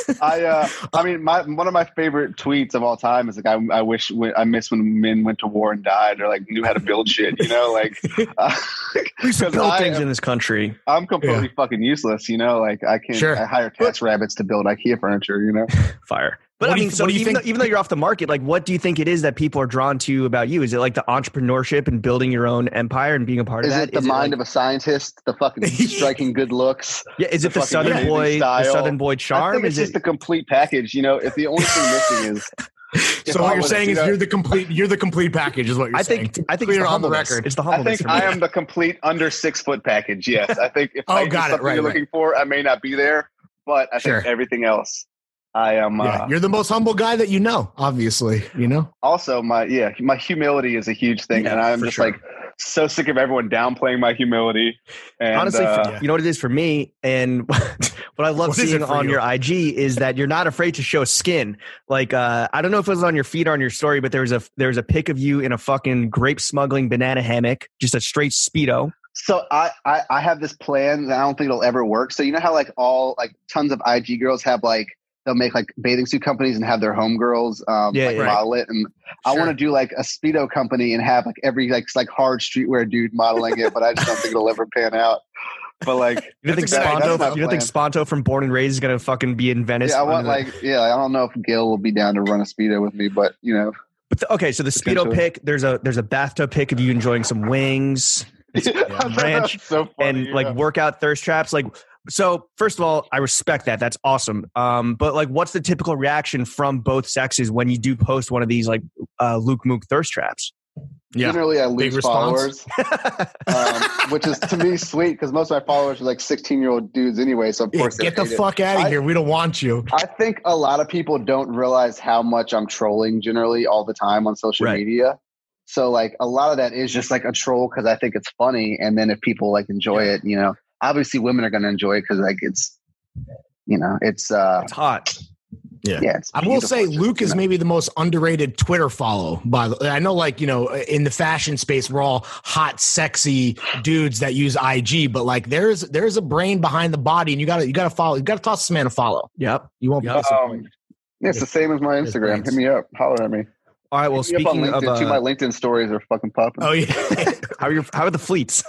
S4: I uh, I mean, my one of my favorite tweets of all time is like, I, I wish when, I miss when men went to war and died or like knew how to build shit. You know, like uh,
S2: We should
S4: 'cause
S2: build
S4: I
S2: things
S4: am-
S2: in this country.
S4: I'm completely fucking useless. You know, like I can
S3: Sure.
S4: I hire tax rabbits to build IKEA furniture. You know,
S2: Fire. But
S3: What
S2: I
S3: do you
S2: mean,
S3: th-
S2: so
S3: what do you
S2: even
S3: think-
S2: though, even though you're off the market, like, what do you think it is that people are drawn to about you? Is it like the entrepreneurship and building your own empire and being a part
S4: is
S2: of that?
S4: it the mind of a scientist? The fucking striking good looks.
S2: of yeah? Is it the
S4: the fucking
S2: southern
S4: amazing
S2: boy, the
S4: style?
S2: southern boy
S4: I think
S2: charm?
S4: it's
S2: Is
S4: just
S2: it?
S4: the complete package. You know, if the only thing missing is If
S3: so
S4: I
S3: what you're
S4: was,
S3: saying
S4: you
S3: is
S4: know-
S3: you're the complete. You're the complete package. Is what you're
S2: I
S3: saying.
S2: think I think it's
S3: Clear
S2: the
S3: on the
S2: humbleness.
S3: record.
S2: It's the
S4: I
S2: humbleness.
S4: think
S2: for
S4: I
S2: me.
S4: am the complete under six foot package. Yes, I think if
S3: Oh,
S4: I
S3: got it.
S4: something
S3: Right,
S4: you're
S3: right.
S4: looking for, I may not be there, but I
S3: Sure.
S4: think everything else, I am.
S3: Yeah,
S4: Uh,
S3: you're the most humble guy that you know. Obviously, you know.
S4: also, my yeah, my humility is a huge thing,
S2: Yeah,
S4: and I'm
S2: for
S4: just
S2: sure.
S4: like so sick of everyone downplaying my humility. And,
S2: Honestly,
S4: uh,
S2: for, you know what it is for me, and what I love
S3: What is it
S2: seeing
S3: for
S2: on
S3: you?
S2: your IG is that you're not afraid to show skin. Like uh, I don't know if it was on your feed or on your story, but there was a there was a pic of you in a fucking grape smuggling banana hammock, just a straight speedo.
S4: So I, I I have this plan that I don't think it'll ever work. So you know how like all like tons of IG girls have like they'll make like bathing suit companies and have their homegirls um
S2: Yeah,
S4: like
S2: yeah.
S4: model it and I
S3: Sure.
S4: want to do like a speedo company and have like every like s- like hard streetwear dude modeling it, but I just don't think it'll ever pan out. But like
S2: You don't think
S4: That's a good idea. That's
S2: Sponto?
S4: my
S2: You don't think Sponto from Born and Raised is gonna fucking be in Venice?
S4: yeah, I
S2: on
S4: want
S2: the-
S4: like yeah, I don't know if Gil will be down to run a speedo with me, but you know
S2: But the, okay, so the speedo
S4: Potentially.
S2: pick. There's a there's a bathtub pick of you enjoying some wings ranch
S4: That's so funny,
S2: and like workout thirst traps. Like, so first of all, I respect that. That's awesome. Um, but like, what's the typical reaction from both sexes when you do post one of these like uh, Luke Mook thirst traps?
S3: Yeah.
S4: generally I
S3: Big
S4: lose
S3: response.
S4: followers, um, which is to me sweet because most of my followers are like 16 year old dudes anyway. So of
S3: Yeah,
S4: course, they
S3: get the
S4: hate it.
S3: fuck out of
S4: I-
S3: here. We don't want you.
S4: I think a lot of people don't realize how much I'm trolling generally all the time on social
S2: Right.
S4: media. So like a lot of that is just like a troll because I think it's funny, and then if people like enjoy it, you know, obviously women are going to enjoy it because like it's, you know, it's uh
S2: It's hot.
S4: yeah. It's
S3: I will
S4: beautiful.
S3: say
S4: It's just,
S3: Luke
S4: you
S3: is
S4: know,
S3: maybe the most underrated Twitter follow. By the, I know, like you know, in the fashion space, we're all hot, sexy dudes that use IG, but like there's there's a brain behind the body, and you gotta you gotta follow, you gotta toss this man a follow.
S2: Yep.
S3: You won't
S2: Yup.
S3: be disappointed.
S4: Um, yeah, it's the same as my
S3: Yes,
S4: Instagram.
S3: thanks.
S4: Hit me up, holler at me.
S2: All right. Well,
S4: Hit me up on
S2: speaking of,
S4: LinkedIn too. My
S2: uh,
S4: LinkedIn stories are fucking popping.
S3: oh yeah,
S2: how are your how are the fleets?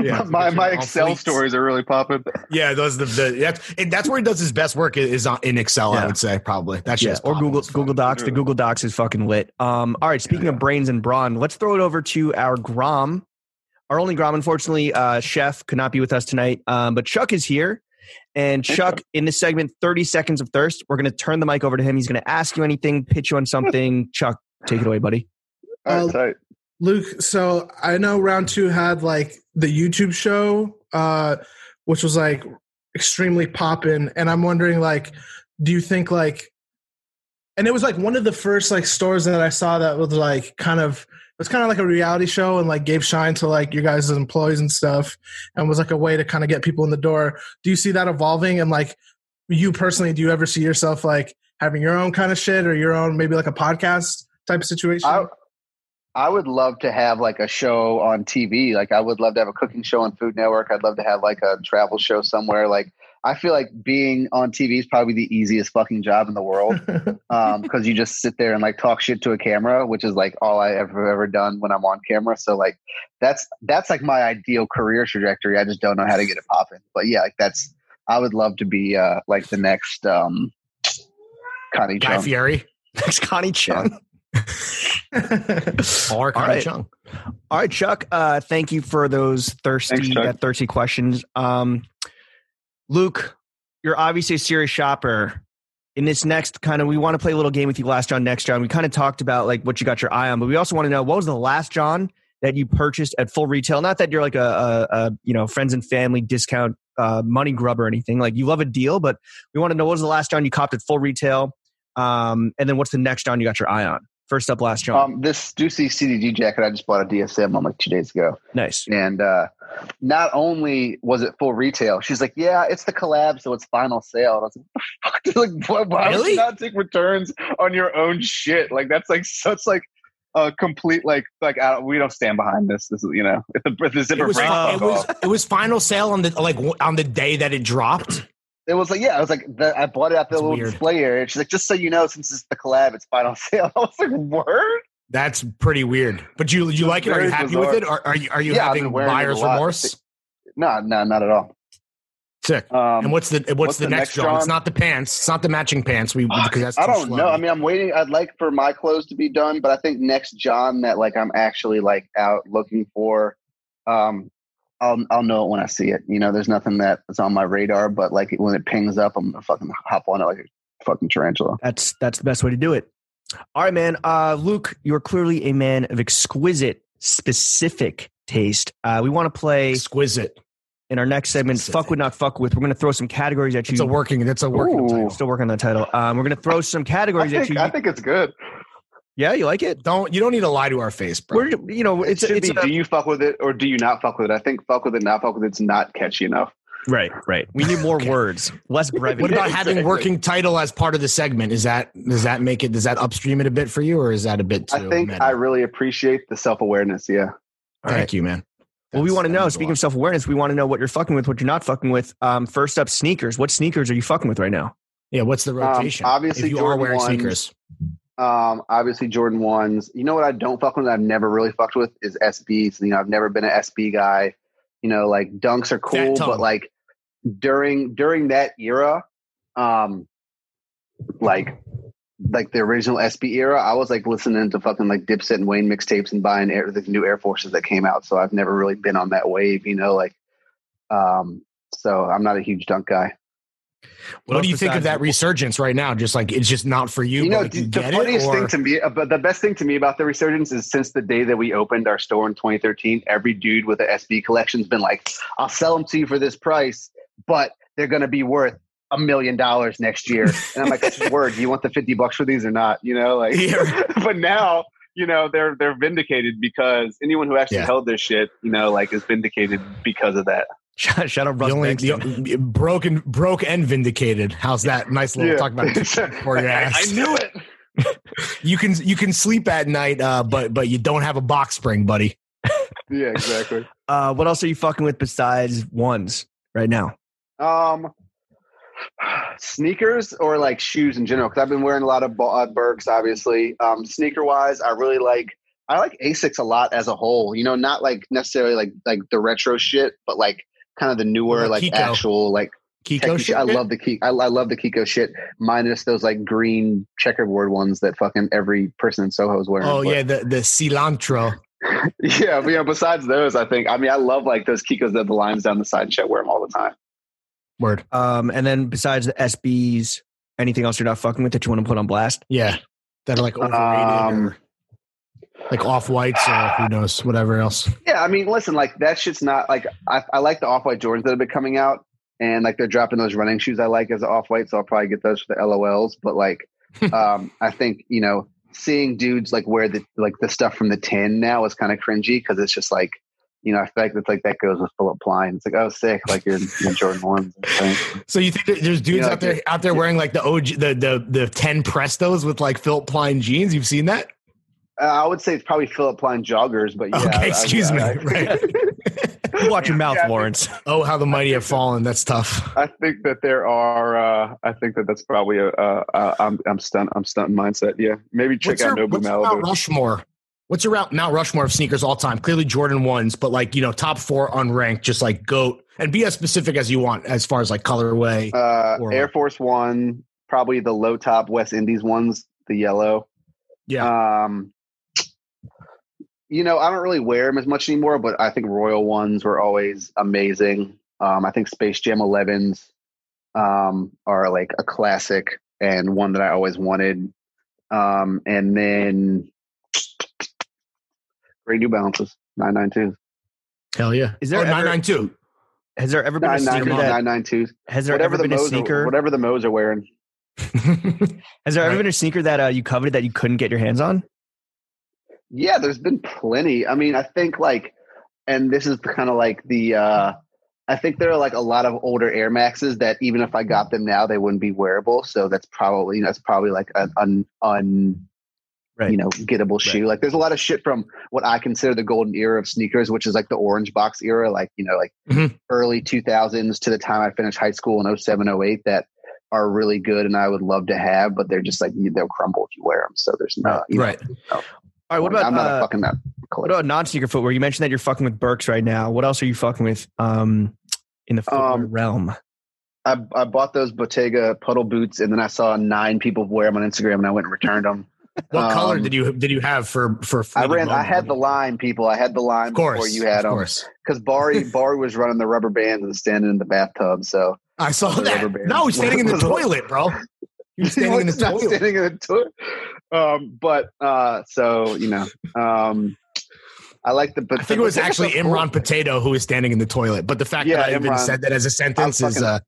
S3: yeah.
S4: my my
S3: All
S4: Excel
S3: fleets.
S4: stories are really popping.
S3: Yeah, those the, the that's and that's where he does his best work is on, in Excel. I
S2: Yeah.
S3: would say probably that's
S2: Yeah,
S3: just
S2: or Google Google Docs. The Google Docs is fucking lit. Um, all right. Speaking of brains and brawn, let's throw it over to our Grom, our only Grom. Unfortunately, uh, Chef could not be with us tonight, um, but Chuck is here. And
S4: Hey,
S2: Chuck, in this segment, thirty seconds of thirst. We're gonna turn the mic over to him. He's gonna ask you anything, pitch you on something. Chuck, take it away, buddy.
S4: All right,
S5: Uh,
S4: tight.
S5: Luke, so I know round two had like the YouTube show, uh, which was like extremely poppin', and I'm wondering like, do you think like, and it was like one of the first like stores that I saw that was like kind of it was kind of like a reality show and like gave shine to like your guys' employees and stuff, and was like a way to kind of get people in the door. Do you see that evolving? And like, you personally, do you ever see yourself like having your own kind of shit or your own maybe like a podcast type of situation?
S4: I, I would love to have like a show on TV. Like I would love to have a cooking show on Food Network. I'd love to have like a travel show somewhere. Like I feel like being on TV is probably the easiest fucking job in the world because you just sit there and like talk shit to a camera, which is like all I ever ever done when I'm on camera. So like that's that's like my ideal career trajectory. I just don't know how to get it popping. But yeah, like that's I would love to be uh like the next um Connie
S3: Guy
S4: Chung.
S3: Fieri
S2: Thanks, Connie Chung.
S3: or Connie
S2: right.
S3: Chung.
S2: All right, Chuck. Uh, thank you for those thirsty
S4: Thanks, Chuck.
S2: that thirsty questions. Um, Luke, you're obviously a serious shopper. In this next kind of, we want to play a little game with you. Last John, next John. We kind of talked about like what you got your eye on, but we also want to know what was the last John that you purchased at full retail. Not that you're like a, a, a you know friends and family discount uh, money grub or anything. Like you love a deal, but we want to know what was the last John you copped at full retail, um, and then what's the next John you got your eye on. First up, last John.
S4: Um, this Stussy CDG jacket I just bought at DSM on like two days ago,
S2: nice.
S4: and uh, not only was it full retail, she's like, "Yeah, it's the collab, so it's final sale." And I was like, "What the fuck? like, why, why would
S3: Really?
S4: you not take returns on your own shit? Like that's like such like a complete like like I don't, we don't stand behind this. This is you know if the, if the
S3: It
S4: zipper
S3: was,
S4: breaks,
S2: uh,
S4: fuck
S3: it was
S4: off.
S3: it was final sale on the like on the day that it dropped.
S4: It was like yeah, I was like the, I bought it at the
S3: That's
S4: little
S3: weird.
S4: display area. and She's like, "Just so you know, since it's the collab, it's final sale." I was like, "Word."
S3: That's pretty weird. But you you like it? Are you
S4: Very
S3: happy
S4: bizarre.
S3: with it? Or are you are you
S4: Yeah, I've
S3: having
S4: been wearing it a
S3: buyer's
S4: lot.
S3: remorse?
S4: No, no, not at all.
S3: Sick.
S4: Um,
S3: and what's the what's, the, next, John? It's
S4: John?
S3: not the pants. It's not the matching pants. We because that's
S4: I
S3: too
S4: don't know.
S3: schlubby.
S4: I mean, I'm waiting. I'd like for my clothes to be done, but I think next John that like I'm actually like out looking for. Um, I'll I'll know it when I see it. You know, there's nothing that's on my radar, but like when it pings up, I'm gonna fucking hop on it like a fucking tarantula.
S2: That's that's the best way to do it. All right, man. Uh, Luke, you're clearly a man of exquisite, specific taste. Uh, we want to play
S3: exquisite.
S2: in our next segment.
S3: Specific.
S2: Fuck with, not fuck with. We're going to throw some categories at you.
S3: It's a working. That's a working
S4: Hmm. Ooh.
S3: title.
S2: Still working on the title. Um, we're going to throw some
S4: I
S2: categories at
S4: think,
S2: you.
S4: I think it's good.
S2: yeah, you like it?
S3: Don't you don't need to lie to our face, bro.
S2: We're, you know,
S4: It
S2: it's
S4: should
S2: it's
S4: be. do you fuck with it or do you not fuck with it? I think fuck with it, not fuck with it's not catchy enough.
S2: right, right. We need more words, less brevity.
S3: What about
S4: Exactly.
S3: having working title as part of the segment? Is that does that make it? Does that upstream it a bit for you, or is that a bit too?
S4: I think
S3: meta?
S4: I really appreciate the self awareness. Yeah.
S3: Thank you, man.
S2: well, we
S3: That's-
S2: want to
S3: that
S2: know.
S3: means a
S2: Speaking
S3: lot.
S2: of self awareness, we want to know what you're fucking with, what you're not fucking with. Um, first up, sneakers. What sneakers are you fucking with right now?
S3: yeah, what's the rotation?
S4: Um, obviously
S3: if you are
S4: Jordan
S3: wearing
S4: ones.
S3: sneakers,
S4: Um, obviously Jordan ones. You know what I don't fuck with? I've never really fucked with is SBs. You know, I've never been an SB guy. You know, like dunks are cool,
S3: tongue.
S4: but like during during that era, um, like like the original SB era, I was like listening to fucking like Dipset and Wayne mixtapes and buying Air, the new Air Forces that came out. So I've never really been on that wave, you know, like, um, so I'm not a huge dunk guy.
S3: What do you think of
S2: besides-
S3: that resurgence right now? Just like it's just not for you.
S4: You know,
S3: but like, you
S4: the
S3: get
S4: funniest
S3: it,
S4: thing
S3: or,
S4: to me, uh, but the best thing to me about the resurgence is since the day that we opened our store in 2013, every dude with an SB collection's been like, "I'll sell them to you for this price, but they're going to be worth a million dollars next year." And I'm like, "Word, do you want the 50 bucks for these or not?" You know, like.
S3: Yeah, right.
S4: but now you know they're they're vindicated because anyone who actually
S3: Yeah.
S4: held their shit, you know, like is vindicated because of that.
S2: Shout, shout out
S3: The
S2: Russ
S3: only,
S2: Bixton.
S3: the, broke and broke and vindicated. How's that? Nice little talk about for your
S4: I- I-
S3: ass.
S4: I knew it.
S3: You can you can sleep at night, uh, but but you don't have a box spring, buddy.
S4: Yeah, exactly.
S2: Uh, what else are you fucking with besides ones right now?
S4: Um, sneakers or like shoes in general? Because I've been wearing a lot of Bo- uh, Bergs, obviously. Um, sneaker wise, I really like I like Asics a lot as a whole. You know, not like necessarily like like the retro shit, but like kind of the newer,
S3: Like
S4: like
S3: Kiko.
S4: actual like
S3: Kiko
S4: techie shit.
S3: shit.
S4: I love the Kiko. I, I love the Kiko shit, minus those like green checkerboard ones that fucking every person in Soho is wearing.
S3: Oh
S4: But-
S3: yeah, the the cilantro.
S4: yeah. But, you know, besides those, I think I mean I love like those Kikos that have the lines down the side and shit. Wear them all the time.
S3: Word.
S2: Um, and then besides the SBs, anything else you're not fucking with that you want to put on blast?
S3: Yeah. That are like overrated
S4: Um,
S3: or like off whites or who knows, whatever else.
S4: Yeah, I mean, listen, like that shit's not like I, I like the off white Jordans that have been coming out, and like they're dropping those running shoes I like as off white, so I'll probably get those for the LOLs. But like, um, I think you know, seeing dudes like wear the like the stuff from the tin now is kind of cringy because it's just like, you know, I feel like that's like that goes with Philip Pline. It's like, oh, sick, like you're, in- you're in Jordan ones. Right?
S3: So you think that there's dudes
S4: Yeah,
S3: out there out there wearing like the OG the the the 10 Prestos with like Philip Pline jeans? You've seen that?
S4: Uh, I would say it's probably Philip Pline joggers, but yeah.
S3: okay,
S4: I-
S3: excuse
S4: I,
S3: me.
S4: I-
S3: right.
S2: You watch your mouth,
S4: Yeah, I think-
S2: Lawrence.
S3: Oh, how the mighty have fallen. That's tough.
S4: I think that there are. Uh, I think that that's probably a. Uh, uh, I'm I'm stunt. I'm stunt mindset. Yeah, maybe check
S3: What's your,
S4: out Nobu
S3: what's your Mount
S4: Malibu.
S3: Rushmore? What's your Mount Mount Rushmore of sneakers all time? Clearly Jordan ones, but like, you know, top four unranked, just like GOAT. And be as specific as you want as far as like colorway.
S4: Uh,
S3: Or-
S4: Air Force One, probably the low top West Indies ones, the yellow.
S3: yeah.
S4: Um, you know, I don't really wear them as much anymore, but I think Royal ones were always amazing. Um, I think Space Jam 11s um, are like a classic and one that I always wanted. Um, and then Great New Balances, 992s.
S3: Hell yeah.
S2: Is there
S3: oh,
S2: ever-
S3: 992?
S2: Has there ever been a
S4: Nine nine
S2: sneaker
S4: two,
S2: that
S4: nine nine two.
S2: has there
S4: Whatever
S2: ever
S4: the
S2: been a
S4: Mo's are,
S2: sneaker?
S4: whatever the Mo's are wearing.
S2: Has there ever
S3: Right.
S2: been a sneaker that uh, you coveted that you couldn't get your hands on?
S4: Yeah, there's been plenty. I mean, I think like, and this is kind of like the. uh I think there are like a lot of older Air Maxes that even if I got them now, they wouldn't be wearable. So that's probably that's probably like an un, un
S2: Right.
S4: you know gettable shoe. Like there's a lot of shit from what I consider the golden era of sneakers, which is like the orange box era, like you know like
S2: Mm-hmm.
S3: Mhm.
S4: early 2000s to the time I finished high school in 07, 08 that are really good and I would love to have, but they're just like they'll crumble if you wear them. So there's no you know,
S3: Right.
S2: All right, what about
S4: I'm not a
S2: uh,
S4: fucking nut.
S2: what about non-sneaker footwear? You mentioned that you're fucking with Burks right now. What else are you fucking with um, in the footwear
S4: Um,
S2: realm?
S4: I, I bought those Bottega puddle boots, and then I saw nine people wear them on Instagram, and I went and returned them.
S3: What
S4: Um,
S3: color did you did you have for for?
S4: I
S3: Freedom
S4: ran. I
S3: Moment?
S4: had the line, people. I had the line
S3: Of course,
S4: before you had
S3: of
S4: them,
S3: course.
S4: because Bari Bari was running the rubber bands and standing in the bathtub. So
S3: I saw
S4: The
S3: that.
S4: rubber band.
S3: No, he's standing in the toilet, bro. He was standing in the
S4: He's not
S3: toilet.
S4: standing in the toilet. Um, but uh, so you know, um, I like the.
S3: I think it was actually Imran Potato who was standing in the toilet. But the fact
S4: Yeah,
S3: that I even
S4: Imran.
S3: said that as a sentence
S4: I'm
S3: is,
S4: fucking-
S3: uh,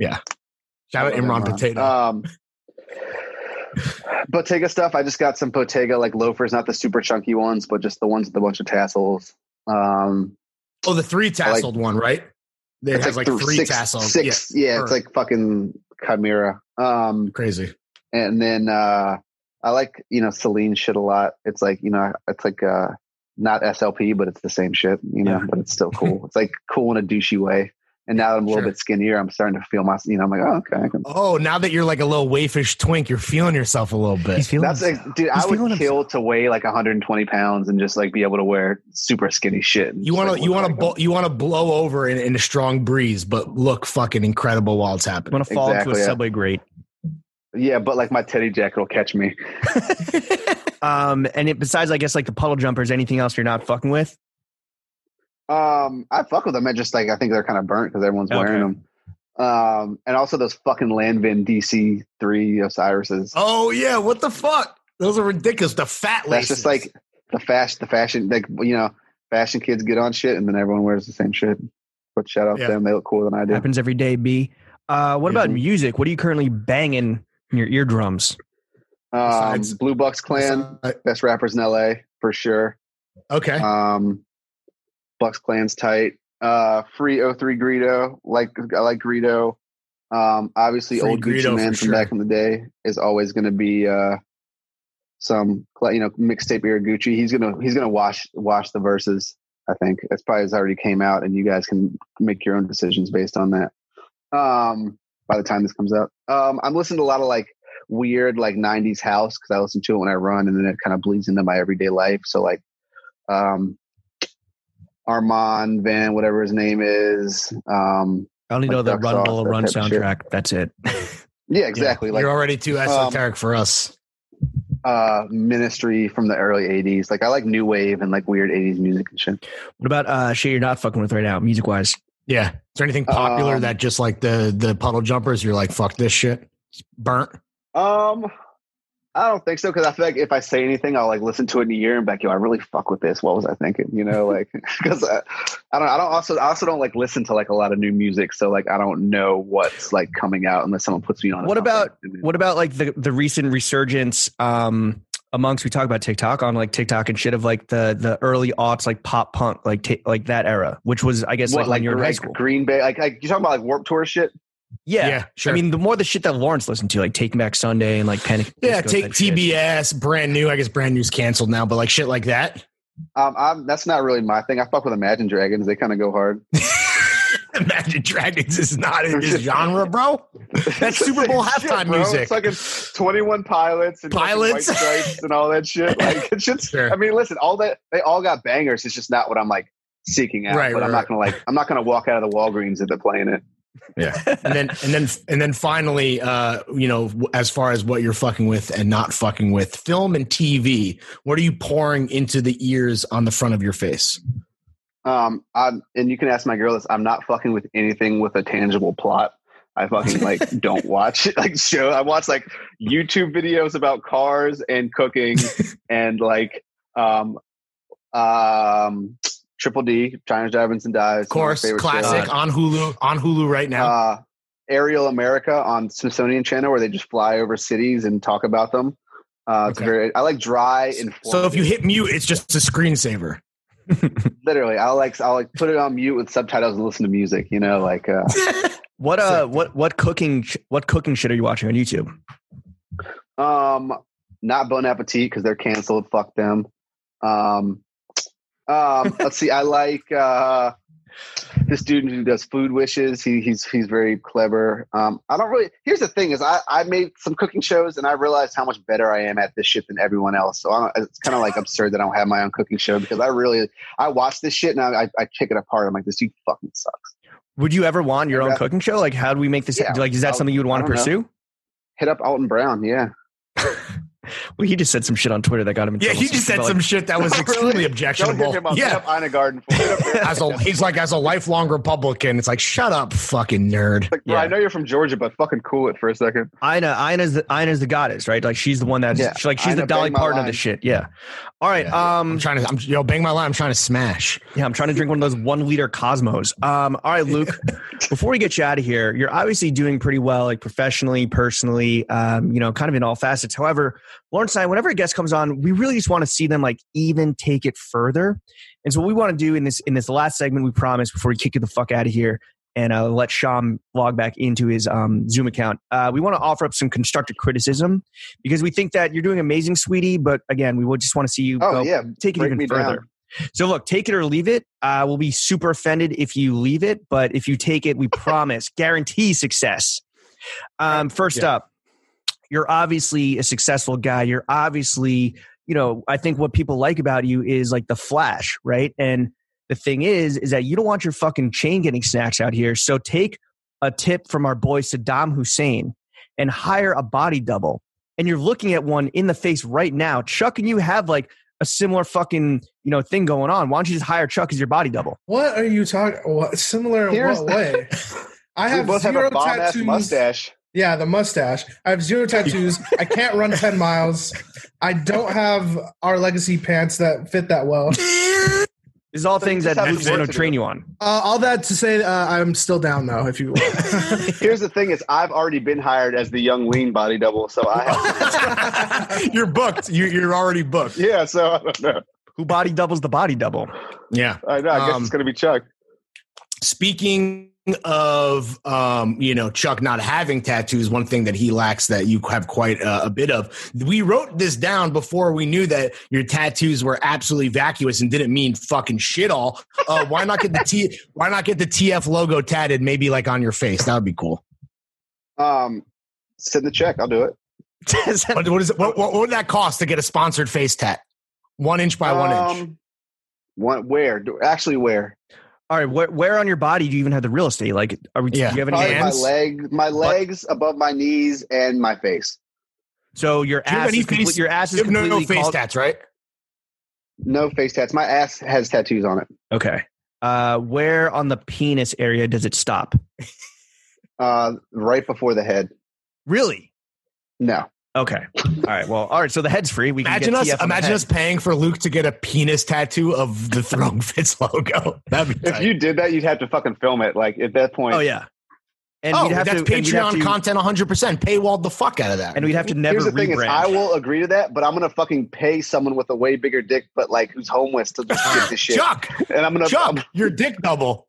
S3: yeah. Shout out
S4: I
S3: Imran Uh,
S4: love
S3: Potato.
S4: Um, Bottega stuff. I just got some Bottega like loafers, not the super chunky ones, but just the ones with a bunch of tassels. Um,
S3: oh, the three tasseled one, right? It
S4: it's
S3: has like,
S4: th-
S3: three
S4: six-
S3: tassels.
S4: Six, yeah, it's
S3: or-
S4: like fucking chimera. Um,
S3: Yeah, crazy.
S4: and then uh, I like you know Celine shit a lot. It's like you know it's like uh, not SLP, but it's the same shit. You know,
S2: Yeah.
S4: but it's still cool. it's like cool in a douchey way. And now that I'm a little
S3: Sure.
S4: bit skinnier. I'm starting to feel my, you know, I'm like, oh, okay. I can,
S3: Oh, now that you're like a little waifish twink, you're feeling yourself a little
S2: He's
S3: bit.
S2: feeling
S4: That's like, dude, I
S2: He's
S4: would kill
S2: feeling
S4: to weigh like 120 pounds and just like be able to wear super skinny shit. and
S3: You
S4: just,
S3: want
S4: like,
S3: to you
S4: look
S3: want to blo-
S4: like
S3: you want to blow over in, in a strong breeze, but look fucking incredible while it's happening.
S2: want to fall into a
S4: Exactly, yeah.
S2: subway grate.
S4: Yeah, but like my teddy jacket will catch me.
S2: Um, and it, besides, I guess like the puddle jumpers, anything else you're not fucking with?
S4: Um, I fuck with them. I just like I think they're kind of burnt because everyone's wearing
S2: Okay.
S4: them. Um, and also those fucking Landvin DC three Osiris's.
S3: Oh yeah, what the fuck? Those are ridiculous. The fat
S4: That's
S3: laces.
S4: just like the fashion, the fashion, like you know, fashion kids get on shit, and then everyone wears the same shit. But shout out
S3: Yeah.
S4: to them; they look cooler than I do.
S2: Happens every day. B. Uh, what about
S4: Mhm.
S2: music? What are you currently banging in your eardrums?
S4: Um,
S3: Besides-
S4: Blue Bucks Clan,
S3: Uh,
S4: best rappers in LA for sure.
S3: Okay.
S4: Um, Bucks Clan's tight. Uh, free 03 Greedo, like I like Greedo. Um, obviously,
S3: Free
S4: old Gucci
S3: Greedo
S4: Man
S3: for
S4: from
S3: sure.
S4: back in the day is always going to be uh, some you know mixtape era Gucci. He's gonna he's gonna wash wash the verses. I think that's probably has already came out, and you guys can make your own decisions based on that. Um, by the time this comes out, um, I'm listening to a lot of like weird like 90s house because I listen to it when I run, and then it kind of bleeds into my everyday life. So like um, Armand Van, whatever his name is. Um,
S2: I only
S4: Like
S2: know the
S4: Duck
S2: Run
S4: Sauce,
S2: Lola
S4: that
S2: Run
S4: type of shit.
S2: soundtrack. That's it.
S4: yeah, exactly.
S3: Yeah,
S4: like um,
S3: you're already too esoteric for us.
S4: uh, Ministry from the early '80s. Like I like new wave and like weird '80s music and shit.
S2: What about uh, shit you're not fucking with right now, music wise?
S3: Yeah. Is there anything popular
S4: Um,
S3: that just like the the puddle jumpers? You're like, fuck this shit. It's burnt.
S4: Um, I don't think so because I feel like if I say anything, I'll like listen to it in a year and be like, "Yo, I really fuck with this." What was I thinking? You know, like because I, I don't. I don't also. I also don't like listen to like a lot of new music, so like I don't know what's like coming out unless someone puts me on. to
S2: What
S4: something.
S2: about- What about like the the recent resurgence um, amongst we talk about TikTok on like TikTok and shit of like the the early aughts like pop punk like t- like that era, which was I guess
S4: What,
S2: like, when you're in high
S4: like
S2: school.
S4: Green Bay? Like, like you talking about like Warp Tour shit?
S2: Yeah.
S3: sure.
S2: I mean, the more the shit that Lawrence listened to, like Taking Back Sunday and like Panic. at the
S3: yeah,
S2: Disco
S3: take
S2: type shit.
S3: TBS, brand new. I guess brand new's canceled now, but like shit like that.
S4: Um, I'm, that's not really my thing. I fuck with Imagine Dragons. They kind of go hard.
S3: Imagine Dragons is not in this genre, bro. That's Super Bowl
S4: Shit,
S3: halftime
S4: bro.
S3: music.
S4: It's like a 21 pilots and fucking
S3: Pilots.
S4: white stripes and all that shit. Like it's just.
S3: Sure.
S4: I mean, listen, all that they all got bangers. It's just not what I'm like seeking out.
S3: Right,
S4: but I'm
S3: right,
S4: not gonna like. I'm not gonna walk out of the Walgreens if they're playing it.
S3: and then and then and then finally uh you know w- as far as what you're fucking with and not fucking with film and tv what are you pouring into the ears on the front of your face
S4: Um, I'm, and you can ask my girl this. I'm not fucking with anything with a tangible plot. I fucking like don't watch like show. I watch like YouTube videos about cars and cooking and like um um Triple D, China Dives and Dives.
S3: of course classic on hulu on hulu right now
S4: Uh, Aerial America on Smithsonian Channel, where they just fly over cities and talk about them. Uh, it's
S3: Okay.
S4: very. I like dry and
S3: so if you hit mute it's just a screensaver
S4: literally, I like I like put it on mute with subtitles and listen to music. You know, like uh,
S2: What uh, what what cooking sh- what cooking shit are you watching on YouTube?
S4: Um, not Bon Appetit because they're canceled. Fuck them. Um, um, let's see. I like uh, this dude who does food wishes. He, he's he's very clever. Um, I don't really. Here's the thing: is I I made some cooking shows and I realized how much better I am at this shit than everyone else. So I don't, it's kind of like absurd that I don't have my own cooking show because I really I watch this shit and I I, I kick it apart. I'm like, this dude fucking sucks.
S2: Would you ever want your own
S4: Yeah.
S2: cooking show? Like, how do we make this?
S4: Yeah,
S2: like, is that
S4: I'll-
S2: something you would want
S4: I
S2: to
S4: don't know.
S2: pursue?
S4: Hit up Alton Brown. Yeah.
S2: Well, he just said some shit on Twitter that got him. In
S3: yeah
S2: trouble.
S3: he just said
S2: Like,
S3: some shit that was
S4: Really?
S3: extremely
S4: Don't hit
S3: objectionable
S4: him up. Hit
S3: yeah
S4: up Ina Garden. Hit up Ina
S3: as a, he's like as a lifelong republican it's like shut up fucking nerd
S4: Like, bro,
S2: Yeah.
S4: I know you're from Georgia, but fucking cool it for a second.
S2: Ina, Ina's the Ina's the goddess, right? Like she's the one that's
S4: Yeah,
S2: she- like she's
S4: Ina
S2: the Dolly
S4: banged my
S2: Parton of
S4: line.
S2: the shit. Yeah. All right.
S3: i'm
S2: Um.
S3: trying to i'm yo bang my line i'm trying to smash
S2: Yeah, I'm trying to drink one of those one liter Cosmos. Um. All right, Luke. before we get you out of here, you're obviously doing pretty well, like professionally, personally. Um. You know, kind of in all facets. However, Lawrence and I, whenever a guest comes on, we really just want to see them like even take it further. And so what we want to do in this in this last segment, we promise before we kick you the fuck out of here and uh, let Sham log back into his um, Zoom account, uh, we want to offer up some constructive criticism because we think that you're doing amazing, sweetie. But again, we would just want to see you
S4: Oh
S2: go,
S4: yeah,
S2: take it
S4: break
S2: even
S4: me
S2: further.
S4: down.
S2: So look, take it or leave it. Uh, we'll be super offended if you leave it, but if you take it, we promise, guarantee success. Um, first
S3: Yeah.
S2: up, you're obviously a successful guy. You're obviously, you know, I think what people like about you is like the flash, right? And the thing is, is that you don't want your fucking chain getting snatched out here. So take a tip from our boy Saddam Hussein and hire a body double and you're looking at one in the face right now, Chuck and you have like a similar fucking, you know, thing going on. Why don't you just hire Chuck as your body double?
S5: What are you talking? What similar in
S4: Here's
S5: what
S4: the-
S5: way? I
S4: We
S5: have
S4: both have
S5: zero
S4: a bomb ass
S5: tattoos.
S4: mustache.
S5: Yeah, the mustache. I have zero tattoos. I can't run ten miles. I don't have our legacy pants that fit that well.
S2: These are all
S4: So
S2: things
S4: you
S2: that
S4: just have
S2: Vince
S4: some
S2: going
S4: work
S2: to
S4: to
S2: train
S4: do.
S2: you on.
S5: Uh, all that to say, uh, I'm still down though. If you,
S4: Here's the thing: is I've already been hired as the young lean body double, so I have,
S3: you're booked. You, you're already booked.
S4: yeah. So I don't know.
S2: Who body doubles the body double?
S3: Yeah.
S4: I know. I guess
S3: Um,
S4: it's gonna be Chuck.
S3: Speaking of, um, you know, Chuck not having tattoos, one thing that he lacks that you have quite uh, a, a bit of. We wrote this down before we knew that your tattoos were absolutely vacuous and didn't mean fucking shit all. Uh, why not get the T? Why not get the TF logo tatted? Maybe like on your face. That would be cool.
S4: Um, send the check. I'll do it.
S3: What, what is it? What, what, what would that cost to get a sponsored face tat? One inch by one inch.
S4: Um, One where? Do- Actually, where?
S2: all right, where, where on your body do you even have the real estate? Like, are we,
S3: Yeah.
S2: do you have any
S4: Probably my
S2: hands?
S4: leg, my legs above my knees, and my face.
S2: So your
S3: you have
S2: ass,
S3: any
S2: is complete-
S3: face-
S2: your ass
S3: You
S2: is
S3: have no,
S2: completely
S3: no face
S2: called-
S3: tats, right?
S4: No face tats. My ass has tattoos on it.
S2: Okay. Uh, where on the penis area does it stop?
S4: Uh, right before the head.
S2: Really?
S4: No.
S2: Okay. All right. Well, all right. So the head's free. We can
S3: Imagine
S2: get
S3: us.
S2: TF on the
S3: Imagine
S2: head.
S3: us paying for Luke to get a penis tattoo of the Throne Fits logo. That'd be
S4: If
S3: tight.
S4: you did that, you'd have to fucking film it. Like at that point.
S2: Oh yeah. And
S3: oh,
S2: we'd have
S3: that's
S2: to, and we'd have
S3: Patreon
S2: to-
S3: content 100%. Paywalled the fuck out of that.
S2: and we'd have to never
S4: Here's the thing: is I
S2: rebrand.
S4: will agree to that, but I'm gonna fucking pay someone with a way bigger dick, but like who's homeless to just get this shit.
S3: Chuck,
S4: and I'm gonna.
S3: Chuck,
S4: I'm-
S3: your dick double.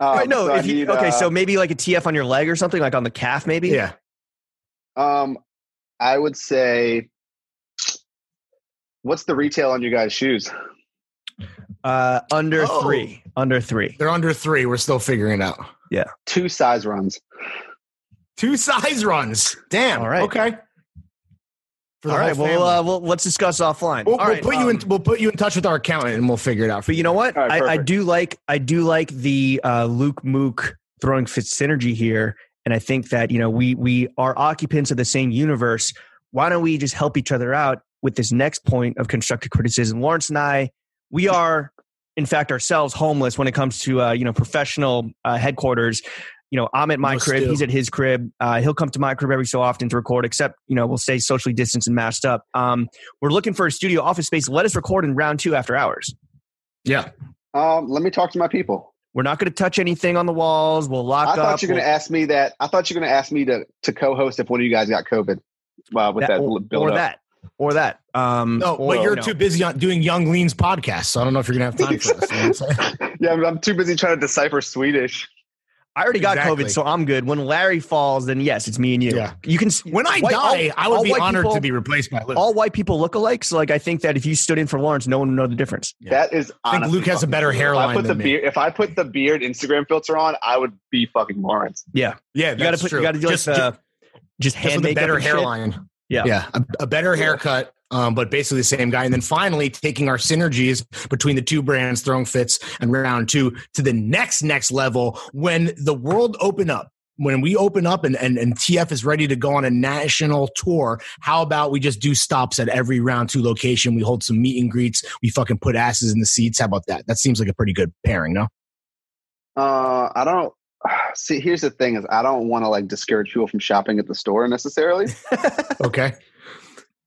S4: um,
S2: Right, no,
S4: so I
S2: if you,
S4: need,
S2: okay,
S4: uh,
S2: so maybe like a TF on your leg or something, like on the calf, maybe.
S3: yeah.
S4: Um, I would say, what's the retail on your guys' shoes?
S2: Uh, under
S3: Oh.
S2: three, under three.
S3: They're under three. We're still figuring it out.
S4: Two size runs.
S3: Two size runs. Damn.
S2: All right.
S3: Okay. For the
S2: All right.
S3: whole
S2: Well,
S3: family.
S2: uh, well, let's discuss offline.
S3: we'll,
S2: All
S3: we'll
S2: right,
S3: put you in.
S2: um,
S3: We'll put you in touch with our accountant, and we'll figure it out for
S2: But
S3: you.
S2: you know what?
S4: All right,
S2: I, I
S4: perfect.
S2: do like I do like the uh, Luke Mook throwing fit synergy here, and I think that you know we we are occupants of the same universe. Why don't we just help each other out with this next point of constructive criticism? Lawrence and I, we are in fact ourselves homeless when it comes to uh, you know professional uh, headquarters. You know, I'm at my
S3: No
S2: crib.
S3: stew.
S2: He's at his crib. Uh, he'll come to my crib every so often to record, except you know we'll stay socially distanced and masked up. Um, we're looking for a studio office space. Let us record in round two after hours.
S3: Yeah.
S4: Um, let me talk to my people.
S2: We're not going to touch anything on the walls. We'll lock
S4: I
S2: up.
S4: thought you were going to ask me that. I thought you were going to ask me to to co-host if one of you guys got COVID. Well, with that,
S2: or,
S4: build
S2: or
S4: up.
S2: that, or that. Um,
S3: No,
S2: or-
S3: but you're
S2: no.
S3: too busy on doing Young Lean's podcast, so I don't know if you're gonna have time for this. You know what I'm saying?
S4: yeah, I'm, I'm too busy trying to decipher Swedish.
S2: I already got
S3: Exactly.
S2: COVID, so I'm good. When Larry falls, then yes, it's me and you.
S3: Yeah.
S2: You can. s-
S3: When I
S2: white- all-
S3: die, I
S2: all
S3: would be
S2: white
S3: honored
S2: people-
S3: to be replaced by Luke.
S2: All white people look alike, so like I think that if you stood in for Lawrence, no one would know the difference.
S3: Yeah.
S4: That is.
S3: I think
S4: honestly
S3: Luke has a
S4: fucking
S3: better
S4: brutal.
S3: hairline
S4: If I put
S3: than
S4: the
S3: me.
S4: beard. If I put the beard Instagram filter on, I would be fucking Lawrence.
S3: Yeah,
S2: You got to
S3: that's
S2: put.
S3: true.
S2: You got to do like
S3: Just-
S2: the just
S3: just
S2: hand
S3: with a
S2: makeup
S3: better
S2: and shit.
S3: hairline.
S2: Yeah.
S3: yeah, a, a better haircut, um, but basically the same guy. And then finally taking our synergies between the two brands, throwing fits and round two to the next next level when the world open up. When we open up and, and, and TF is ready to go on a national tour, how about we just do stops at every round two location? We hold some meet and greets. We fucking put asses in the seats. How about that? That seems like a pretty good pairing, no?
S4: Uh, I don't. See, here's the thing: is I don't want to like discourage people from shopping at the store necessarily.
S3: Okay.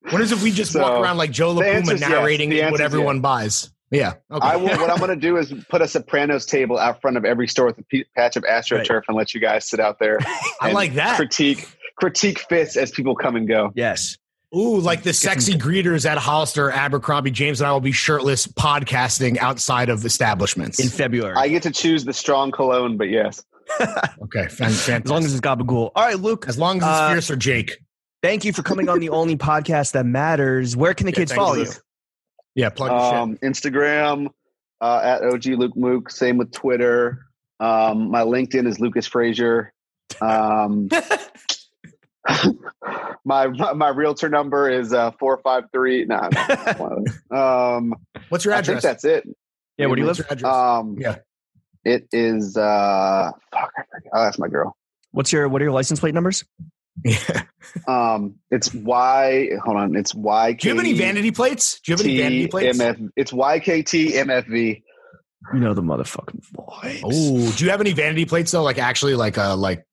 S3: What is if we just
S4: So,
S3: walk around like Joe
S4: the
S3: LaPuma
S4: answer's yes.
S3: narrating
S4: The
S3: what
S4: answer's
S3: everyone buys? Yeah. Okay.
S4: I will, what I'm going to do is put a Sopranos table out front of every store with a pe- patch of AstroTurf and let you guys sit out there.
S3: I
S4: and
S3: like that.
S4: Critique critique fits as people come and go.
S2: Yes.
S3: Ooh, like the sexy greeters at Hollister, Abercrombie, James, and I will be shirtless podcasting outside of establishments.
S2: In February.
S4: I get to choose the strong cologne, but yes,
S3: okay, fan- fantastic.
S2: as long as it's Gabagool. All right, Luke.
S3: as long as it's
S2: Uh,
S3: fierce or Jake.
S2: Thank you for coming on the only podcast that matters. Where can the
S3: Yeah,
S2: kids
S3: thanks,
S2: follow you?
S3: Luke. Yeah, plug your shit.
S4: um, Instagram uh, at OG Luke Mook. Same with Twitter. Um, my LinkedIn is Lucas Frazier. Um, my, my my realtor number is uh, four five three. Nah, not one of those. um,
S3: What's your
S4: I think
S3: address?
S4: that's uh, it.
S2: Yeah. Where do you
S3: What's
S2: live?
S3: your address?
S4: Um,
S3: Yeah.
S4: It is. Uh, fuck, I forget. Oh, that's my girl.
S2: What's your what are your license plate numbers?
S4: Um, it's Y. Hold on. It's YK.
S3: Do you have any vanity plates? Do you have any vanity plates?
S4: It's YKT MFV.
S2: You know the motherfucking voice.
S3: Oh, do you have any vanity plates though? Like actually, like uh, like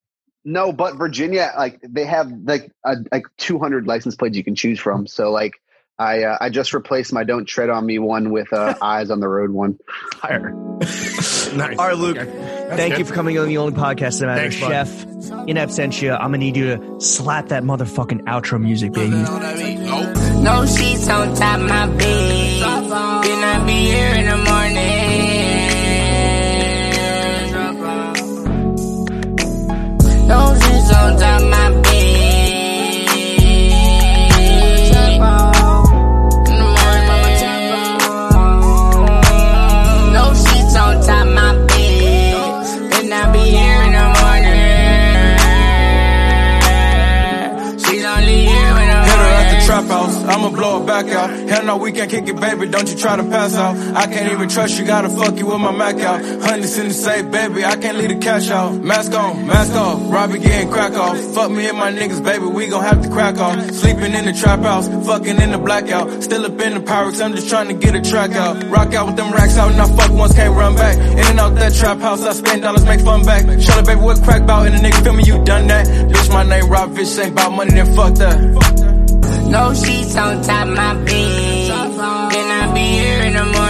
S4: No, but Virginia, like they have like a, like 200 license plates you can choose from. So like I uh, I just replaced my "Don't Tread on Me" one with uh, "Eyes on the Road" one.
S2: fire.
S3: nice.
S2: All right, Luke.
S3: Okay. That's
S2: Thank
S3: good.
S2: you for coming on the only podcast that matters,
S3: Thanks, bud.
S2: Chef. In absentia, I'm gonna need you to slap that motherfucking outro music, baby.
S6: No sheets on top of my bed. Then I be here in the morning. No sheets on top of my bed. In the morning. No sheets on top of my bed. Then I be here in the morning. She's only here when I'm
S7: Hit her at the trap house. I'ma blow it back out. Hell no, we can't kick it, baby. Don't you try to pass out. I can't even trust you. Gotta fuck you with my Mac out. Honey's in the safe, baby. I can't leave the cash out. Mask on, mask off. Robbie getting crack off. Fuck me and my niggas, baby. We gon' have to crack off. Sleeping in the trap house. Fucking in the blackout. Still up in the pirates. I'm just trying to get a track out. Rock out with them racks out. And I fuck once, can't run back. In and out that trap house. I spend dollars, make fun back. Shut up, baby. What crack bout? And the nigga feel me, you done that. Bitch, my name Rob Fish. Ain't bout money, then fuck that.
S6: No sheets on top of my bed. Then I be here in the morning.